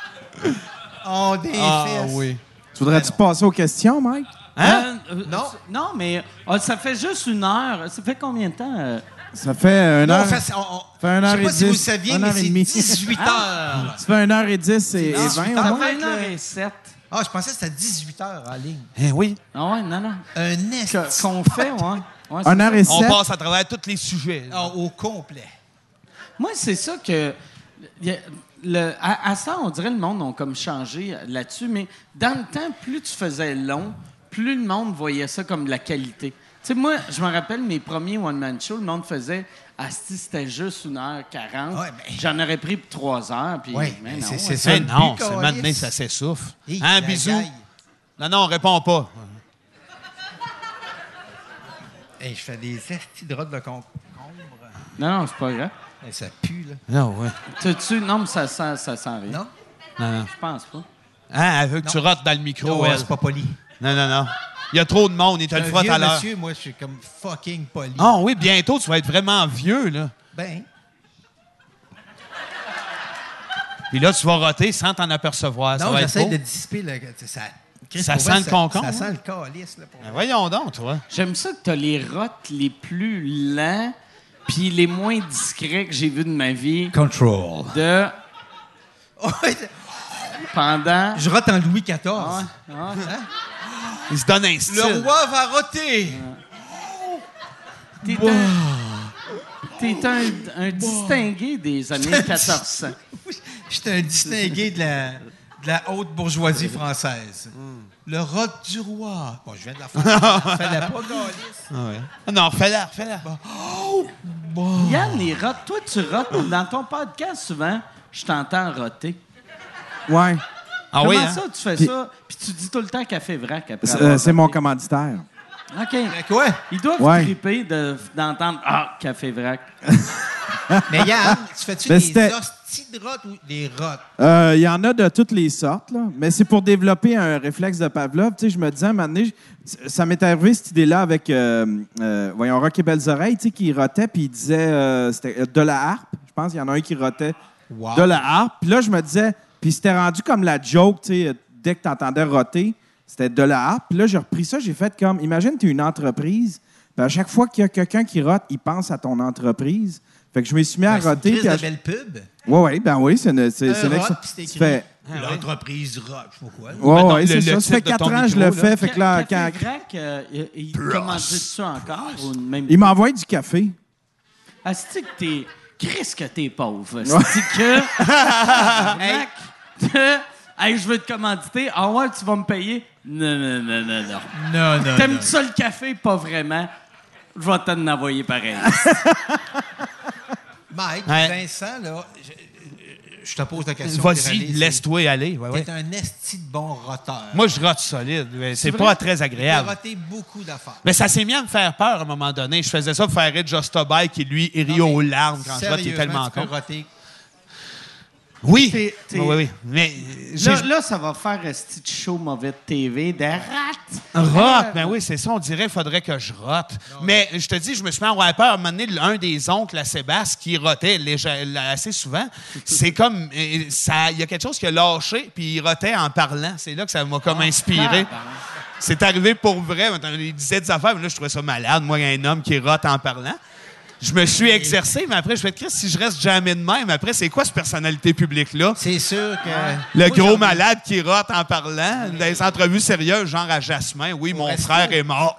On Oh, des Ah fesses. oui. Tu voudrais-tu passer aux questions, Mike? Hein? Euh, euh, Non. c'est- Non, mais ah, ça fait juste une heure. Ça fait combien de temps? euh? Ça fait une Non, on heure. fait, on- on- fait un je heure sais pas et si vous dix, saviez, un mais heure et c'est demie. Ah! 18 heures. Ça fait une heure et dix et, et Non, vingt ça au Ça moins. fait une heure et sept. Ah, je pensais que c'était 18 heures en ligne. Eh oui. Ah ouais, non, non. Un est Qu'on fait, ouais. Ouais, Une c'est heure et On sept. passe à travers tous les sujets. Ah, au complet. Moi, c'est ça que. y a- le- à, à ça, on dirait le monde ont comme changé euh, là-dessus, mais dans le temps, plus tu faisais long, plus le monde voyait ça comme de la qualité. Tu sais, moi, je me rappelle mes premiers one-man show, le monde faisait Asti, c'était juste 1h40. Ouais, ben- J'en aurais pris pour 3 heures. Puis, Ouais, mais ben, non, c'est- ouais. c'est Eh ça. non, Plus c'est qu'on maintenant lisse. ça s'essouffle. Hey, Hein, la bisous. gaille. Non, non, on répond pas. Hey, je fais des estis de rôles de concombre. Non, non, c'est pas grave. Hey, ça pue, là. Non, ouais. T'as-tu. Non, mais ça sent, ça sent rien. Non? Non, non. Je pense pas. Hein, elle veut que tu rotes dans le micro, Non, elle. Oh, c'est pas poli. Non, non, non. Il y a trop de monde, il te Un le frotte vieux à l'heure. monsieur, moi, je suis comme fucking poli. Ah oui, bientôt, tu vas être vraiment vieux, là. Ben, Puis là, tu vas roter sans t'en apercevoir. ça non, va être j'essaie beau. de dissiper le... tu sais, Ça, Chris, Ça pour sent vrai, le concombre, Ça, hein? sent le calice, là, pour Ben vrai. voyons donc, toi. J'aime ça que t'as les rotes les plus lents puis les moins discrets que j'ai vus de ma vie Control. de pendant... je rote en Louis XIV. Ah, ah. Il se donne un style. Le roi va roter. T'es un, t'es un- un distingué des années 1400. J'étais un distingué de la, de la haute bourgeoisie française. Mm. Le rote du roi. Bon, je *laughs* viens de la faire. Fais-la pas, calice. Ah ouais. Ah Non, fais-la, fais-la. Yann, les rotes, toi, tu rotes. Dans ton podcast, souvent, je t'entends roter. Ouais. Ah Comment oui, hein? ça, tu fais Puis- ça? Puis tu dis tout le temps café vrac après C'est avoir euh, c'est mon roté. commanditaire. OK. Mais quoi? Ils doivent Ouais. triper de- d'entendre « Ah, café vrac ». Mais Yann, tu fais-tu Ben, des c'était- hosties de rotes ou des rotes? Euh, Il y en a de toutes les sortes, là. mais c'est pour développer un réflexe de Pavlov. Tu sais, je me disais, à un moment donné, je- ça m'est arrivé cette idée-là avec, euh, euh, voyons, Rock et Belles Oreilles, tu sais, qui rotait, puis il disait, euh, c'était euh, de la harpe, je pense, il y en a un qui rotait Wow. de la harpe. Puis là, je me disais, puis c'était rendu comme la joke, tu sais, euh, dès que tu entendais roter, c'était de la harpe. Puis là, j'ai repris ça, j'ai fait comme, imagine, tu es une entreprise, puis à chaque fois qu'il y a quelqu'un qui rote, il pense à ton entreprise. Fait que je me suis mis à Ben, c'est une roter. crise puis à de belle pub. Oui, oui, ben oui, c'est une. C'est, Un c'est une Euh, rock, ex- puis c'est tu écrit Ah, fais- l'entreprise rock, je sais pas quoi. Ouais, Mettons ouais, le- c'est ça. le Ça fait titre de ton quatre ans que je micro, le là. fais. Fait que là, quand- Café vrac, euh, il, il commandite-tu encore? Ou même... Il m'envoie du café. Asti que t'es... Chris que t'es pauvre. Asti *laughs* que... Mec, que... Hey, je veux te commanditer. Ah ouais, tu vas me payer? Non, non, non, non, non. Non, non, Ah, non. T'aimes-tu ça le café? Pas vraiment. Je vais t'en envoyer pareil. Ah, Mike, Ouais. Vincent, là, je, je te pose la question. Vas-y, Pirelli, c'est- laisse-toi aller. Ouais, ouais. T'es un esti de bon roteur. Moi, je rote solide. mais C'est vrai? pas très j'ai agréable. roté beaucoup d'affaires. Mais ça s'est mis à me faire peur à un moment donné. Je faisais ça pour faire rire Just Tobey qui, lui, il rit aux larmes quand je rote. Il est tellement con. roté. Oui. T'es- t'es- oui, oui. Mais j'ai là, là, ça va faire Asti de show mauvais de TV. De rate. Rote, ben oui, c'est ça. On dirait qu'il faudrait que je rote. Mais je te dis, je me suis mis en wiper. À un moment donné, un des oncles à Sébastien qui rotait léger- assez souvent, c'est comme. euh, ça- Il y a quelque chose qui a lâché, puis il rotait en parlant. C'est là que ça m'a comme inspiré. C'est arrivé pour vrai. Maintenant, Il disait des affaires, mais là, je trouvais ça malade. Moi, un homme qui rote en parlant. Je me suis exercé, mais après, je fais Chris, si je reste jamais de même, après, c'est quoi cette personnalité publique-là? C'est sûr que. Le Moi, gros j'en- malade qui rote en parlant, dans les entrevues sérieuses, genre à Jasmin, oui, mon resto. frère est mort.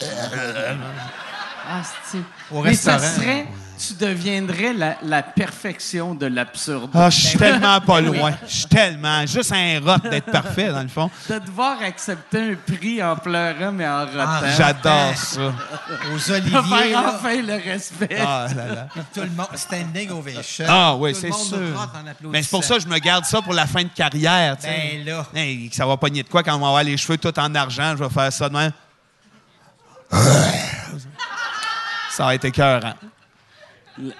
Asti. Au Mais ça restaurant. serait... Tu deviendrais la, la perfection de l'absurde. Ah, je suis tellement pas loin. Je suis tellement. Juste un rot d'être parfait, dans le fond. De devoir accepter un prix en pleurant, mais Ah, en rotant. Ah. J'adore ça. *laughs* Aux De Oliviers, faire là, enfin le respect. Ah, là, là. tout le monde. Standing ovation. Ah, oui, Tout c'est le monde sûr. rote en applaudissant. Mais c'est pour ça que je me garde ça pour la fin de carrière. tu sais. Ben là. Hey, ça va pogner de quoi quand on va avoir les cheveux tout en argent? Je vais faire ça demain. Ça va être écœurant. Je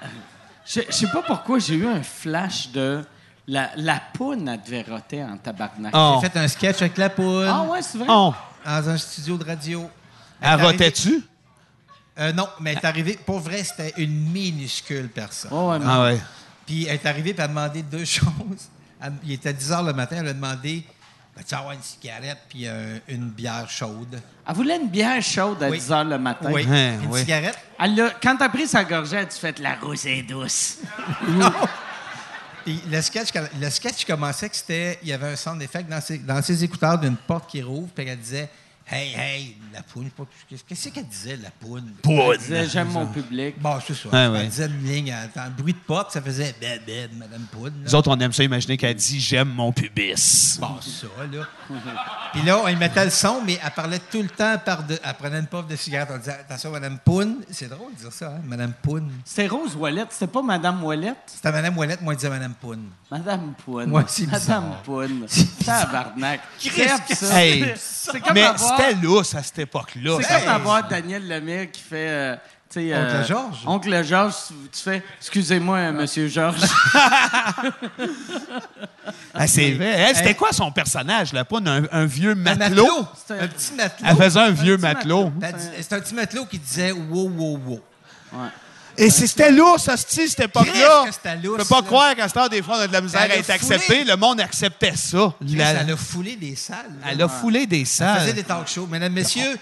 je sais pas pourquoi j'ai eu un flash de La, la poune, elle devait roter en tabarnak. Oh. J'ai fait un sketch avec la poule Ah ouais, c'est vrai? Oh. dans un studio de radio. Elle Elle est arrivée- rotait-tu? Euh, non, mais elle Ah. est arrivée. Pour vrai, c'était une minuscule personne. Oh, ouais, mais- Ah ouais. Puis elle est arrivée, puis elle a demandé deux *laughs* choses. Elle- il était 10 h le matin, elle a demandé ben, Tu vas avoir une cigarette, puis euh, une bière chaude. Elle voulait une bière chaude à Oui. 10 h le matin. Oui, Hein, une oui. cigarette. Elle l'a- quand t'as pris sa gorgée, elle a fait la rose est douce. Puis le sketch, le sketch commençait que c'était il y avait un sound effect dans ses, dans ses écouteurs d'une porte qui rouvre, puis elle disait Hey, hey, la poune, je sais pas plus- qu'est-ce qu'elle disait, la poune Elle disait, j'aime mon public. Bon, c'est ça. Ah, elle ouais. disait une ligne, elle- en bruit de porte, ça faisait Ben, ben, Madame Poune. là. Nous autres, on aime ça imaginer qu'elle dit J'aime mon pubis. Bon, ça, là. Puis là, elle mettait le son, mais elle parlait tout le temps. Par de... Elle prenait une puff de cigarette. On disait Attention, Madame Poune. C'est drôle de dire ça, hein, Madame Poune. C'était Rose Ouellette, c'était pas Madame Ouellette? C'était Madame Ouellette, moi, je disais Madame Poune. Madame Poune. Ouais, c'est bizarre. Madame Poune. Tabarnak. C'est absurde. Hey. C'est comme Mais avoir- c'était lousse à cette époque-là. C'est comme avoir Daniel Lemire qui fait. euh, tu sais, Oncle euh, Georges. Oncle Georges, tu- tu fais Excusez-moi, euh, monsieur Georges. Ah, c'est vrai. Elle, c'était Hey. quoi son personnage, la poune? Un, un vieux Un matelot? Un, petit matelot. Elle faisait un vieux petit matelot. matelot. Ben, dis- C'est un petit matelot qui disait Wow, wow, wow. Et c'est- c'était lousse, hostie, cette époque-là. Christ que c'était lousse, Je peux pas là. croire qu'à ce temps, des fois, on a de la misère Elle à a être foulé. accepté. Le monde acceptait ça. Chris, La- Elle a foulé des salles. là. elle a foulé des Elle faisait salles. des talk shows. Mesdames, messieurs,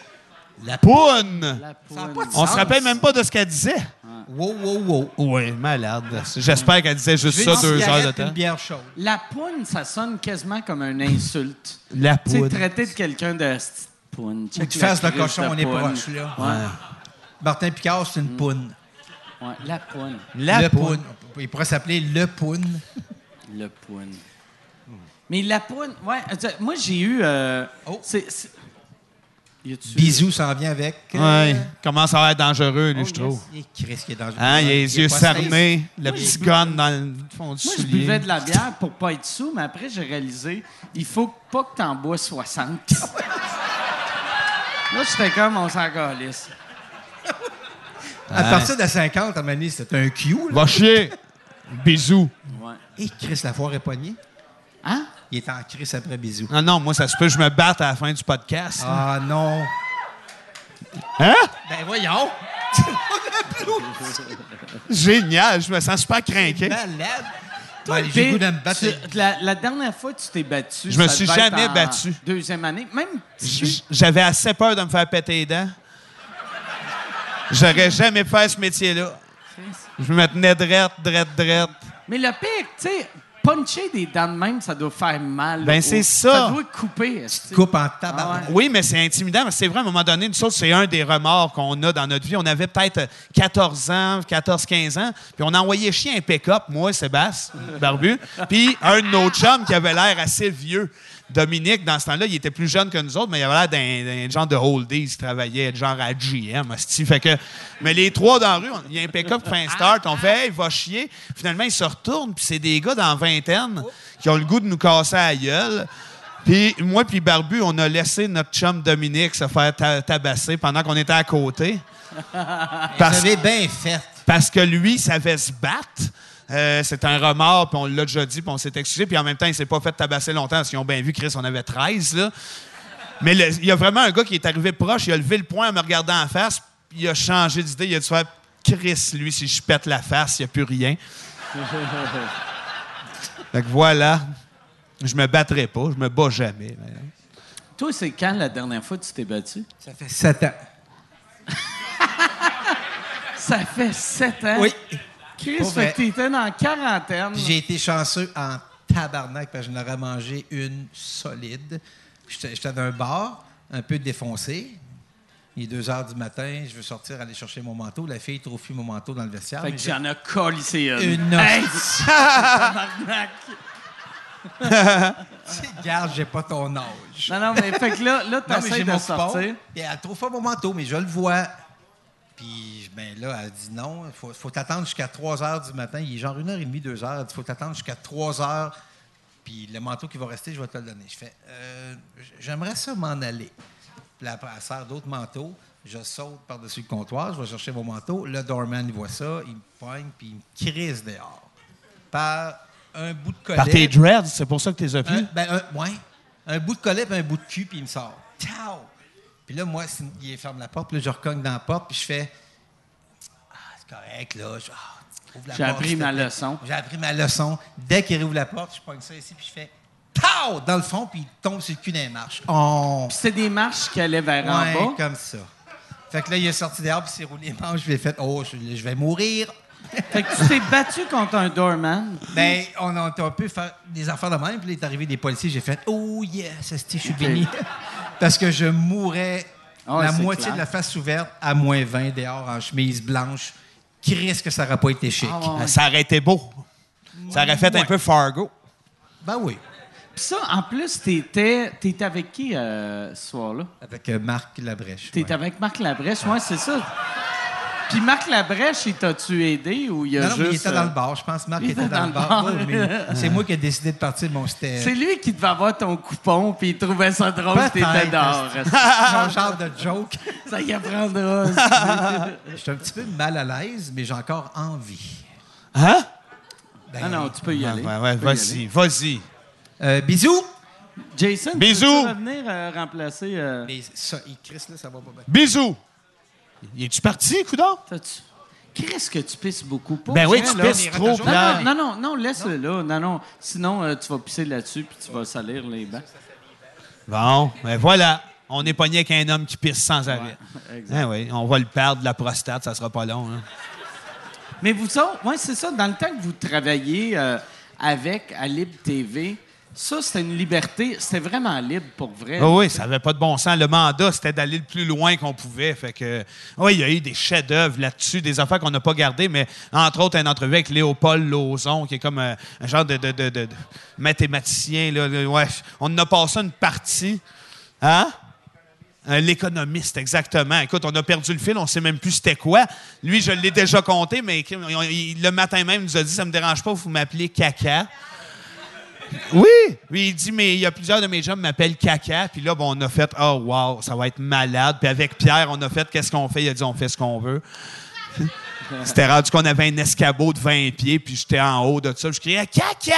la Poune. Poune! La Ça a poune. pas de On se sens. rappelle même pas de ce qu'elle disait. Wow, wow, wow. Oui, malade. J'espère qu'elle disait juste Je ça veux une deux heures cigarette de puis temps. Une bière chaude. La poune, ça sonne quasiment comme une insulte. La Tu sais, poune. traiter de quelqu'un de Sti- poune. Ou check tu la fasses le crise cochon, on est poune. proche, là. Ouais, Martin Picard, c'est une poune. ouais, la poune. Mm. La le poune. poune. Il pourrait s'appeler le poune. Le poune. Mais la poune, ouais. attends, Moi, j'ai eu. euh, Oh. c'est- c'est- Y a-tu- Bisous s'en vient avec. Ouais. Commence à être dangereux, Oh, lui, je trouve. Il est Chris qui est dangereux. Hein, il a les est yeux pas cernés, le Moi, petit j'ai- gun dans le fond du Moi, je soulier. buvais de la bière pour pas être sous, mais après, j'ai réalisé, il faut pas que t'en bois 60. *laughs* Là, j'étais comme, on s'en calisse. safe. Hein. À partir de 50, à Mani, c'était un Q. Là. Va chier! Bisous. Ouais. Et Chris, la foire est poignée. Hein? Il est en Chris après bisous. Non, non, moi, ça se peut que je me batte à la fin du podcast. Ah non. Hein? Ben voyons. Génial, je me sens super Ben, craqué. Malade. Toi, Ouais, t'es- Ben, J'ai le goût de me battre. tu- la, la dernière fois que tu t'es battu, Je me ça suis devait être jamais en battu. Deuxième année, même J- J'avais assez peur de me faire péter les dents. J'aurais jamais fait ce métier-là. Je me tenais drette, drette, drette. Mais le pire, tu sais, puncher des dents de même, ça doit faire mal. Ben, Ou- c'est ça. Ça doit couper. esti. Coupe en Ah tabac. ouais. Oui, mais c'est intimidant. parce que C'est vrai, à un moment donné, nous autres, c'est un des remords qu'on a dans notre vie. On avait peut-être 14 ans, 14, 15 ans, puis on envoyait chier un pick-up, moi, Sébastien, barbu, puis un de nos chums qui avait l'air assez vieux. Dominique, dans ce temps-là, il était plus jeune que nous autres, mais il avait l'air d'un, d'un genre de holdies qui travaillait, genre à GM, hostie. Fait que, mais les trois dans la rue, on- il y a un pick-up qui fait un start, on fait « Hey, va chier ». Finalement, ils se retournent, puis c'est des gars dans la vingtaine qui ont le goût de nous casser à la gueule. Puis moi puis Barbu, on a laissé notre chum Dominique se faire ta- tabasser pendant qu'on était à côté. Vous Parce, avez bien fait. parce que lui savait se battre. Euh, c'est un remords, puis on l'a déjà dit, puis on s'est excusé. Puis en même temps, il s'est pas fait tabasser longtemps, parce qu'ils ont bien vu, Chris, on avait 13, là. Mais le- il y a vraiment un gars qui est arrivé proche, il a levé le poing en me regardant en face, puis il a changé d'idée, il a dû faire « Chris, lui, si je pète la face, il n'y a plus rien. » Fait que voilà, je me battrai pas, je me bats jamais. mais- Toi, c'est quand la dernière fois que tu t'es battu? Ça fait sept ans. Ça fait sept ans. Oui. Chris, Pour fait vrai. que t'étais dans la quarantaine. Puis j'ai été chanceux en tabarnak parce que je n'aurais mangé une solide. J'étais j'étais dans un bar, un peu défoncé. Il est 2 h du matin, je veux sortir aller chercher mon manteau. La fille trouve mon manteau dans le vestiaire. Fait mais que j'ai- j'en ai collé une. Une Hey, *laughs* hostie. tabarnak. Regarde, j'ai pas ton âge. Non, non, mais fait que là, là Non, mais t'essayes j'ai de mon coupon. sortir. Puis elle trouve pas mon manteau, mais je le vois. Puis ben là, elle dit non, il faut, faut t'attendre jusqu'à 3 h du matin. Il est genre 1h30, 2 h. Elle dit faut t'attendre jusqu'à 3 h. Puis le manteau qui va rester, je vais te le donner. Je fais Euh, j- j'aimerais ça m'en aller. Puis là, elle sert d'autres manteaux. Je saute par-dessus le comptoir, je vais chercher mon manteau. Le doorman, il voit ça, il me poigne, puis il me crise dehors. Par un bout de collet. Par tes dreads, c'est pour ça que t'es un, Hein? plus. ben, un, ouais. un bout de collet, puis un bout de cul, puis il me sort. Ciao! Puis là, moi, c'est- il ferme la porte, puis là, je recogne dans la porte, puis je fais Ah, c'est correct, là. Je- ah, ouvre la J'ai porte, appris s'il te ma plaît. leçon. J'ai appris ma leçon. Dès qu'il rouvre la porte, je pogne ça ici, puis je fais Pow! Dans le fond, puis il tombe sur le cul dans les marches. On. Puis c'était des marches qui allaient vers en Ouais, bas. comme ça. Fait que là, il est sorti dehors, puis il s'est roulé les manches, je lui ai fait Oh, je, je vais mourir. Fait que tu t'es battu contre un doorman. Ben, on a on a pu faire des affaires de même, puis là, il est arrivé des policiers, j'ai fait Oh yes, esti, je suis béni. *laughs* Parce que je mourais Ah ouais, la c'est moitié clair. de la face ouverte à moins 20 dehors en chemise blanche. Christ que ça n'aurait pas été chic. Ah ouais. Ah, Ça aurait été beau. Ça aurait fait un peu Fargo. Ben oui. Puis ça, en plus, t'étais, t'étais avec qui euh, ce soir-là? Avec euh, Marc Labrèche. T'es ouais. avec Marc Labrèche, ouais, c'est ça. Puis Marc Labrèche, il t'a-tu aidé ou il a Non, non, mais juste. il était euh, dans le bar. Je pense Marc il était dans le bar. Oh, mais c'est moi qui ai décidé de partir. Bon, c'était C'est lui qui devait avoir ton coupon, puis il trouvait ça drôle que t'étais Peut-être, *laughs* dehors. *laughs* mon genre de joke. ça y apprendra. aussi. J'étais un petit peu mal à l'aise, mais j'ai encore envie. Hein? Ben, ah non, tu peux y aller. Ouais, ouais, vas-y, vas-y. euh, bisous! Jason, Bisous. peux-tu revenir euh, remplacer. euh, Mais ça, il crisse, là, ça va pas bien. Bisous. Y es-tu parti, coudon? t'as-tu- Qu'est-ce que tu pisses beaucoup pour Ben oui, vrai, tu là? pisses trop, Non, Pierre. non, non, non, non, laisse-le là. Non, non. Sinon, euh, tu vas pisser là-dessus, puis tu vas salir les bancs. Bon, ben voilà. On est pogné avec un homme qui pisse sans arrêt. exact. Ah oui, on va le perdre de la prostate, ça sera pas long. hein. Mais vous autres, ouais, c'est ça. Dans le temps que vous travailliez euh, avec à Libre TV, ça, c'était une liberté. C'était vraiment libre pour vrai. Ah oui, ça avait pas de bon sens. Le mandat, c'était d'aller le plus loin qu'on pouvait. Fait que, ah oui, il y a eu des chefs-d'œuvre là-dessus, des affaires qu'on n'a pas gardées, mais entre autres, un entrevue avec Léopold Lauzon, qui est comme euh, un genre de, de- de- de- de mathématicien. là. Le- ouais, on en a passé une partie. Hein? Euh, L'économiste, exactement. Écoute, on a perdu le fil, on sait même plus c'était quoi. Lui, je l'ai déjà compté, mais crime, on- il- le matin même, il nous a dit Ça me dérange pas, vous m'appelez caca. Oui! Puis il dit, mais il y a plusieurs de mes jobs m'appellent caca. Puis là, bon, on a fait, oh wow, ça va être malade. Puis avec Pierre, on a fait, qu'est-ce qu'on fait? Il a dit, on fait ce qu'on veut. *laughs* C'était rendu qu'on avait un escabeau de 20 pieds, puis j'étais en haut de ça. puis Je criais, caca!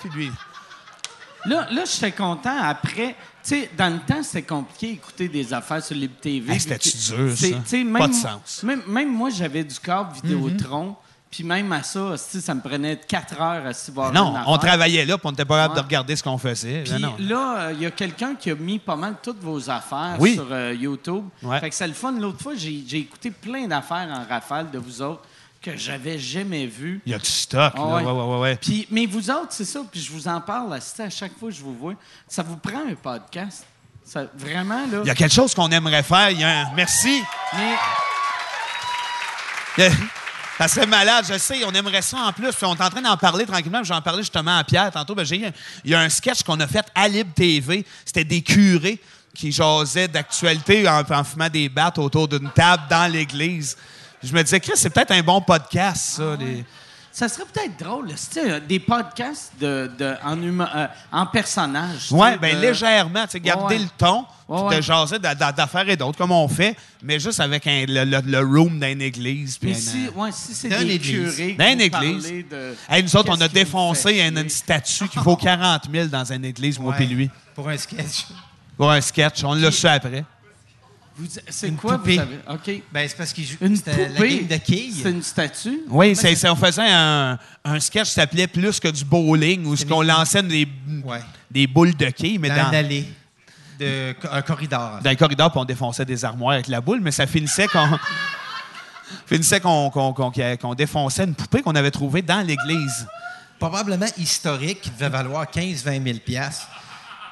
Puis lui, Là, là j'étais content après. Tu sais, dans le temps, c'était compliqué d'écouter des affaires sur Libre TV. Hey, c'était-tu Puis, dur, ça? c'est- tu sais, Pas de sens. Mhm. Même, même moi, j'avais du corps Vidéotron. Puis même à ça, hostie, ça me prenait quatre heures à s'y voir. non, Ah, une on affaire. travaillait là, puis on n'était pas capable Ouais. de regarder ce qu'on faisait. Puis Non, non. là, euh, il y a quelqu'un qui a mis pas mal toutes vos affaires Oui. sur euh, YouTube. Ouais. Fait que c'est le fun. L'autre fois, j'ai j'ai écouté plein d'affaires en rafale de vous autres que j'avais jamais vues. Il y a du stock, là. Ah ouais. Ouais, ouais, ouais, ouais. Puis, mais vous autres, c'est ça, puis je vous en parle là, c'est à chaque fois que je vous vois. Ça vous prend un podcast? Ça, vraiment, là? Il y a quelque chose qu'on aimerait faire. Il y a un- Merci. Mais- Le- *laughs* Ça serait malade, je sais, on aimerait ça en plus. Puis on est en train d'en parler tranquillement. puis J'en parlais justement à Pierre tantôt. Ben, j'ai eu un- il y a un sketch qu'on a fait à Libre TV. C'était des curés qui jasaient d'actualité en, en fumant des battes autour d'une table dans l'église. Je me disais, Chris, c'est peut-être un bon podcast, ça. Ah les- Ça serait peut-être drôle, là, c'est, euh, des podcasts de, de- en, humain- euh, en personnage. tu Ouais, sais, ben de- légèrement, tu sais, Ouais, garder euh, ouais. le ton, puis Ouais, ouais. de jaser d'a- d'a- d'affaires et d'autres, comme on fait, mais juste avec un- le, le- le room d'une église. puis Mais un- si, ouais, si c'est Dans des l'église. curés qui Dans vous l'église. parlez de... Hey, nous autres, on a qu'est-ce qui vous défoncé fait une, une chier. statue qui vaut 40 000 dans une église, moi puis Ouais, lui. Pour un sketch. Pour un sketch, on l'a su après. Vous- C'est Une quoi, poupée. vous savez? OK. Ben, c'est parce qu'il joue. Une poupée. C'était la game de quilles. C'est une statue? Oui, c'est, c'est- on faisait un, un sketch qui s'appelait Plus que du bowling, où ce qu'on lançait des, Ouais. des boules de quilles, mais Dans, dans, une allée. De, co- un corridor. en fait. dans le corridor, puis on défonçait des armoires avec la boule, mais ça finissait qu'on. *laughs* finissait qu'on, qu'on- qu'on- qu'on défonçait une poupée qu'on avait trouvée dans l'église. Probablement historique, qui devait valoir 15-20 000 piastres.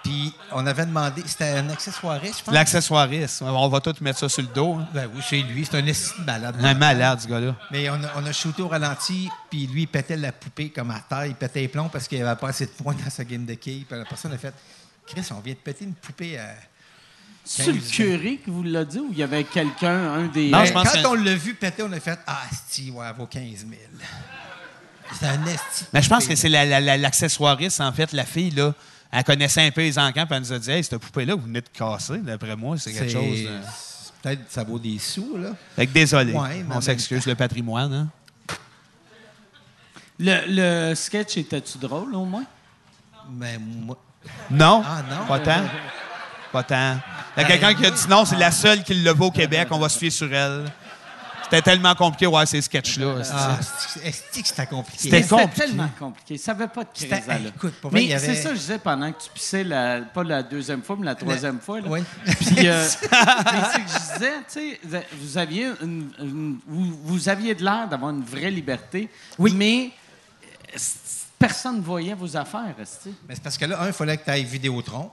Puis on avait demandé. C'était un accessoiriste, je pense. L'accessoiriste. On va tout mettre ça sur le dos. hein. Ben oui, chez lui. C'est un esti de malade. Un malade, ce gars-là. Mais on a, on a shooté au ralenti, puis lui, il pétait la poupée comme à terre. Il pétait les plombs parce qu'il avait pas assez de points dans sa game de quilles. Puis la personne a fait Chris, on vient de péter une poupée à. C'est le 15. curé qui vous l'a dit ou il y avait quelqu'un, un des... Non, Mais je pense Ben, quand que- on l'a vu péter, on a fait Ah, esti, ouais, elle vaut 15 000. C'est un esti. Mais je pense que c'est la- la- la- l'accessoiriste, en fait, la fille, là. Elle connaissait un peu les encans, puis elle nous a dit Hey, cette poupée-là, vous venez de casser, d'après moi, c'est quelque chose. hein. de- c'est- Peut-être que ça vaut des sous, là. Fait que désolé. Ouais, mais en on même s'excuse, le patrimoine. hein. Le, le sketch était-tu drôle, au moins? Mais moi. Non? Ah, non. Pas tant? Pas tant. Il y a quelqu'un qui a dit non, c'est la seule qui le vaut au Québec, on va se fier sur elle. C'était tellement compliqué, ouais, ces sketchs-là. Ah, c'est- est-ce que c'était compliqué? C'était Mais con- compliqué. tellement compliqué. Ça n'avait pas de crise C'était- à l'heure. écoute, pour vrai, il y Mais avait- c'est ça que je disais pendant que tu pissais, la, pas la deuxième fois, mais la troisième fois. là. Oui. Puis, euh, mais c'est que je disais, tu sais, vous aviez, une- une- vous, vous aviez de l'air d'avoir une vraie liberté, mais euh, c- personne ne voyait vos affaires, est-ce que- *laughs* Mais c'est parce que là, un, il fallait que tu ailles Vidéotron.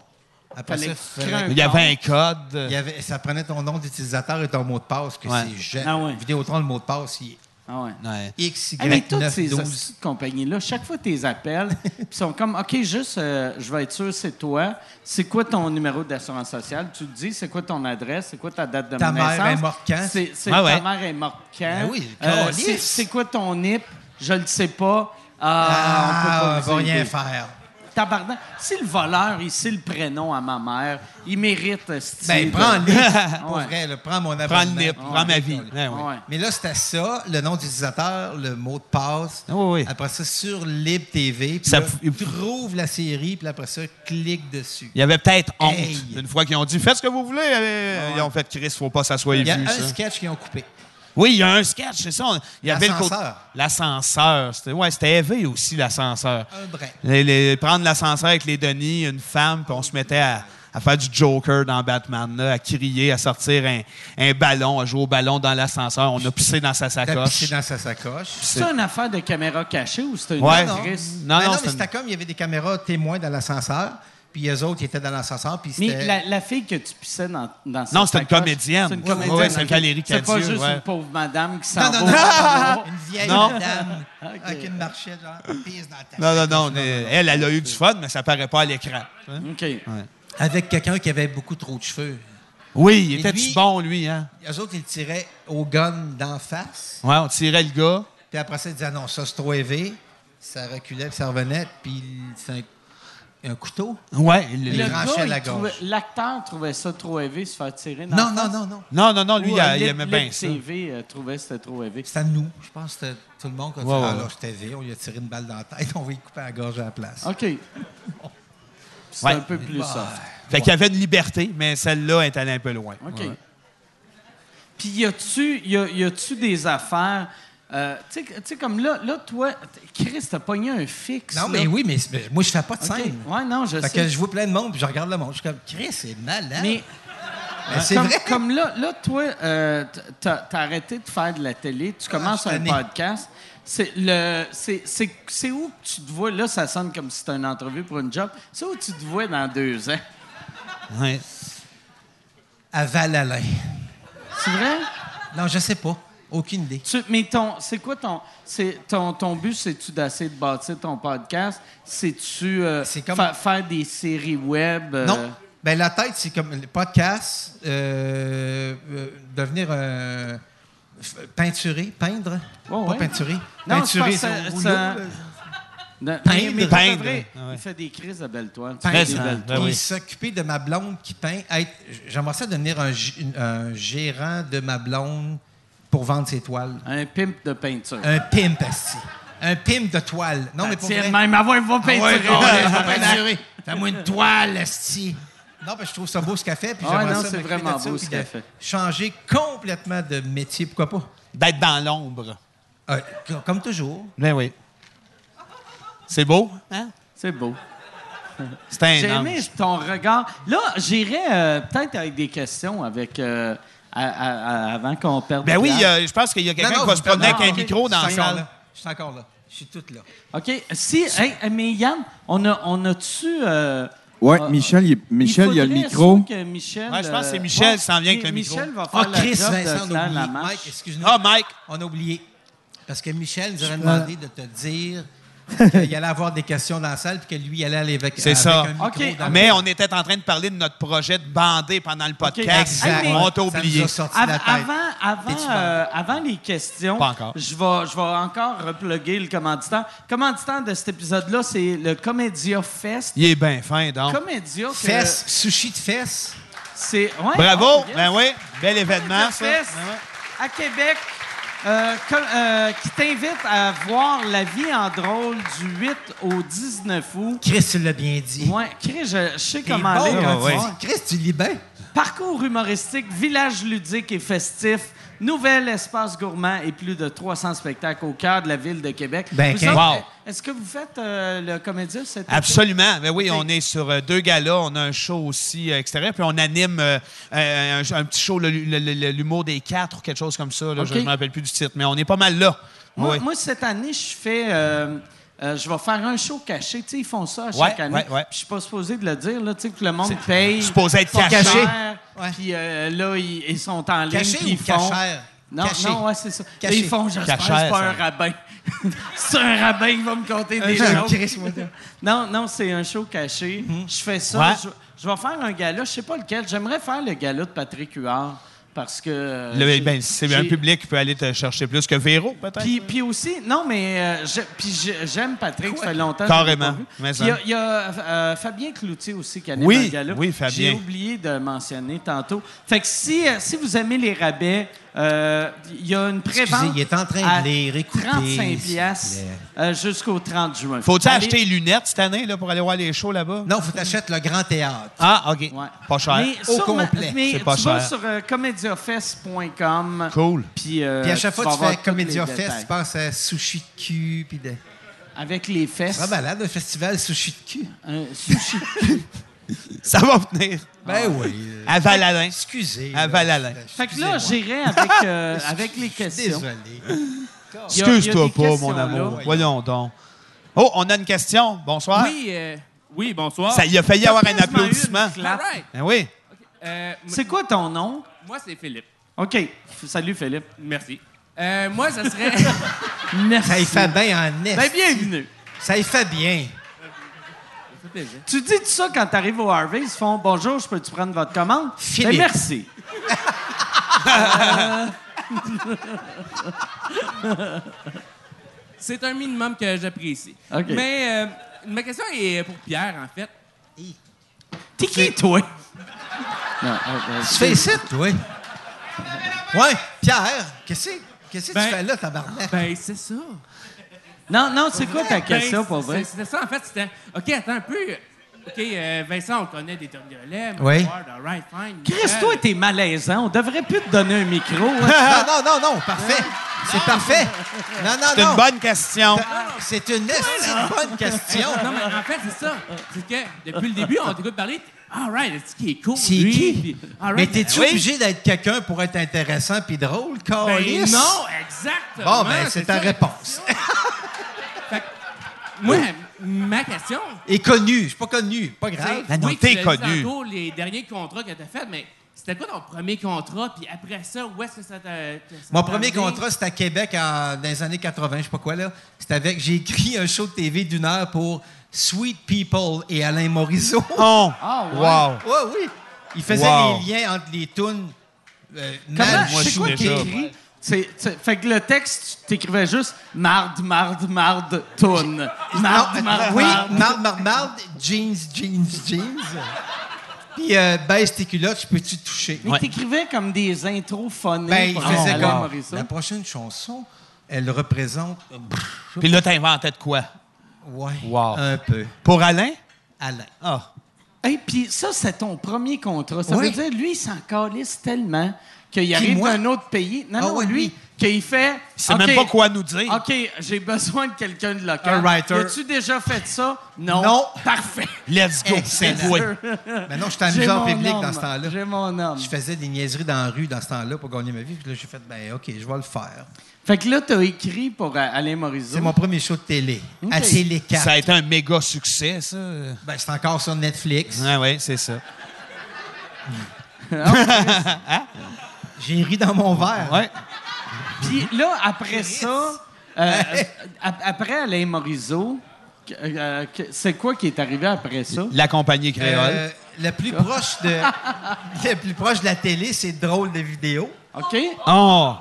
Après Fallait ça, que tu crées fallait- Il y avait un code. il y avait- ça prenait ton nom d'utilisateur et ton mot de passe, que Ouais. c'est jamais- Ah ouais. Vidéotron, le mot de passe, il Ah ouais. Ouais. est X, Y, Hey, mais toutes 9, ces 12. hosties de compagnies-là, chaque fois que tu les *laughs* appelles, ils sont comme OK, juste, euh, je vais être sûr, c'est toi. C'est quoi ton numéro d'assurance sociale? Tu te dis, c'est quoi ton adresse? C'est quoi ta date de Ta mère naissance? est morte quand? C'est, c'est- Ah ouais. Ta mère est morte quand? Ben oui, Euh, calisse. c'est, c'est quoi ton NIP? Je le sais pas. Ah, Ah, on peut pas vous va rien aider. faire. Tabarnak. Si le voleur, il sait le prénom à ma mère, il mérite euh, ce Ben, type. prends-le. *laughs* Pour Ouais. vrai, là, prends mon abonnement. Prends le nip, prends ma vie. Ouais, oui. Ouais. Mais là, c'était ça, le nom d'utilisateur, le mot de passe. Ah oui, oui. Après ça, sur Libre TV. Puis Ça là, pou- trouve la série, puis après ça, clique dessus. Il y avait peut-être honte. Hey. Une fois qu'ils ont dit faites ce que vous voulez, euh, ils ont fait Chris, faut pas s'asseoir Il y a vu, un ça. sketch qu'ils ont coupé. Oui, il y a un sketch, c'est ça. on- Il y avait le côté- L'ascenseur. L'ascenseur. C'était ouais, c'était élevé aussi, l'ascenseur. Un brin. Les- les- prendre l'ascenseur avec les Denis, une femme, puis on se mettait à, à faire du Joker dans Batman, là, à crier, à sortir un, un ballon, à jouer au ballon dans l'ascenseur. On a pissé dans sa T'as pissé sacoche. dans sa sacoche. C'est une affaire de caméra cachée ou c'est une Ouais. Non, actrice? Non, Ben non, non, c'est mais une- c'était comme il y avait des caméras témoins dans l'ascenseur, puis les autres ils étaient dans l'ascenseur, puis Mais c'était. la, la fille que tu pissais dans, dans sa Non, c'est une sacoche, comédienne. C'est une Ouais, comédienne. ouais, c'est ok. Valérie C'est pas Cadieux, juste ouais. une pauvre madame qui s'en va. Non, non, non, une vieille Non. *laughs* dame avec Ok. une marchette, genre, pisse dans ta Non, non, sacoche. non. mais Elle, elle a eu du fun, mais ça paraît pas à l'écran. hein? *laughs* OK. Avec quelqu'un qui avait beaucoup trop de cheveux. Oui, il Mais était lui- bon, lui, hein? Les autres, ils tiraient au gun d'en face, Ouais, on tirait le gars. puis après ça, ils disaient, Ah non, ça c'est trop élevé. Ça reculait, puis ça revenait, puis c'est un, un couteau. Ouais. il- Le Le grand gars, chien de la il trouvait- gorge. l'acteur trouvait ça trop élevé, se faire tirer. Dans Non, la non, face. non, non. Non, non, non, lui, Ou, il, euh, il Lip- aimait bien Lip ça. TV euh, trouvait que c'était trop élevé. C'était à nous. Je pense que c'était tout le monde qui a dit Ouais, ouais, Ah ouais. là, c'était élevé, on lui a tiré une balle dans la tête, *laughs* on va lui couper la gorge à la place. *laughs* OK. C'est Ouais. un peu plus soft. Fait qu'il y avait une liberté, mais celle-là est allée un peu loin. OK. Puis y a-tu y a- y a-tu des affaires... euh, tu sais- tu sais, comme là, là toi, t- Chris, t'as pogné un fixe. Non, là. mais oui, mais, mais moi, je fais pas de OK. scène. Ouais, non, je Fait sais. que je vois plein de monde, puis je regarde le monde. Je suis comme, Chris, c'est malade. Mais Mais c'est comme, vrai. comme là, là, toi, euh, t- t'as t'as arrêté de faire de la télé, tu commences Ah, je suis un tanné. podcast. C'est le, c'est- c'est c'est où que tu te vois là Ça sonne comme si c'était une entrevue pour une job. C'est où tu te vois dans deux ans Ouais. À Val-Alain. C'est vrai Non, je sais pas. Aucune idée. Tu- Mais ton, c'est quoi ton, c'est ton, ton but C'est tu d'essayer de bâtir ton podcast C'est tu C'est comme- faire des séries web euh, Non. Ben, la tête, c'est comme le podcast, euh, euh, devenir euh, f- peinturé, peindre. Oh, Ouais, pas ouais. peinturé. Non, c'est peinturé, parce que c'est au ça- rouleau, ça- là. de- Peindre. mais pour de Peindre. vrai, Ah ouais. Il fait des crises de belle toile. Tu fais Peindre. des belles Ben Puis oui. s'occuper de ma blonde qui peint. Être- J'aimerais ça devenir un, g- une- un gérant de ma blonde pour vendre ses toiles. Un pimp de peinture. Un pimp, asti. Un pimp de toile. Non, mais Euh, pour Tiens, vrai- même avoir va Ah ouais, peinturer. non, *laughs* euh, laisse-moi peinturer. Fais-moi une toile, esti. Non, parce que je trouve ça beau ce qu'elle fait. Puis Ah ouais, j'aimerais non, ça c'est m'occuper de vraiment ça, beau, puis ce de qu'elle fait. Changer complètement de métier, pourquoi pas? D'être dans l'ombre. Euh, co- comme toujours. Ben oui. C'est beau, hein? C'est beau. C'est un J'ai ange. aimé ton regard. Là, j'irai euh, peut-être avec des questions avec, euh, à- à- à- avant qu'on perde. Ben de oui, place. euh, je pense qu'il y a quelqu'un qui va se promener avec un ok. micro dans Je la suis encore salle. là. Je suis encore là. Je suis toute là. OK. Si, hey, euh, mais Yann, on a, on a tu Ouais, Ah, Michel, il, Michel, il y a le faudrait micro. ça que Michel, Ouais, je pense que c'est euh, Michel qui s'en vient avec Mi- le micro. Michel va Ah, faire Chris la job Vincent, de on a Claire oublié. Lamarche. Mike, excuse-nous. Ah, Mike! On a oublié. Parce que Michel nous avait demandé de *laughs* te dire qu'il allait avoir des questions dans la salle puis que lui, il allait aller avec, C'est avec ça. un micro Ok, Ah, dans le- Mais on était en train de parler de notre projet de bandé pendant le podcast. Exact. Hey, mais- On t'a oublié. Ça nous a sorti de Av- la tête. Avant, T'es-tu avant, euh, avant les questions, Pas encore. je vais, je vais encore repluguer le commanditaire. Commanditaire de cet épisode-là, c'est le Comédia Fest. Il est bien fin, donc. Comédia que- Fesses, sushi de fesses. c'est ouais, Bravo! oh, yes. Ben oui, bel événement, Comédia ça. Fest Ben ouais. à Québec euh, que- euh, qui t'invite à voir La vie en drôle du 8 au 19 août. Chris, tu l'as bien dit. Ouais, Chris, je, je sais T'es comment aller bon, quand tu hein, tu vas. dis, Chris, tu lis bien. Parcours humoristique, village ludique et festif, nouvel espace gourmand et plus de 300 spectacles au cœur de la ville de Québec. Ben, Vous qu'un- autres, Wow. Est-ce que vous faites euh, le comédien cette été? Absolument. Mais oui, on est sur euh, deux galas. On a un show aussi euh, extérieur. Puis on anime euh, euh, un, un petit show, le- le- le- le- l'humour des quatre ou quelque chose comme ça. là. OK. Je ne me rappelle plus du titre, mais on est pas mal là. Moi, Oui. moi, cette année, je fais. euh, euh, je vais faire un show caché. Tu sais, ils font ça à chaque Ouais, année. ouais, ouais. Puis Je suis pas supposé de le dire, là, tu sais, que le monde paye. supposé être ils sont caché. chers, Ouais. Puis euh, là, ils, ils sont en ligne. Caché puis ou ils font... cachère? Non, Caché. non, ouais, c'est ça. Là, Caché. ils font, j'espère, que c'est Cachère, pas ça. un rabbin. *laughs* c'est un rabbin qui va me conter des show choses. Chris, moi, toi. non, non, c'est un show caché. Je fais ça. Mhm. Ouais. Je, je vais faire un gala, je sais pas lequel. J'aimerais faire le gala de Patrick Huard parce que. euh, Le- j'ai- ben, c'est un j'ai- public qui peut aller te chercher plus que Véro, peut-être. puis, puis aussi, non, mais euh, je- puis je- j'aime Patrick, ça fait longtemps que Carrément, je l'ai pas vu. mais Puis Il y a, il y a, euh, Fabien Cloutier aussi qui anime Oui, un gala. oui, Fabien. J'ai oublié de mentionner tantôt. Fait que si, euh, si vous aimez les rabais, euh, il y a une prévente Excusez, il est en train de à lire, écoutez, 35 s'il piastres vous plaît. euh, jusqu'au 30 juin. Faut-il Allez- acheter les lunettes cette année là, pour aller voir les shows là-bas? Non, faut t'achètes le grand théâtre. Ah, OK. Ouais. Pas cher. Mais Au sûrement- complet. mais C'est pas tu vas cher. sur euh, comediafest.com. Cool. Puis, euh, Puis à chaque fois vas que tu voir fais tous Comédia les Fest, détails. tu penses à sushi de cul, puis de... Avec les fesses. Ah, malade, un festival sushi de cul. un sushi. Ça va venir. Ben oui. euh, À Val-Alain. Excusez. À là, Val-Alain. Fait que là, excusez-moi. j'irai avec, euh, avec les Je suis questions. Désolé. Il y a- il y a des Excuse-toi pas, questions, mon amour. là. Voyons donc. Oh, on a une question. Bonsoir. Oui, euh, oui, bonsoir. Ça, il a Ah, failli avoir un applaudissement. All right. Ben oui. Euh, m- C'est quoi ton nom? moi, c'est Philippe. OK. F- Salut, Philippe. Merci. Euh, moi, ça *laughs* serait. Merci. Ça y fait bien en est. Ben, bienvenue. Ça y fait bien. Tu dis tout ça quand t'arrives au Harvey, ils se font « Bonjour, je peux-tu prendre votre commande? » Philippe. Ben, merci. c'est un minimum que j'apprécie. OK. Mais euh, ma question est pour Pierre, en fait. T'es qui, toi? Tu fais ici, toi? Ouais, Pierre, qu'est-ce que qu'est-ce que Ben- tu fais là, tabarnak? Ben, c'est ça. Non, non, c'est quoi ta question, Ben, pour vrai? c'est- C'était ça, en fait. C'était. OK, attends un peu. OK, euh, Vincent, on connaît des Tom Grelais. Oui. All right, fine. Chris, Michel. toi, t'es malaisant. On devrait plus te donner un micro. hein. Non, Ah, non, non, non, parfait. Ah. C'est parfait. Non, non, ah. C'est non. une bonne question. C'est une esti de bonne question. Non, mais en fait, c'est ça. C'est que depuis le début, on t'écoute parler. All right, c'est qui est cool. C'est lui, qui? puis all Mais right, t'es-tu ben, oui. obligé d'être quelqu'un pour être intéressant puis drôle, Ben Carlis? non, exactement. Bon, ben, c'est ta ça. réponse. Fait que, moi, ma question, Et connu, je suis pas connu, pas grave. c'est... non, oui, t'es tu l'as dit connu. tantôt, les derniers contrats que t'as faits, mais c'était quoi ton premier contrat? Puis après ça, où est-ce que ça t'a... ça Mon t'a premier amené? contrat, c'était à Québec en- dans les années 80, je sais pas quoi là. C'était avec, j'ai écrit un show de TV d'une heure pour Sweet People et Alain Morisot. Oh. ouais. Wow. Ouais, oui. Il faisait Wow. les liens entre les tunes. euh, Comment, mal moi, c'est je quoi suis que déjà- t'écris? C'est- c'est- fait que le texte, tu t'écrivais juste « marde, marde, marde, toune ». Marde, Non, euh, marde, oui, marde. marde, marde, marde, jeans, jeans, jeans. Puis euh, baisse tes culottes, je peux-tu te toucher? Mais t'écrivais comme des intros phonées. Ben, il pour faisait Alain comme Morissette. la prochaine chanson, elle représente. Puis là, t'inventais de quoi? Ouais, Wow. un peu. Pour Alain? Alain. Ah. Et puis ça, c'est ton premier contrat. Ça Oui. veut dire, lui, il s'en calisse tellement qu'il arrive moi? d'un autre pays. Non, Ah non, ouais, lui, lui. qu'il fait... Il sait OK, même pas quoi nous dire. OK, j'ai besoin de quelqu'un de local. Un writer. As-tu déjà fait ça? Non. Non. *laughs* Ben Parfait. Let's go. C'est Excellent. oui. Maintenant, je suis J'ai amuseur mon public homme. dans ce temps-là. J'ai mon homme. Je faisais des niaiseries dans la rue dans ce temps-là pour gagner ma vie. Puis là, j'ai fait, ben OK, je vais le faire. Fait que là, t'as écrit pour euh, Alain Morisot. C'est mon premier show de télé. À Télé 4. Ça a été un méga succès, ça. Ouais, Ben, c'est encore sur Netflix. ouais, c'est ça. J'ai ri dans mon verre. Ouais. Puis là, après ça, *laughs* euh, ap- après Alain Morisot, que- euh, que- c'est quoi qui est arrivé après ça? La compagnie créole. Euh, le plus proche de *laughs* le plus proche de la télé, c'est drôle de vidéo. OK? Oh.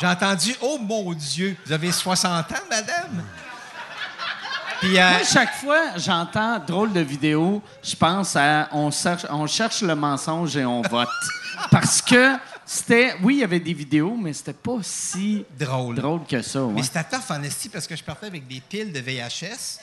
J'ai entendu "Oh mon dieu, vous avez 60 ans madame." Puis euh, Moi, chaque fois, j'entends drôle de vidéo, je pense à on cherche, on cherche le mensonge et on vote. Parce que C'était, oui, il y avait des vidéos, mais c'était pas si Drôle. drôle que ça. ouais. Mais c'était tough en esti parce que je partais avec des piles de VHS.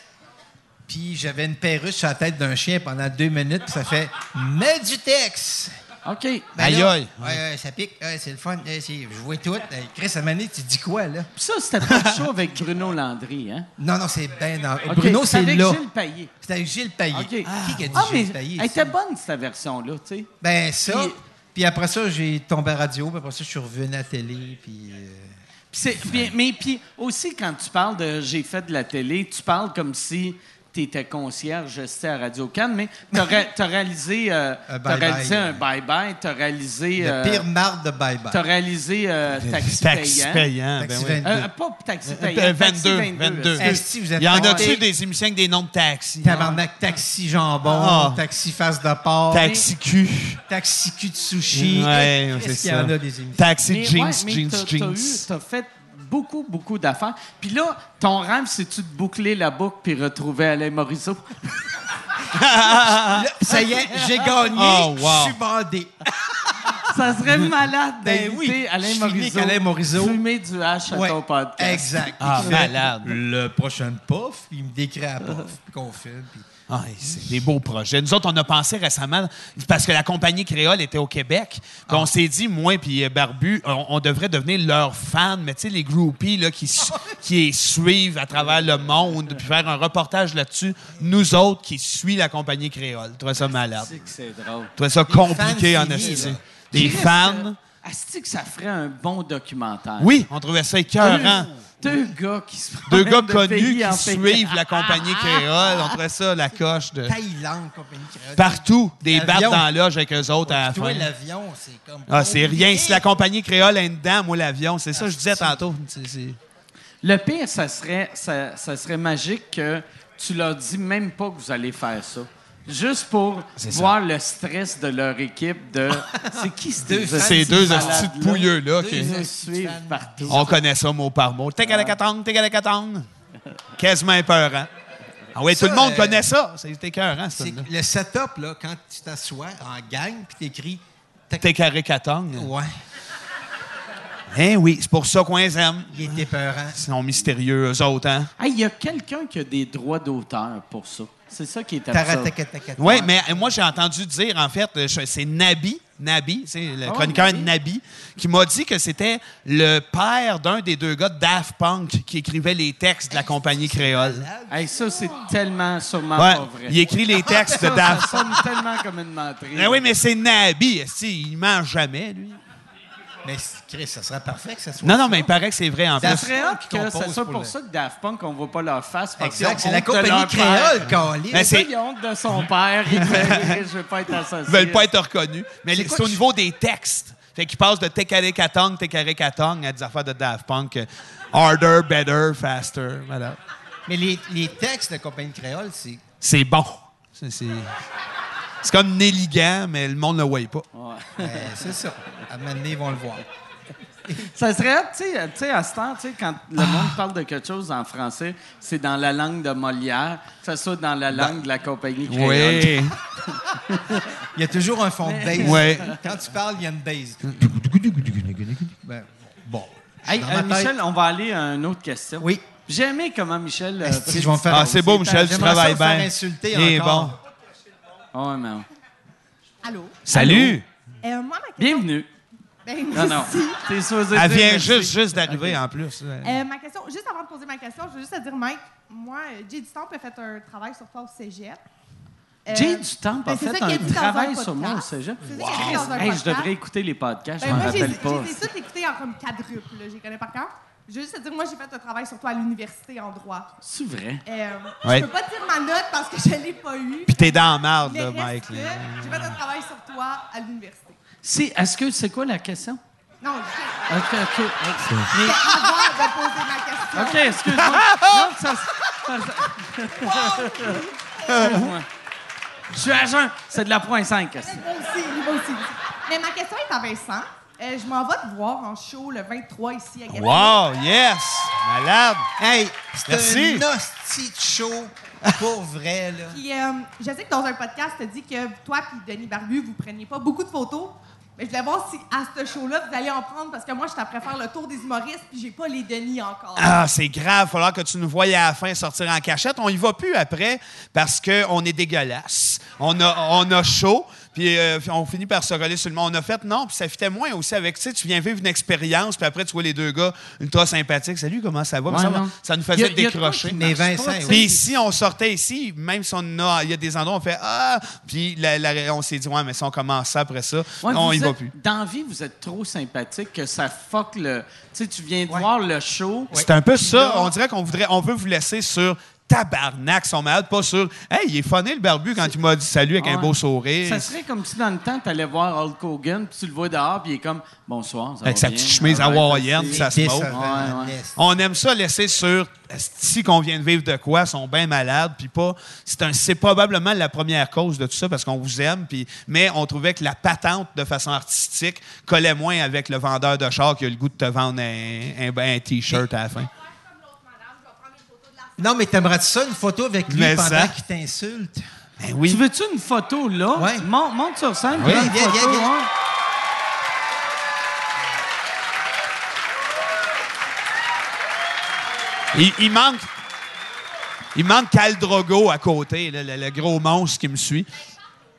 Puis j'avais une perruche sur la tête d'un chien pendant deux minutes. Puis ça fait Mets du texte! OK. Ben Aïe, là, aïe. Ouais, ouais, ça pique. Ouais, c'est le fun. Ouais, c'est- je vois tout. Hey, Chris, à Mané, tu dis quoi, là? Puis ça, c'était pas le show avec Bruno Landry, hein? Non, non, c'est bien. dans- OK, Bruno, c'est avec là. Gilles Payet. C'était avec Gilles Payet. OK. Qui qui a dit Ah, mais Gilles Payet? elle ici? était bonne, cette version-là, tu sais. Ben, ça. Puis- Puis... après ça, j'ai tombé à radio. Puis après ça, je suis revenu à la télé. Puis. euh, Puis c'est- puis- mais puis aussi, quand tu parles de « j'ai fait de la télé », tu parles comme si tu étais concierge, j'étais à Radio-Can, mais tu as réalisé, euh, Un t'as bye-bye, réalisé ouais. un bye-bye, tu as réalisé... Le euh, pire marde de Bye Bye. T'as réalisé euh, Taxi Taxi Payant. payant. Taxi ben oui. 22. Euh, pas Taxi Payant. Euh, Taxi 22, 22. Esti, vous êtes Il y en tombés. a-tu des émissions avec des noms de taxis? Tabarnak, taxi jambon, Ah. taxi face de porc, Taxi cul. taxi cul de sushi. Ouais, Qu'est-ce c'est qu'il y en ça. a des émissions? Taxi Mais jeans, ouais, mais jeans, t'as- jeans. t'as eu- T'as fait beaucoup, beaucoup d'affaires. Puis là, ton rêve, c'est-tu de boucler la boucle puis retrouver Alain Morisseau? Là, ça y est, j'ai gagné, Oh, wow. je suis bandé. Ça serait malade Ben d'inviter oui, Alain je finis Morisseau. qu'Alain Morisseau- Fumer du hache à Ouais, ton podcast. Exact. Ah, Puis il fait malade. Le prochain puff, il me décrit à puff, puis qu'on filme. puis- Ah, c'est des beaux projets. Nous autres, on a pensé récemment, parce que la compagnie Créole était au Québec, puis on s'est dit, moi puis euh, Barbu, on, on devrait devenir leurs fans, mais tu sais, les groupies là, qui, su- qui les suivent à travers le monde, puis faire un reportage là-dessus, nous autres qui suivent la compagnie Créole. Je trouvais ça malade. C'est que c'est drôle. Je trouvais ça compliqué, fans en finis, esti. là. Des Chris, fans. euh, Asti que ça ferait un bon documentaire. Oui, on trouvait ça Mmh. écœurant. Deux gars qui se Deux gars promènent de connus pays en qui pays. suivent la compagnie Créole. On trouvait ça la coche de... Ah, Thaïlande, compagnie créole. Partout, des battes L'avion. dans la loge avec eux autres à la Toi, fin. l'avion, c'est comme. Ah, c'est rien. Si la compliqué. compagnie créole est dedans, moi, l'avion, c'est Ah, ça que je disais tantôt. C'est- c'est- Le pire, ça serait, ça, ça serait magique que tu leur dis même pas que vous allez faire ça. Juste pour voir le stress de leur équipe de *laughs* c'est qui ces deux Ces deux malades-là? hosties de pouilleux-là. qui- Ils nous suivent partout. On connaît ça mot par mot. Tégalacatang, tégalacatang. Quasiment épeurant. Ah oui, tout Ça, le monde euh, connaît ça. C'est écœurant, ça. C'est que le setup, là, quand tu t'assois en gang, puis t'écris. tac- Tégalacatang. Ouais, Hein, oui, c'est pour ça qu'on les aime. il était peurant. Ils sont mystérieux, eux autres, hein? Hey, Il y a quelqu'un qui a des droits d'auteur pour ça. C'est ça qui est absurde. Taratacatacata. Oui, mais euh, moi, j'ai entendu dire, en fait, euh, je- c'est Nabi, Nabi, c'est le chroniqueur Ah Nabi. Nabi, qui m'a dit que c'était le père d'un des deux gars de Daft Punk qui écrivait les textes de la compagnie créole. Hey, ça, c'est tellement sûrement Ouais, Ah, pas vrai. il écrit les textes de ça, *laughs* ça Daft Punk. sonne tellement comme une menterie. Ah oui, mais c'est Nabi, esti, il ment jamais, lui. Mais Chris, ça serait parfait que ça soit. Non, non, mais il paraît que c'est vrai, en Ça plus. Ça serait hot qui que ça compose soit pour pour le- ça que Daft Punk, on voit pas leur face. parce qu'ils Exact, ont c'est la honte de leur compagnie père. créole, Ben, Calis. Mais Ça, c'est- il a honte de son père. *laughs* Il fait, je veux pas être associé. Ils veulent pas être reconnus. Mais les- quoi c'est au que- niveau des textes. Fait qu'ils passent de Tecarecatong, Tecarecatong à des affaires de Daft Punk. euh, Harder, better, faster. Voilà. Mais les, les textes de compagnie créole, c'est. c'est bon. C'est, c'est- c'est comme Nelligan, mais le monde ne le voyait pas. euh, c'est ça. À un moment donné, ils vont le voir. Ça serait, hot, tu sais, euh, tu sais, à ce temps, tu sais, quand Ah. le monde parle de quelque chose en français, c'est dans la langue de Molière, que ce soit dans la langue de la compagnie créole. Il y a toujours un fond de base. Ouais. Hum. Quand tu parles, il y a une base. Ben, bon. Hey, Dans euh, ma tête- Michel, on va aller à une autre question. Oui. J'ai aimé comment Michel. euh, Esti, je vais me faire. Ah, c'est beau, Michel, tu J'aimerais ça travailles me faire bien. insulter Il est encore. bon. Oh, ouais, mais- Allô? Salut! Euh, moi, ma question. Bienvenue. Ben, Non, non. merci. T'es supposé Elle dire vient merci. juste, juste d'arriver en plus. *laughs* Euh, ma question, juste avant de poser ma question, je veux juste te dire, Mike, moi, euh, Jay du Temple a fait un travail sur toi au cégep. Euh, Jay du Temple a ben, c'est fait ça qu'il a un dit dans travail podcast. sur moi au cégep. C'est ça qu'il a dit dans un Hey, je podcast. devrais écouter les podcasts, Ben, je m'en moi, j'ai- rappelle pas. J'ai tout écouté en comme quadruple, là, je les connais par cœur. Je veux juste te dire, moi, j'ai fait un travail sur toi à l'université en droit. C'est vrai. Euh, Ouais. Je peux pas te dire ma note parce que je l'ai pas eue. Puis t'es dans la marde, Mais là, reste Mike. que là. J'ai fait un travail sur toi à l'université. Si, est-ce que c'est quoi la question? Non, je- OK, OK. OK. c'est avant de poser ma question. OK, *laughs* excuse-moi. Non, ça- ça- ça- Excuse-moi. Je suis à jeun. C'est de la point 5. Moi aussi, moi aussi. Mais ma question est à Vincent. Euh, je m'en vais te voir en show le 23 ici à Gatineau. Wow, yes! Malade! Hey, Merci. c'est un hostie de show pour vrai, là. Puis, euh, je sais que dans un podcast, tu as dit que toi et Denis Barbu, vous preniez pas beaucoup de photos. Mais je voulais voir si à ce show-là, vous allez en prendre parce que moi, je t'apprête à faire le tour des humoristes puis j'ai pas les denis encore. Ah, c'est grave. Falloir que tu nous voyes à la fin sortir en cachette. On y va plus après parce qu'on est dégueulasse. On a, on a chaud. Puis euh, on finit par se coller sur le monde. On a fait non, puis ça fitait moins aussi avec, tu sais, tu viens vivre une expérience, puis après tu vois les deux gars ultra sympathiques. Salut, comment ça va? Mais ça, non. ça nous Y faisait a- y a de quoi décrocher. qui Mais Vincent, tu sais. oui. Puis si on sortait ici, même si on a, il y a des endroits où on fait ah, puis la- la- on s'est dit ouais, mais si on commence ça après ça, Ouais, on vous y va êtes- plus. Dans la vie, vous êtes trop sympathique que ça fuck le. Tu sais, tu viens de voir le show. C'est un peu ça. On dirait qu'on voudrait, on veut vous laisser sur tabarnak, ils sont malades, pas sur hey, il est funné le barbu quand il m'a dit salut avec un Ouais. beau sourire. Ça serait comme si dans le temps, tu allais voir Hulk Hogan, puis tu le vois dehors, puis il est comme bonsoir. Ça avec va sa bien? petite chemise Ah ouais, hawaïenne, merci. ça se moque. Décevant, Ouais, ouais. Nest. On aime ça laisser sur si qu'on vient de vivre de quoi, sont bien malades, puis pas. C'est un, c'est probablement la première cause de tout ça parce qu'on vous aime, puis mais on trouvait que la patente de façon artistique collait moins avec le vendeur de char qui a le goût de te vendre un, ben, un- un t-shirt à la fin. Non, mais t'aimerais-tu ça, une photo avec lui Mais pendant ça- qu'il t'insulte? Ben oui. Tu veux-tu une photo là? Ouais. Mon- monte sur scène. Oui, prends une viens, viens, photo, viens. hein. Il, il manque. Il manque Cal Drogo à côté, là, le, le gros monstre qui me suit.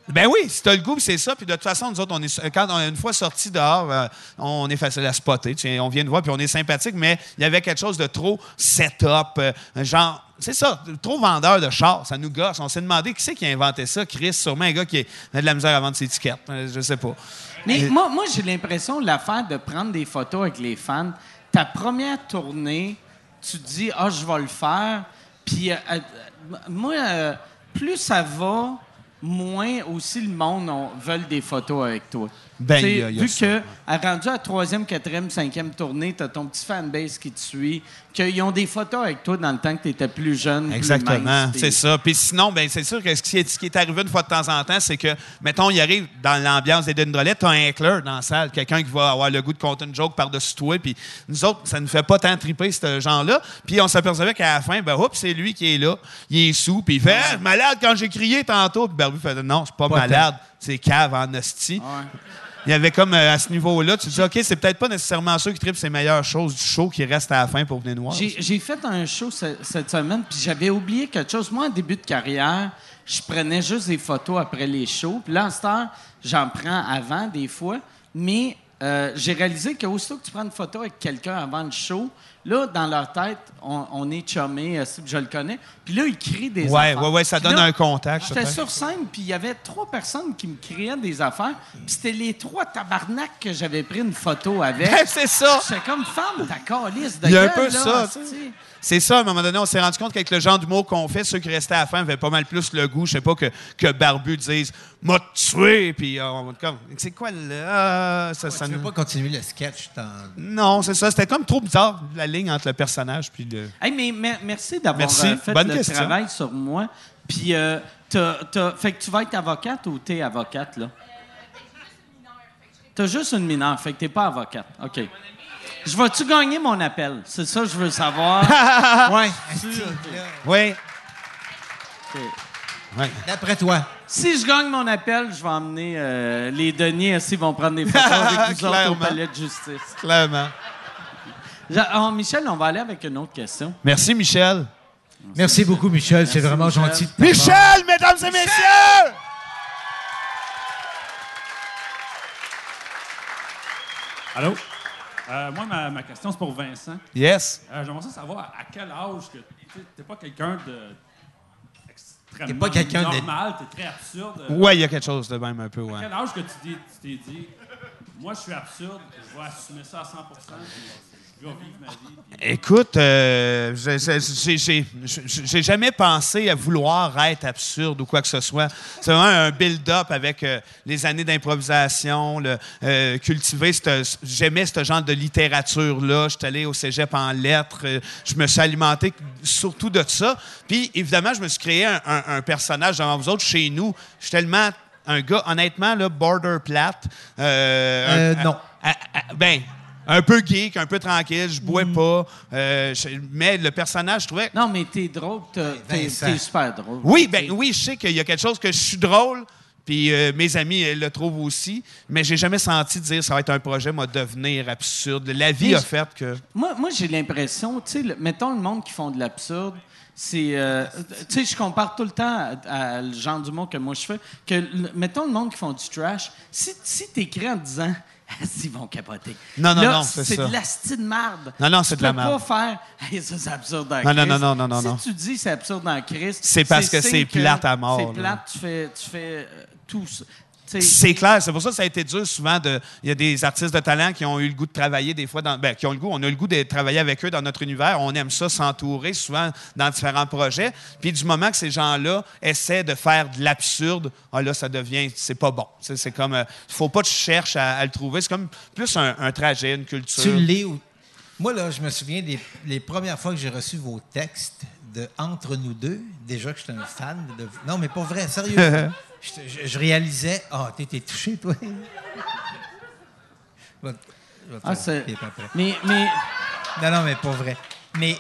Ben oui, si t'as le goût, c'est ça. Puis de toute façon, nous autres, on est, quand on est une fois sortis dehors, euh, on est facile à spotter. Tu sais, on vient de voir, puis on est sympathique, mais il y avait quelque chose de trop set-up. euh, genre, c'est ça, trop vendeur de char. Ça nous gosse. On s'est demandé qui c'est qui a inventé ça, Chris. Sûrement un gars qui a de la misère à vendre ses tickets. Euh, Je sais pas. Mais moi, moi j'ai l'impression, l'affaire de prendre des photos avec les fans, ta première tournée, tu dis, ah, je vais le faire. Puis, euh, euh, moi, euh, plus ça va, moins aussi le monde on- veulent des photos avec toi. Ben, Tu sais, il y a- il y a vu ça, que, à- rendu à troisième, quatrième, cinquième tournée, tu as ton petit fanbase qui te suit, qu'ils ont des photos avec toi dans le temps que tu étais plus jeune. plus Exactement, Mm-hmm. mince, puis- c'est ça. Puis sinon, ben c'est sûr que ce qui, est, ce qui est arrivé une fois de temps en temps, c'est que, mettons, il arrive dans l'ambiance des Dendrolettes, t'as un heckler dans la salle, quelqu'un qui va avoir le goût de compter une joke par-dessus toi, puis nous autres, ça ne fait pas tant triper, ce genre-là. Puis on s'apercevait qu'à la fin, ben oups, c'est lui qui est là, il est sous, puis il fait Ah, malade quand j'ai crié tantôt », puis Barbu fait « non, c'est pas, malade, c'est cave en hostie Ouais. il y avait comme euh, à ce niveau-là, tu te dis, OK, c'est peut-être pas nécessairement ceux qui tripent ces meilleures choses du show qui restent à la fin pour venir noirs. J'ai j'ai fait un show ce- cette semaine, puis j'avais oublié quelque chose. Moi, en début de carrière, je prenais juste des photos après les shows. Puis là, en cette heure, j'en prends avant des fois. Mais euh, j'ai réalisé qu'aussitôt que tu prends une photo avec quelqu'un avant le show, là, dans leur tête, on, on est chumé, euh, si je le connais. Puis là, ils crient des Ouais, affaires. ouais, ouais, ça Puis donne là, un contact, J'étais peut-être. sur scène, puis il y avait trois personnes qui me criaient des affaires. Puis c'était les trois tabarnak que j'avais pris une photo avec. *laughs* c'est ça! J'étais comme femme, ta calice de Il y a un gueule, peu là, ça, hostie. tu sais. C'est ça, à un moment donné, on s'est rendu compte qu'avec le genre d'humour qu'on fait, ceux qui restaient à la fin avaient pas mal plus le goût, je sais pas, que, que Barbu dise M'a tué! Puis euh, on va comme C'est quoi là? Ça, Tu ça veux nous- pas continuer le sketch? t'en- Non, c'est ça. C'était comme trop bizarre, la ligne entre le personnage puis le. Hey, mais mer- merci d'avoir Merci. euh, fait Bonne le question. travail sur moi. Puis, euh, t'as- t'as- fait que tu vas être avocate ou t'es avocate, là? T'as juste une mineure, fait que t'es pas avocate. OK. Je vais-tu gagner mon appel? C'est ça que je veux savoir. Ouais. Oui. D'après toi. si je gagne mon appel, je vais emmener euh, les deniers aussi, ils vont prendre des photos avec vous autres au Clairement. palais de justice. Clairement. Ja- oh, Michel, on va aller avec une autre question. Merci, Michel. Merci beaucoup, Michel. C'est vraiment Michel. gentil de ta part. mesdames et messieurs! Allô? Euh, moi, ma, ma question, c'est pour Vincent. Yes. Euh, J'aimerais ça savoir à quel âge que tu n'es pas quelqu'un de extrêmement T'es pas quelqu'un de- normal, t'es très absurde. Ouais, il y a quelque chose de même un peu, ouais. À quel âge que tu dis- tu t'es dit, moi je suis absurde, je vais assumer ça à 100%, puis je vais vivre ma vie. puis- Écoute, euh, j'ai- j'ai- j'ai- j'ai j'ai- j'ai jamais pensé à vouloir être absurde ou quoi que ce soit. C'est vraiment un build-up avec euh, les années d'improvisation, le, euh, cultiver. cette- J'aimais ce genre de littérature-là. J'étais allé au cégep en lettres. euh, Je me suis alimenté surtout de ça. Puis, évidemment, je me suis créé un, un- un personnage devant vous autres chez nous. Je suis tellement un gars, honnêtement, là, border plate. euh, Euh, non. à- à- ben, un peu geek, un peu tranquille, je bois pas. euh, je- mais le personnage, je trouvais. Non, mais t'es drôle, t'as- t'es Vincent. t'es super drôle. ben, Oui, ben oui, je sais qu'il y a quelque chose que je suis drôle, Puis euh, mes amis euh, le trouvent aussi. Mais j'ai jamais senti dire ça va être un projet, moi, devenir absurde. La vie Mais a je- fait que. Moi, moi j'ai l'impression, tu sais, le- mettons le monde qui font de l'absurde, c'est. euh, tu sais, je compare tout le temps à, à le genre du mot que moi je fais, que, le- mettons le monde qui font du trash, si, si t'écris en disant. *laughs* Ah, Ils vont capoter. Non, non, Là, non, c'est C'est ça. de l'asti de merde. Non, non, c'est de la merde. Tu peux pas faire. *laughs* Hey, ça, c'est absurde dans Non, non, Christ. non, non, non, non, Si non. tu dis c'est absurde dans Christ. C'est parce que signe c'est plate à mort, C'est là. plate, tu fais, tu fais euh, tout ça. Tu sais, C'est clair, c'est pour ça que ça a été dur souvent. de- Il y a des artistes de talent qui ont eu le goût de travailler des fois, dans, ben, qui ont le goût, on a le goût de travailler avec eux dans notre univers. On aime ça, s'entourer souvent dans différents projets. Puis du moment que ces gens-là essaient de faire de l'absurde, ah là, ça devient, c'est pas bon. C'est c'est comme, euh, faut pas que tu cherches à, à le trouver. C'est comme plus un, un trajet, une culture. Tu l'es ou... Moi, là, je me souviens des les premières fois que j'ai reçu vos textes de Entre nous deux. Déjà que j'étais un fan de... Non, mais pour *laughs* vrai, sérieux. je, je- je réalisais... Ah, t'es- t'es touché, toi. Je vais te- je vais te Ah, faire c'est- un clip après. Mais, mais Non, non, mais pour vrai. Mais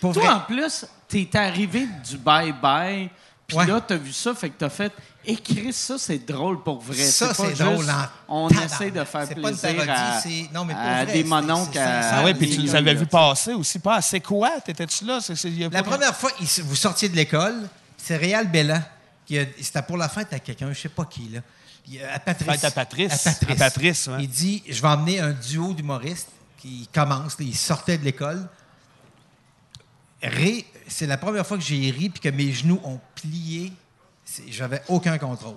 pour toi, vrai... en plus, t'es arrivé du bye-bye, puis Ouais. là, t'as vu ça, fait que t'as fait écrire ça, c'est drôle pour vrai. Ça, pas c'est juste, drôle en On tabarnak. essaie de faire C'est pas une plaisir parodie, à, c'est- non, mais pour à des vrai, c'est- mononcles. c'est à- Ah oui, puis des tu nous gars, avais là. vu passer aussi. Passer quoi? T'étais-tu là? C'est- c'est- il y a La pas- première fois, il s- vous sortiez de l'école, c'est Réal Bellan. qui a- C'était pour la fête à quelqu'un, je sais pas qui, là. Il- À Patrice. Fête à Patrice. À Patrice. À Patrice, ouais. Il dit Je vais emmener un duo d'humoristes qui commence. là, Ils sortaient de l'école. Ré, c'est la première fois que j'ai ri puis que mes genoux ont plié. C'est- J'avais aucun contrôle.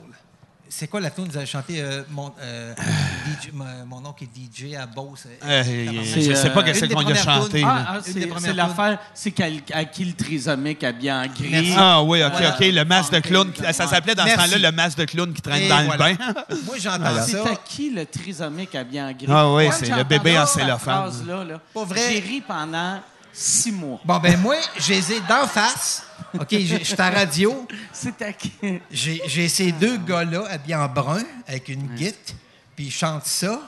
C'est quoi la tune que vous avez chanté euh, mon, *sighs* euh, DJ mon, mon oncle est DJ à Beauce. Euh, je sais pas qu'est-ce Une des qu'on y a premières chanté, tunes- Ah, ah, une des c'est premières c'est tunes. l'affaire, c'est qu'elle- à qui le trisomique habillé en gris. Merci. Ah oui, OK, Voilà. OK. Le masque de clown. qui- Ça s'appelait dans Merci. ce temps-là le masque de clown qui traîne Et dans *laughs* le voilà. *laughs* bain. Moi, j'entends Ah, C'est ça. à qui le trisomique habillé en gris? Ah oui, Quand c'est j'ai le entendu bébé en cette cellophane. phrase-là, là, Pas vrai. J'ai ri pendant six mois. Bon, ben moi, je les ai d'en face. OK, j'ai- je suis à radio. C'est à qui? J'ai j'ai ces deux gars-là habillés en brun avec une guite, puis ils chantent ça.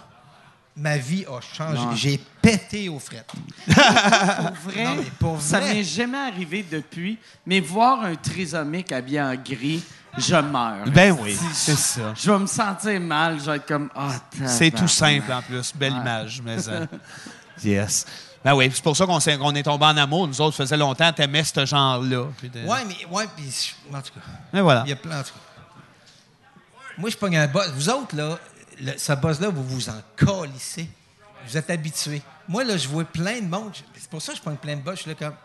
Ma vie a changé. J'ai pété aux frettes. *laughs* Pour vrai, Non, mais pour Hein? ça vrai. m'est jamais arrivé depuis, mais voir un trisomique habillé en gris, je meurs. Ben oui, c'est ça. Je vais me sentir mal, je vais être comme ah tabarnak. C'est tout simple en plus. Belle image, mais. *laughs* euh, yes. Ben oui, c'est pour ça qu'on s'est- qu'on est tombé en amour. Nous autres, ça faisait longtemps, t'aimais ce genre-là. Puis de- Ouais, mais ouais, puis je- en tout cas, Mais voilà. il y a plein en tout cas. Moi, je pogne un buzz. Vous autres, là, le- ce buzz-là, vous vous en calissez. Vous êtes habitués. Moi, là, je vois plein de monde. Je- C'est pour ça que je pogne plein de buzz. Je suis là comme.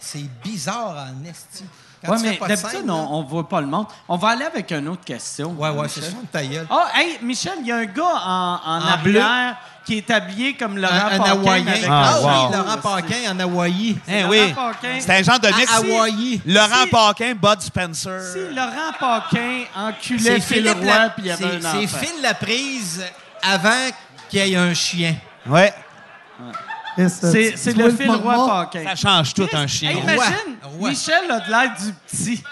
C'est bizarre en esti. Quand Ouais, tu fais mais pas de d'habitude, scène, là- on, on voit pas le monde. On va aller avec une autre question. Ouais, ouais, c'est Michel. ça, ta gueule. Ah, hey, Michel, il y a un gars en, en, En bleu. arrière qui est habillé comme Laurent Un, un Paquin Hawaïen. avec- Ah, Ah, wow. oui, Laurent Paquin en Hawaï. Eh Laurent oui. Paquin. C'était un genre de mix. À Hawaï. Laurent Si- Paquin, Bud Spencer. Si Laurent Paquin enculait C'est Phil Phil, Roy, puis il y avait un enfant. C'est Phil la prise avant qu'il y ait un chien. Ouais. C'est c'est le Phil Roy Paquin. Ça change tout un chien. Hey, imagine, Roy. Roy. Michel a de l'air du petit.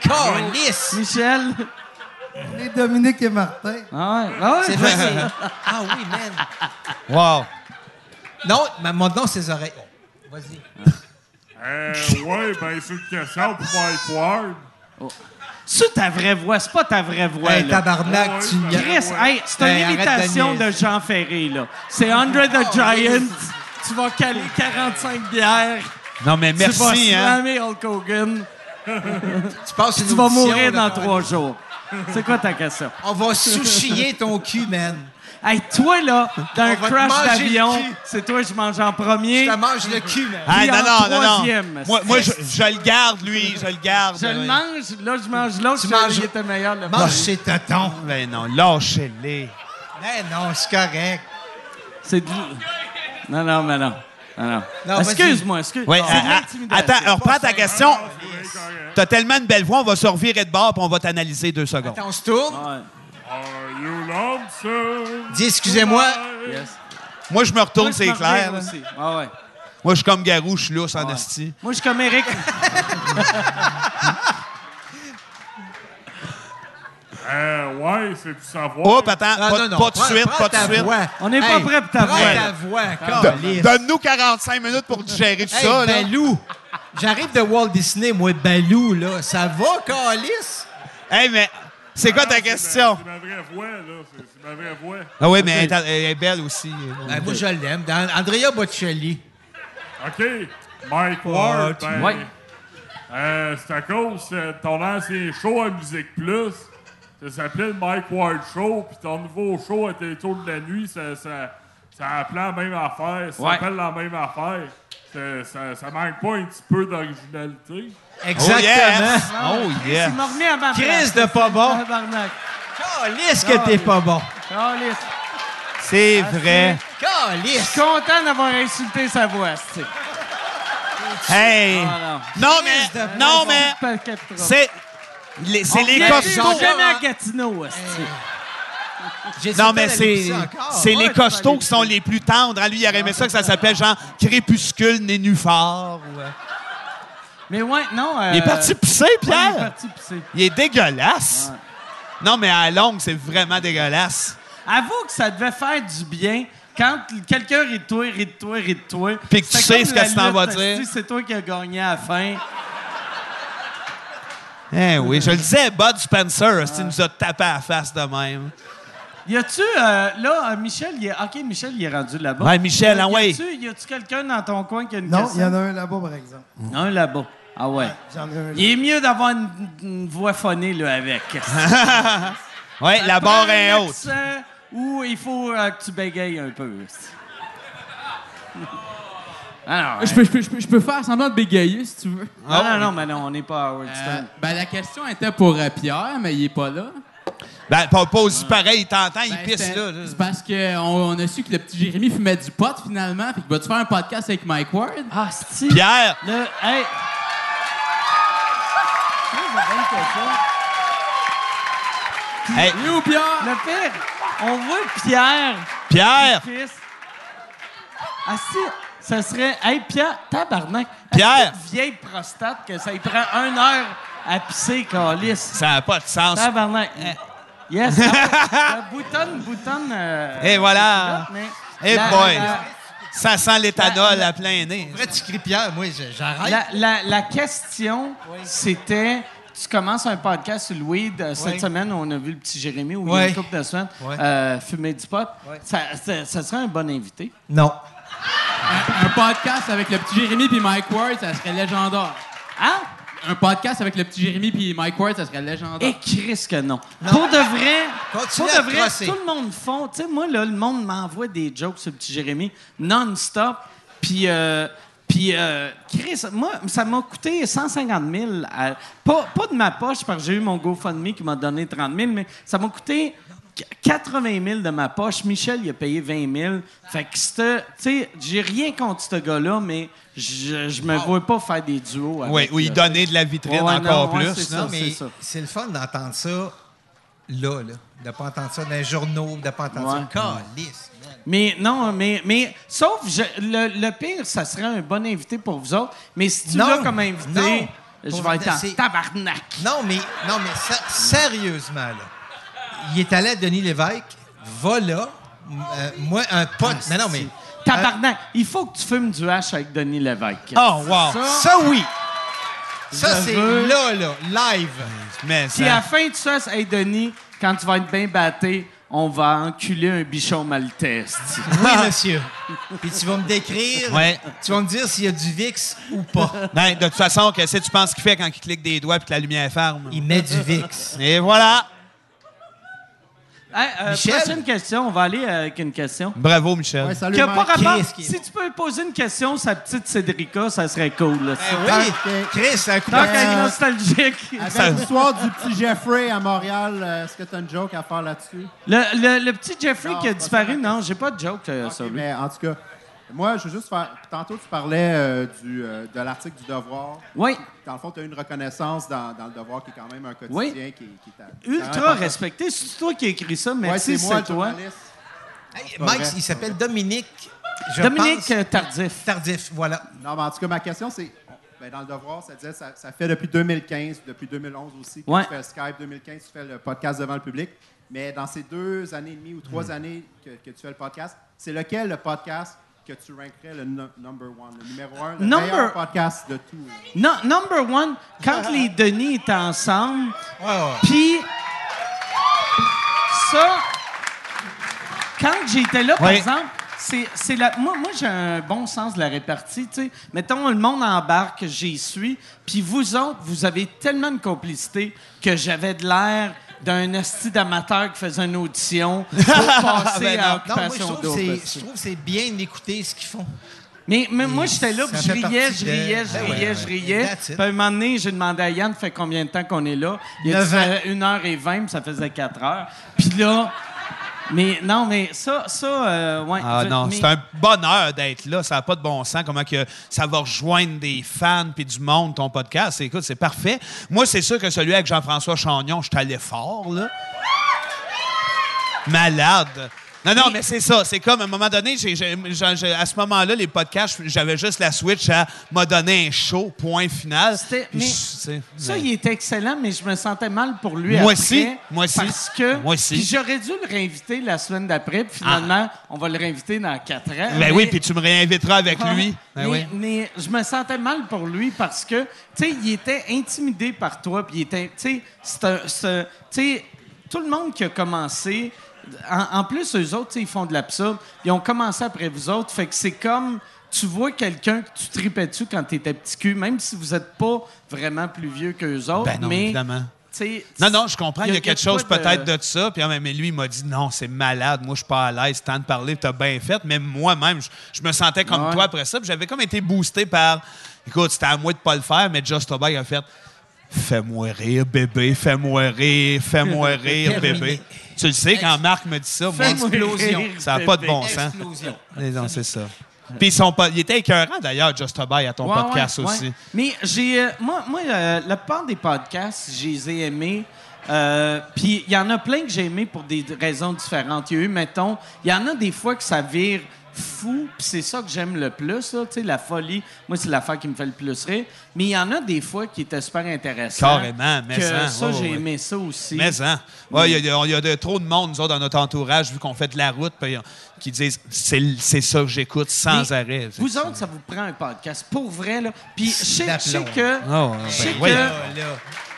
Calice! Michel. Et Dominique et Martin. Ah ouais, ah ouais. C'est vrai, c'est- *laughs* Ah oui, man. Wow. Non, ma- montre-donc ses oreilles. Oh, Vas-y. Euh, ouais, ben, c'est une question pour Mike Ward. C'est ta vraie voix, c'est pas ta vraie voix. Hey, là. tabarnak, tu Ouais, niaises. Chris, hey, c'est Hey, une arrête Oh, de imitation de, niaiser. Jean Ferré, là. C'est Andre the Giant. Tu vas caler 45 bières. Non, mais tu vas merci. Hein. slammer Hulk Hogan. Tu passes une Tu vas audition, mourir là, dans trois jours. C'est quoi ta question? On va souchiller ton cul, man. Hey, toi, là, dans un va te crash manger le d'avion, cul. c'est toi que je mange en premier. Je te mange le cul, man. Ah, Puis non, en non, non, troisième, non. Moi, moi, je, je le garde, lui. Je le garde. Je le mange, là, je mange l'autre. Tu je fais, manges- il était meilleur, le Mange premier. ses tétons. Mais Ben non, lâchez-les. Mais non, c'est correct. C'est du... Non, non, mais non. Non, non. Non, excuse-moi, excuse-moi. Oui, c'est de à- à- l'intimidation. ah, attends, reprends ta question. Ouais, correct. T'as tellement une belle voix, on va se revirer de bord puis on va t'analyser deux secondes. Attends, on se tourne. Ouais, Are you Ah. lonesome? Dis, excusez-moi. yes. Moi, je me Moi, retourne, je c'est me clair. reviens là. aussi. Ah ouais. Moi, je suis comme Garou, je suis lousse en Ouais. esti. Moi, je suis comme Eric. Euh, ouais, c'est pour savoir. Hop, attends, Ah, pas, non, non. pas de Prends- suite, prends pas de ta suite. voix. On n'est pas prêt pour ta prends voix. Ah. ta voix, Do- câlisse. Donne-nous 45 minutes pour digérer tout Hey, ça. ben, là. Balou, J'arrive de Walt Disney, moi, Balou, là. Ça va, Calis? Hey, mais c'est quoi ta question? C'est ma vraie voix, là. C'est c'est ma vraie voix. Ah oui, mais elle est- elle est belle aussi. Ben, moi, je l'aime. Dan- Andrea Bocelli. OK. Mike Ward. ben, Ouais. euh, c'est à cause euh, de ton ancien show à Musique Plus. Ça s'appelait le Mike Ward Show. Puis ton nouveau show à tes tours de la nuit, ça, ça, ça appelle la même affaire. Ça Ouais. s'appelle la même affaire. Ça, ça, ça manque pas un petit peu d'originalité. Exactement. yes. Oh, Il yeah. m'a remis avant. Chris de pas bon. Tabarnak. Calis que t'es pas bon. Calisse. C'est vrai. Ah, Calis. Content d'avoir insulté sa voix, c'est. Hey! Ah, Non, mais. Non, mais. C'est. les- C'est les costauds. jamais à Gatineau, esti. J'ai Non, sauté mais la c'est. Lucie encore. C'est Ouais, Ah, les costauds qui sont les plus tendres. Ah, Lui, il aurait aimé ça que ça s'appelle genre Crépuscule Nénuphar. ou, euh. Mais ouais, non. euh, Il est parti pisser, ouais, il est Pierre! parti pisser. Il est dégueulasse! Non, mais à la longue, c'est vraiment dégueulasse. Avoue que ça devait faire du bien quand quelqu'un rit de toi, rit de toi, rit de toi. Puis que tu C'était sais comme ce la que tu t'en vas lutte, dire. esti, C'est toi qui as gagné à la fin. Eh oui, je le disais, Bud Spencer, il nous a tapé à la face de même. Y a-tu, euh, là, euh, Michel, il est... OK, Michel, il est rendu là-bas. Ouais, Michel, Euh, ah ouais. Y a-tu- y a-tu quelqu'un dans ton coin qui a une Non, il y question? en a un là-bas, par exemple. Un là-bas. Ah ouais. J'en ai un Il là. est mieux d'avoir une, une voix phonée, là, *laughs* avec. Ouais, la barre est haute. Ou il faut euh, que tu bégayes un peu. *laughs* esti. Ah non, Je peux, je, peux, je peux- je peux faire semblant de bégayer si tu veux. non, non, non, mais non, on n'est pas à Howard Euh, Stern. ben, la question était pour euh, Pierre, mais il est pas là. Ben, pas, pas aussi pareil, il t'entend, il Ben, pisse c'était- là. là. C'est parce qu'on on a su que le petit Jérémy fumait du pot finalement. Fait que vas-tu faire un podcast avec Mike Ward? Ah, si. Pierre, Le, hey. hey, Et où, Pierre? Le pire, on voit Pierre, Pierre, fils. Ah, si, ça serait. Hey, Pierre, tabarnak. Pierre. Cette vieille prostate que ça y prend une heure à pisser, calice. ça n'a pas de sens. Tabarnak. Mm. Eh, *laughs* Yes. ah, euh, boutonne, boutonne. euh, Et voilà. là, mais Eh la- boy. la- Ça sent l'éthanol à plein nez. Après, tu cries Pierre, moi, je- j'arrête. La, la- la question, c'était. Tu commences un podcast sur le weed. Euh, Cette Oui. semaine, on a vu le petit Jérémy ou Oui. une couple de semaines Oui. euh, fumer du pot. Oui. Ça, ça- ça serait un bon invité. Non. Un podcast avec le petit Jérémy puis Mike Ward, ça serait légendaire. Hein? Un podcast avec le petit Jérémy puis Mike Ward, ça serait légendaire. Et Chris que non. Pour de vrai, Continue pour à de vrai, crosser. tout le monde font. Tu sais, moi, là, le monde m'envoie des jokes sur le petit Jérémy non-stop. Puis, euh, puis euh, Chris, moi, ça m'a coûté 150 000. à- pas, pas de ma poche, parce que j'ai eu mon GoFundMe qui m'a donné 30 000, mais ça m'a coûté 80 000 de ma poche. Michel, il a payé 20 000. Fait que, c'était- tu sais, j'ai rien contre ce gars-là, mais je, je me vois pas faire des duos avec. Oui, ou il là. donnait de la vitrine Ouais, non, encore ouais, plus. c'est là. ça. Non, mais c'est c'est le fun d'entendre ça là, là. De pas entendre ça dans les journaux, de pas entendre Ouais. ça. Calice, man. Mais non, mais, mais sauf, je- le, le pire, ça serait un bon invité pour vous autres. Mais si tu Non, l'as comme invité, non. je Pour- vais être en c'est- tabarnak. Non, mais, non, mais ser- sérieusement, là. Il est allé à Denis Lévesque, va là. M- euh, moi, un pote. Ah, non, non, mais. Tabarnak. Il faut que tu fumes du hash avec Denis Lévesque. Ah. Oh, wow. Ça, oui. Ça, Je c'est veux- là, là, live. Mais Hein? Puis à la ça, fin, tu fasses, hey Denis, quand tu vas être bien batté, on va enculer un bichon maltais. *laughs* esti. *laughs* Oui, monsieur. Puis tu vas me décrire. Ouais. Tu vas me dire s'il y a du VIX ou pas. Ben, de toute façon, qu'est-ce que tu penses qu'il fait quand il clique des doigts et que la lumière ferme? Il met du VIX. Et voilà. Hey, euh, Michel? Prochaine question, on va aller euh, avec une question. Bravo, Michel. Ouais, salut, Qui a Mike. pas rapport- Qu'est-ce qu'il est si tu peux poser une question, sa petite Cédrica, ça serait cool. là. Eh oui, Chris, un coup Tant de qu'elle est nostalgique. Ça- Avec l'histoire du petit Jeffrey à Montréal, euh, est-ce que tu as une joke à faire là-dessus? Le, le- le petit Jeffrey Non, qui a c'est pas disparu, ça. non, j'ai pas de joke euh, sur Ok, ben, lui. mais en tout cas, moi, je veux juste faire. Tantôt, tu parlais euh, du, euh, de l'article du Devoir. Oui, Dans le fond, tu as une reconnaissance dans, dans le Devoir qui est quand même un quotidien Oui. qui, qui est à- ultra respecté. C'est toi qui as écrit ça, Ouais, merci, c'est moi, c'est le toi. journaliste. Hey, Mike, vrai. il s'appelle Dominique. je Dominique pense. euh, Tardif. Tardif, voilà. Non, mais Ah, en tout cas, ma question, c'est. ben, dans le devoir, ça disait, ça, ça fait depuis 2015, depuis 2011 aussi, que Ouais. tu fais Skype, 2015, tu fais le podcast devant le public. Mm. Mais dans ces deux années et demie ou trois années que, que tu fais le podcast, c'est lequel le podcast que tu rankerais le no- number one, le numéro un, le Number- meilleur podcast de tout? Non, number one, quand *laughs* les Denis étaient ensemble, puis ça, quand j'étais là, par Ouais. exemple, c'est, c'est la, moi, moi j'ai un bon sens de la répartie. tu sais. Mettons, le monde embarque, j'y suis, puis vous autres, vous avez tellement de complicité que j'avais de l'air d'un asti d'amateur qui faisait une audition *laughs* pour passer Ben non. à Non, moi, je Occupation trouve que Double. c'est- je trouve que c'est bien d'écouter ce qu'ils font. Mais, mais Et moi, j'étais là, ça puis je fait riais, partie je de- riais, je Ben riais, ouais, ouais. je riais. That's it. Puis à un moment donné, j'ai demandé à Yann, fait combien de temps qu'on est là? Il a dit, Neuf ça ans. fait 1h20, puis ça faisait 4 heures. Puis là, mais non, mais ça, ça, euh, ouais. Ah Je- non, mais- c'est un bonheur d'être là. Ça n'a pas de bon sens. Comment que ça va rejoindre des fans puis du monde, ton podcast. Écoute, c'est parfait. Moi, c'est sûr que celui avec Jean-François Chagnon, je t'allais fort, là. Malade. Non, non, mais c'est ça. C'est comme, à un moment donné, j'ai- j'ai- j'ai- j'ai- à ce moment-là, les podcasts, j'avais juste la switch à m'a donné un show, point final. C'était- Puis mais je- c'est- ça, mais- il était excellent, mais je me sentais mal pour lui Moi après, aussi, moi aussi, Parce que moi aussi. Ah. puis j'aurais dû le réinviter la semaine d'après, puis finalement, on va le réinviter dans quatre ans. Ben oui, puis tu me réinviteras avec Ah, lui. Ben mais, oui. mais je me sentais mal pour lui parce que, tu sais, il était intimidé par toi, puis il était, tu sais, c'est un- c'est- tu sais, tout le monde qui a commencé, en, en plus, eux autres, tu sais, ils font de l'absurde, ils ont commencé après vous autres, fait que c'est comme, tu vois quelqu'un que tu tripais dessus quand t'étais petit cul, même si vous n'êtes pas vraiment plus vieux qu'eux autres, Ben non, mais, évidemment. tu sais, Non, non, je comprends. Il y a, quelque chose quoi peut-être de ça. Puis ah, mais- mais lui, il m'a dit non, c'est malade. Moi, je suis pas à l'aise. Tant de parler, puis t'as bien fait. Mais moi-même, je, je me sentais comme Ouais. toi après ça. Puis j'avais comme été boosté par. Écoute, c'était à moi de pas le faire, mais Just Tobag a fait. Fais-moi rire, bébé, fais-moi rire, fais-moi rire, bébé. Tu le sais, quand Marc me dit ça, moi, Fais-moi explosion. rire, ça n'a pas de bébé. bon sens. Explosion. Mais Non, c'est ça. Puis son po- il était écœurant d'ailleurs, Just a Boy, à ton Ouais, podcast ouais, ouais. aussi. Mais j'ai. euh, moi, moi euh, la part des podcasts, je les ai aimés. Euh, Puis il y en a plein que j'ai aimés pour des raisons différentes. Il y a eu, mettons, il y en a des fois que ça vire fou, puis c'est ça que j'aime le plus, là, tu sais, la folie. Moi, c'est l'affaire qui me fait le plus rire. Mais il y en a des fois qui étaient super intéressants. Carrément, mais que ça, ça, ouais, j'ai ouais. aimé ça aussi. Mais hein. Ouais, il y a- il y a, il y a de- trop de monde, nous autres, dans notre entourage, vu qu'on fait de la route, puis, euh, qui disent c'est c'est ça que j'écoute sans Mais arrêt. Vous autres, ça vous prend un podcast, pour vrai, là. Puis je sais- je sais d'aplomb. que... Ah ouais, je ben sais que... voyons.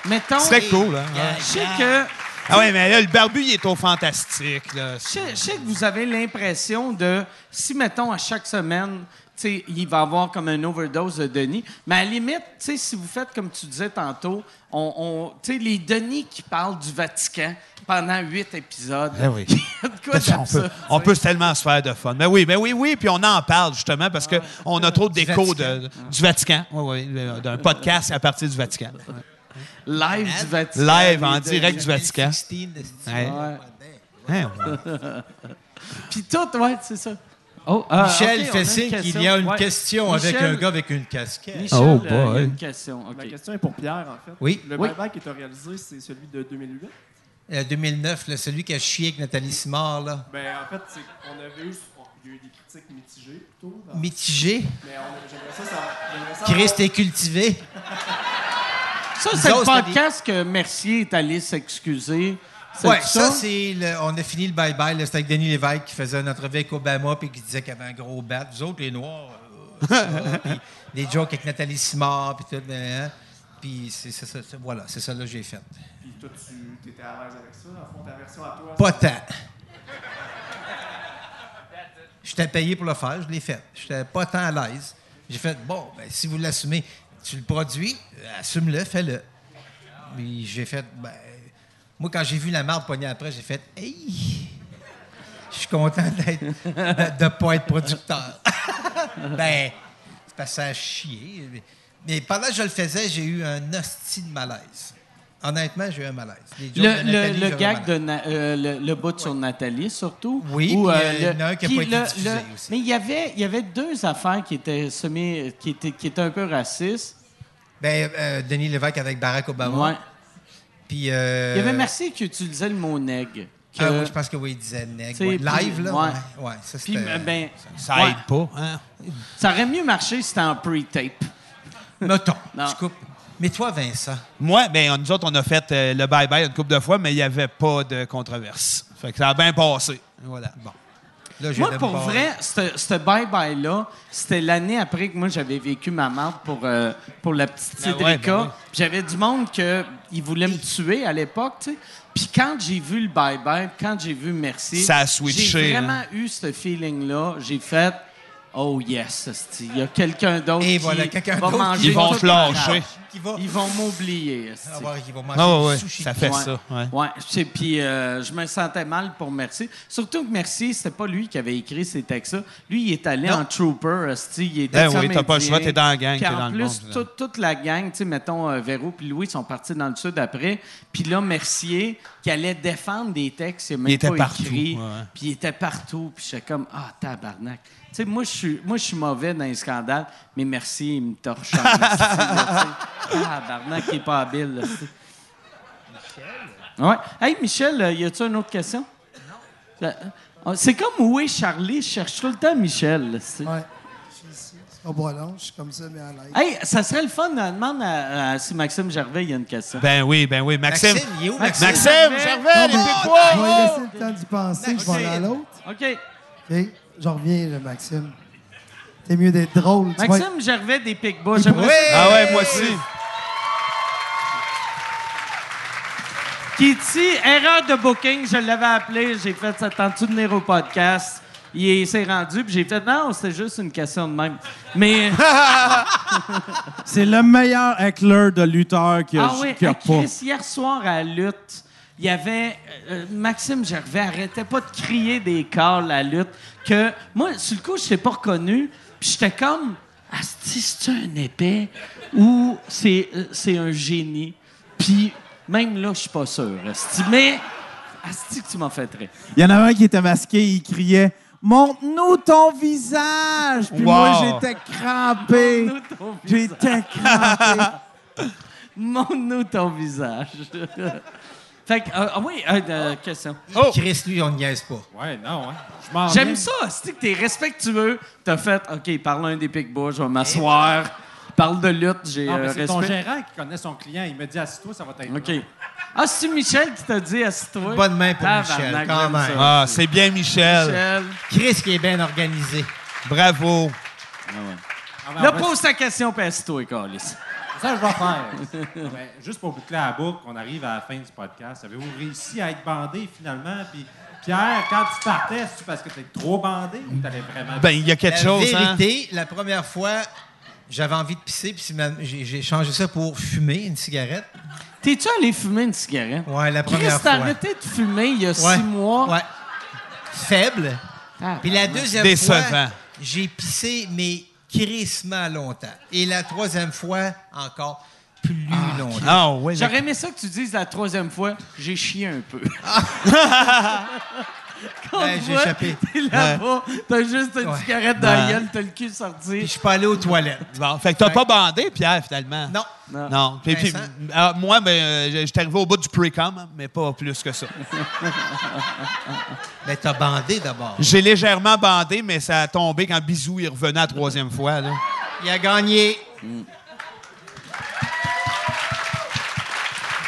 Mettons... C'est très cool, hein? Je sais que... Ah ouais, mais là, le barbu, il est au fantastique. Là. Je sais- je sais que vous avez l'impression de, si mettons à chaque semaine, tu sais, il va avoir comme une overdose de Denis, mais à la limite, tu sais, si vous faites comme tu disais tantôt, on, on- tu sais, les Denis qui parlent du Vatican pendant huit épisodes. *laughs* Ben oui. il y a de quoi *laughs* on, peut, d'absurde. on peut tellement se faire de fun. Mais oui, mais oui, oui, puis on en parle justement parce que on a trop d'échos de- du Vatican, Ouais, ouais, euh, d'un podcast à partir du Vatican. Live du Vatican. Live en les direct Denis. du Vatican. Ah, Ouais. Ouais. Hein, ouais. Puis tout, ouais, c'est ça. Oh, ah, Michel ok, on a fait une signe qu'il y question. a une Ouais. question avec Michel- un gars avec une casquette. Michel, Oh euh, il y a boy. une question. ok. Ma question est pour Pierre, en fait. Oui. Le Oui. buyback que tu as réalisé, c'est celui de 2008. Euh, 2009, là, celui qui a chié avec Nathalie Simard, là. Ben, en fait, c'est qu'on avait eu, on- il y a eu des critiques mitigées plutôt. dans- Mitigé. Mais on- j'aimerais ça, ça, j'aimerais ça Chris, avoir- t'es cultivé. Ça, Nous c'est le autres, c'était podcast que Mercier est allé s'excuser. C'est Ouais, ça, c'est. le- On a fini le bye-bye. là, C'était avec Denis Lévesque qui faisait notre entrevue avec Obama puis qui disait qu'il avait un gros bat. Vous autres, les Noirs, euh, ça, puis des jokes avec Nathalie Simard puis tout. mais, hein, Puis c'est c'est ça. c'est- Voilà, c'est ça là que j'ai fait. Puis toi, tu étais à l'aise avec ça. Dans le fond, ta version à toi. Pas tant. J'étais payé pour le faire, je l'ai fait. J'étais pas tant à l'aise. J'ai fait, bon, ben, si vous l'assumez, tu le produis, euh, assume-le, fais-le. Puis j'ai fait, ben, moi, quand j'ai vu la marde poignée après, j'ai fait, hey, je suis content d'être, de ne pas être producteur. *laughs* ben, c'est parce que ça a chié. Mais pendant que je le faisais, j'ai eu un hostie de malaise. Honnêtement, j'ai eu un malaise. Les jokes de Le, le- Nathalie, le j'avais un gag malaise. de Na- euh, le, le bout sur Nathalie, surtout. Oui, Où, puis, euh, euh, il y en a un qui a puis pas été diffusé Mais il y avait, il y avait deux affaires qui étaient semées, qui étaient, qui étaient un peu racistes. Ben, euh, Denis Lévesque avec Barack Obama. Ouais. Puis. euh, Il y avait Mercier qui utilisait le mot nègre. que- Ah oui, je pense que oui, il disait nègre. tu ouais. sais, Live, puis- là. ouais. Ouais, ouais, ça Puis, c'était. ben, Ça ouais. aide pas. hein? Ça aurait mieux marché si c'était en pre-tape. Mettons, Non. tu coupes. Mais toi, Vincent. Moi, ben, on- nous autres, on a fait euh, le bye-bye une couple de fois, mais il n'y avait pas de controverse. Fait que ça a bien passé. Voilà. Bon. Là, je moi, viens de me pour barrer. vrai, ce bye-bye-là, c'était l'année après que moi, j'avais vécu ma marque pour, euh, pour la petite Ben ouais, Cédrica. ben ouais. Puis J'avais du monde que ils voulaient me tuer à l'époque, tu sais. Puis quand j'ai vu le bye-bye, quand j'ai vu Merci, Ça a switché, j'ai là. vraiment eu ce feeling-là. J'ai fait... Oh yes, esti, il y a quelqu'un d'autre qui voilà, quelqu'un va d'autre manger qui- Ils vont toute te ma lâcher. marge. Ils vont m'oublier. esti. Ah ouais, ils vont manger Ah ouais, du ouais, sushi. ça fait ça. Ouais. Ouais, je sais, puis euh, je me sentais mal pour Mercier. Surtout que Mercier, c'était pas lui qui avait écrit ces textes-là. Lui, il est allé en trooper, esti, il était Ben oui, t'as pas le choix, t'es dans la gang, Puis t'es en dans le plus, monde, tout- toute la gang, tu sais, mettons, euh, Véro puis Louis sont partis dans le sud après. Puis là, Mercier, qui allait défendre des textes, il a même Il était pas partout, écrit. ouais. Puis il était partout, puis j'étais comme, ah, tabarnak. Tu sais, moi, je suis moi, je suis mauvais dans les scandales, mais Mercier, il me torche en esti, là, tu *laughs* sais. Tabarnak, il est pas habile, là, tu sais. Ouais. Hey, Michel, euh, y a-tu une autre question? Non. Ah, C'est comme Où est Charlie? Je cherche tout le temps Michel. là, c'est- C'est pas bon, non, je suis comme ça, mais à l'aise. Hey, ça serait le fun. euh, Demande à, à- si Maxime Gervais, il y a une question. Ben oui, ben oui. Maxime, Maxime, il est où, Maxime, Maxime? Gervais, les Non, mais Piquois! Je vais lui laisser le temps d'y penser, je vais aller à l'autre. OK. Ben- OK, j'en reviens, là, Maxime. T'es mieux d'être drôle. tu Maxime Gervais des Picbois. j'aimerais Oui! ça- Ah ouais, moi aussi. Kitty, erreur de booking, je l'avais appelé, j'ai fait ça tente de venir au podcast. Il est- s'est rendu, puis j'ai fait non, c'était juste une question de même. Mais. C'est le meilleur heckler de lutteur qu'il y a, Ah oui, qu'il y a à pas. Chris, hier soir à la lutte, il y avait euh, Maxime Gervais arrêtait pas de crier des calls à la lutte que moi sur le coup je l'ai pas reconnu, puis j'étais comme Asti, c'est un épais ou c'est euh, c'est un génie. Puis même là, je suis pas sûr. Asti, mais Asti que tu m'en fais très. Il y en avait un qui était masqué, il criait Montre-nous ton visage! Puis moi, Wow. j'étais crampé. Montre-nous ton visage. J'étais crampé. Montre-nous ton visage. *laughs* fait que, euh, ah oui, euh, euh, question. Oh. Chris, lui, on ne niaise pas. Ouais, non, hein. Je m'en J'aime ça, c'est que t'es respectueux. T'as fait, OK, parle un des Pic-Bois, je vais m'asseoir. Parle de lutte, j'ai Eh ben. Non, euh, mais c'est respect. ton gérant qui connaît son client. Il me dit, assis-toi, ça va t'aider. OK. Ah, c'est Michel qui t'a dit, assis-toi. Bonne main pour Tabarnak, Michel, quand j'aime même. ça. Ah, c'est bien Michel. Michel. Ah, Chris qui est bien organisé. Bravo. ben, Là, pose ta question, puis assis-toi, câlisse. Ça, je vais faire. Ben, juste pour boucler la boucle, on arrive à la fin du podcast. Avez-vous réussi à être bandé finalement? Puis, Pierre, quand tu partais, c'est parce que tu trop bandé ou t'allais vraiment. Ben, il y a quelque La chose, vérité, hein? vérité, la première fois, j'avais envie de pisser, puis c'est ma- j'ai j'ai changé ça pour fumer une cigarette. T'es-tu allé fumer une cigarette? Ouais, la Chris, première t'as fois. arrêté de fumer il y a Ouais. six mois. Ah. Ouais. Faible. Puis la deuxième fois, Décevant. j'ai pissé, mais crissement longtemps. Et la troisième fois, encore plus longtemps. Ah oui, J'aurais aimé ça que tu dises la troisième fois, j'ai chié un peu. *laughs* Quand Ah. Ouais, tu j'ai vois, échappé. T'es là-bas, t'as juste une Ouais. cigarette dans la Ouais. gueule, t'as le cul sorti. Je suis pas allé aux toilettes. Bon, fait que t'as pas bandé, Pierre, finalement. Non. Non. Puis, Vincent? puis, ah, moi, ben, euh, j'étais arrivé au bout du pre-com, hein, mais pas plus que ça. Mais t'as bandé d'abord. J'ai légèrement bandé, mais ça a tombé quand Bisou il revenait la troisième fois. Là. Il a gagné.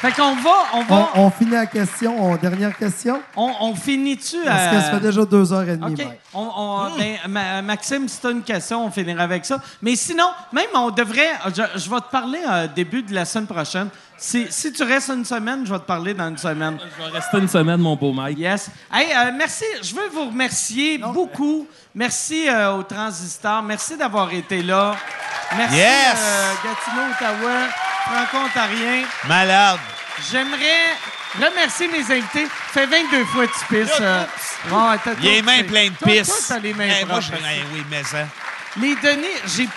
Fait qu'on va, on On, va, on finit la question, on- dernière question. on, on finit-tu à... Parce que ça fait déjà deux heures et demie. OK. Mike. On, on- ben, Ma- Maxime, si tu une question, on finira avec ça. Mais sinon, même on devrait. Je, je vais te parler au début de la semaine prochaine. Si, si tu restes une semaine, je vais te parler dans une semaine. Je vais rester une semaine, mon beau Mike. Yes. Hey, euh, merci. Je veux vous remercier beaucoup. Merci euh, au Transistor. Merci d'avoir été là. Merci, Yes. euh, Gatineau, Ottawa, Franco-Ontarien. Malade. J'aimerais remercier mes invités. Fait 22 fois que tu pisses. euh, ouais, t'as Il y a les trop mains pissé. pleines de Toi- toi, pisse. t'as les mains Eh, moi, propres. je- eh oui, mais ça. Les Denis, j'ai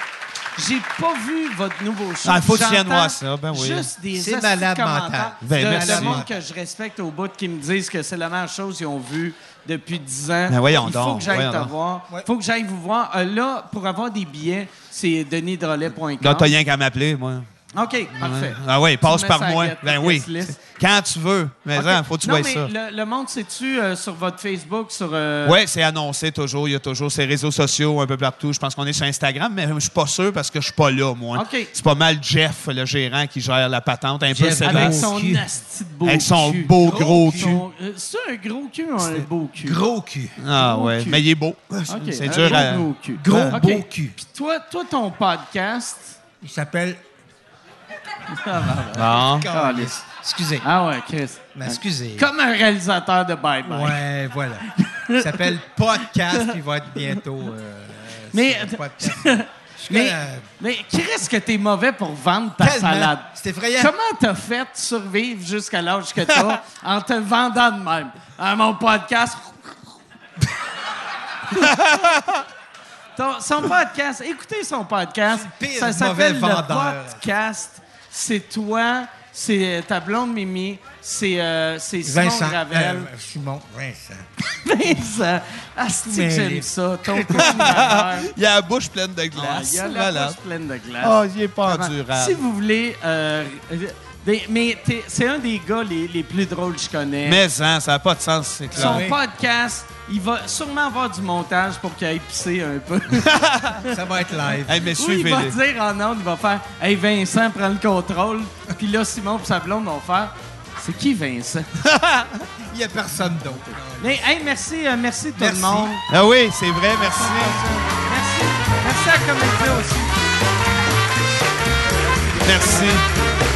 j'ai pas vu votre nouveau show. Ah, faut que tu viennes J'entends voir ça, ben oui. Juste des C'est hosties malade commentaires mental. Ben, de- merci. de monde que je respecte au bout qui me disent que c'est la meilleure chose qu'ils ont vue depuis 10 ans. Ben, voyons Il faut donc, que j'aille voyons te donc. voir. Il faut que j'aille vous voir. Euh, là, pour avoir des billets, c'est denisdrolet.com. Non, t'as rien qu'à m'appeler, moi. OK, parfait. Ah oui, Tu passe mets par ça à moi. get- Ben oui. guest list. Quand tu veux. Mais OK. hein, faut que tu Non, vois mais ça. Le, le monde, c'est-tu sur votre Facebook, sur... euh, Oui, c'est annoncé toujours. Il y a toujours ces réseaux sociaux un peu partout. Je pense qu'on est sur Instagram, mais je suis pas sûr parce que je suis pas là, moi. OK. C'est pas mal Jeff, le gérant, qui gère la patente. Un peu Jeff sévère. avec son nasty de beau Avec son cul. beau gros cul. Son- euh, C'est un gros cul ou un beau cul? Gros cul. Ah Gros ouais, cul. mais il est beau. OK, C'est un dur gros à- Gros cul. Gros Ah, OK. beau cul. Puis toi, toi, ton podcast... Il s'appelle... Bon. Excusez. Ah ouais, Chris. Mais excusez. Comme un réalisateur de Bye Bye. Ouais, voilà. Il s'appelle Podcast, puis il va être bientôt. euh, *laughs* Mais, sur le podcast. mais, connais- mais qu'est-ce que t'es mauvais pour vendre ta Tellement. salade? C'est effrayant. Comment t'as fait survivre jusqu'à l'âge que *laughs* t'as en te vendant de même? À mon podcast... Ton- son podcast, écoutez son podcast. Je suis le pire Ça s'appelle mauvais le vendeur. podcast. C'est toi, c'est euh, ta blonde Mimi, c'est euh, c'est Simon Vincent. Gravel. Euh, Simon. Vincent. Vincent, asti que j'aime Mais- Ah, ça. Ton *laughs* coordinateur. Il a la bouche pleine de Ah, glace. il a la Voilà. bouche pleine de glace. Ah, il est pas Vraiment. endurable. Si vous voulez... euh, des- mais t'es- c'est un des gars les, les plus drôles que je connais. Mais hein, ça n'a pas de sens, c'est clair. Son podcast, il va sûrement avoir du montage pour qu'il aille pisser un peu. Ça va être live. Hey, mais Ou il va suivez-les. dire en ondes, il va faire « Hey, Vincent, prends le contrôle. » Puis là, Simon et sa blonde vont faire « C'est qui Vincent? Il n'y a personne d'autre. » Mais hey, merci, euh, merci tout Merci. le monde. Ah oui, c'est vrai, merci. Merci. Merci à Comédie aussi. Merci.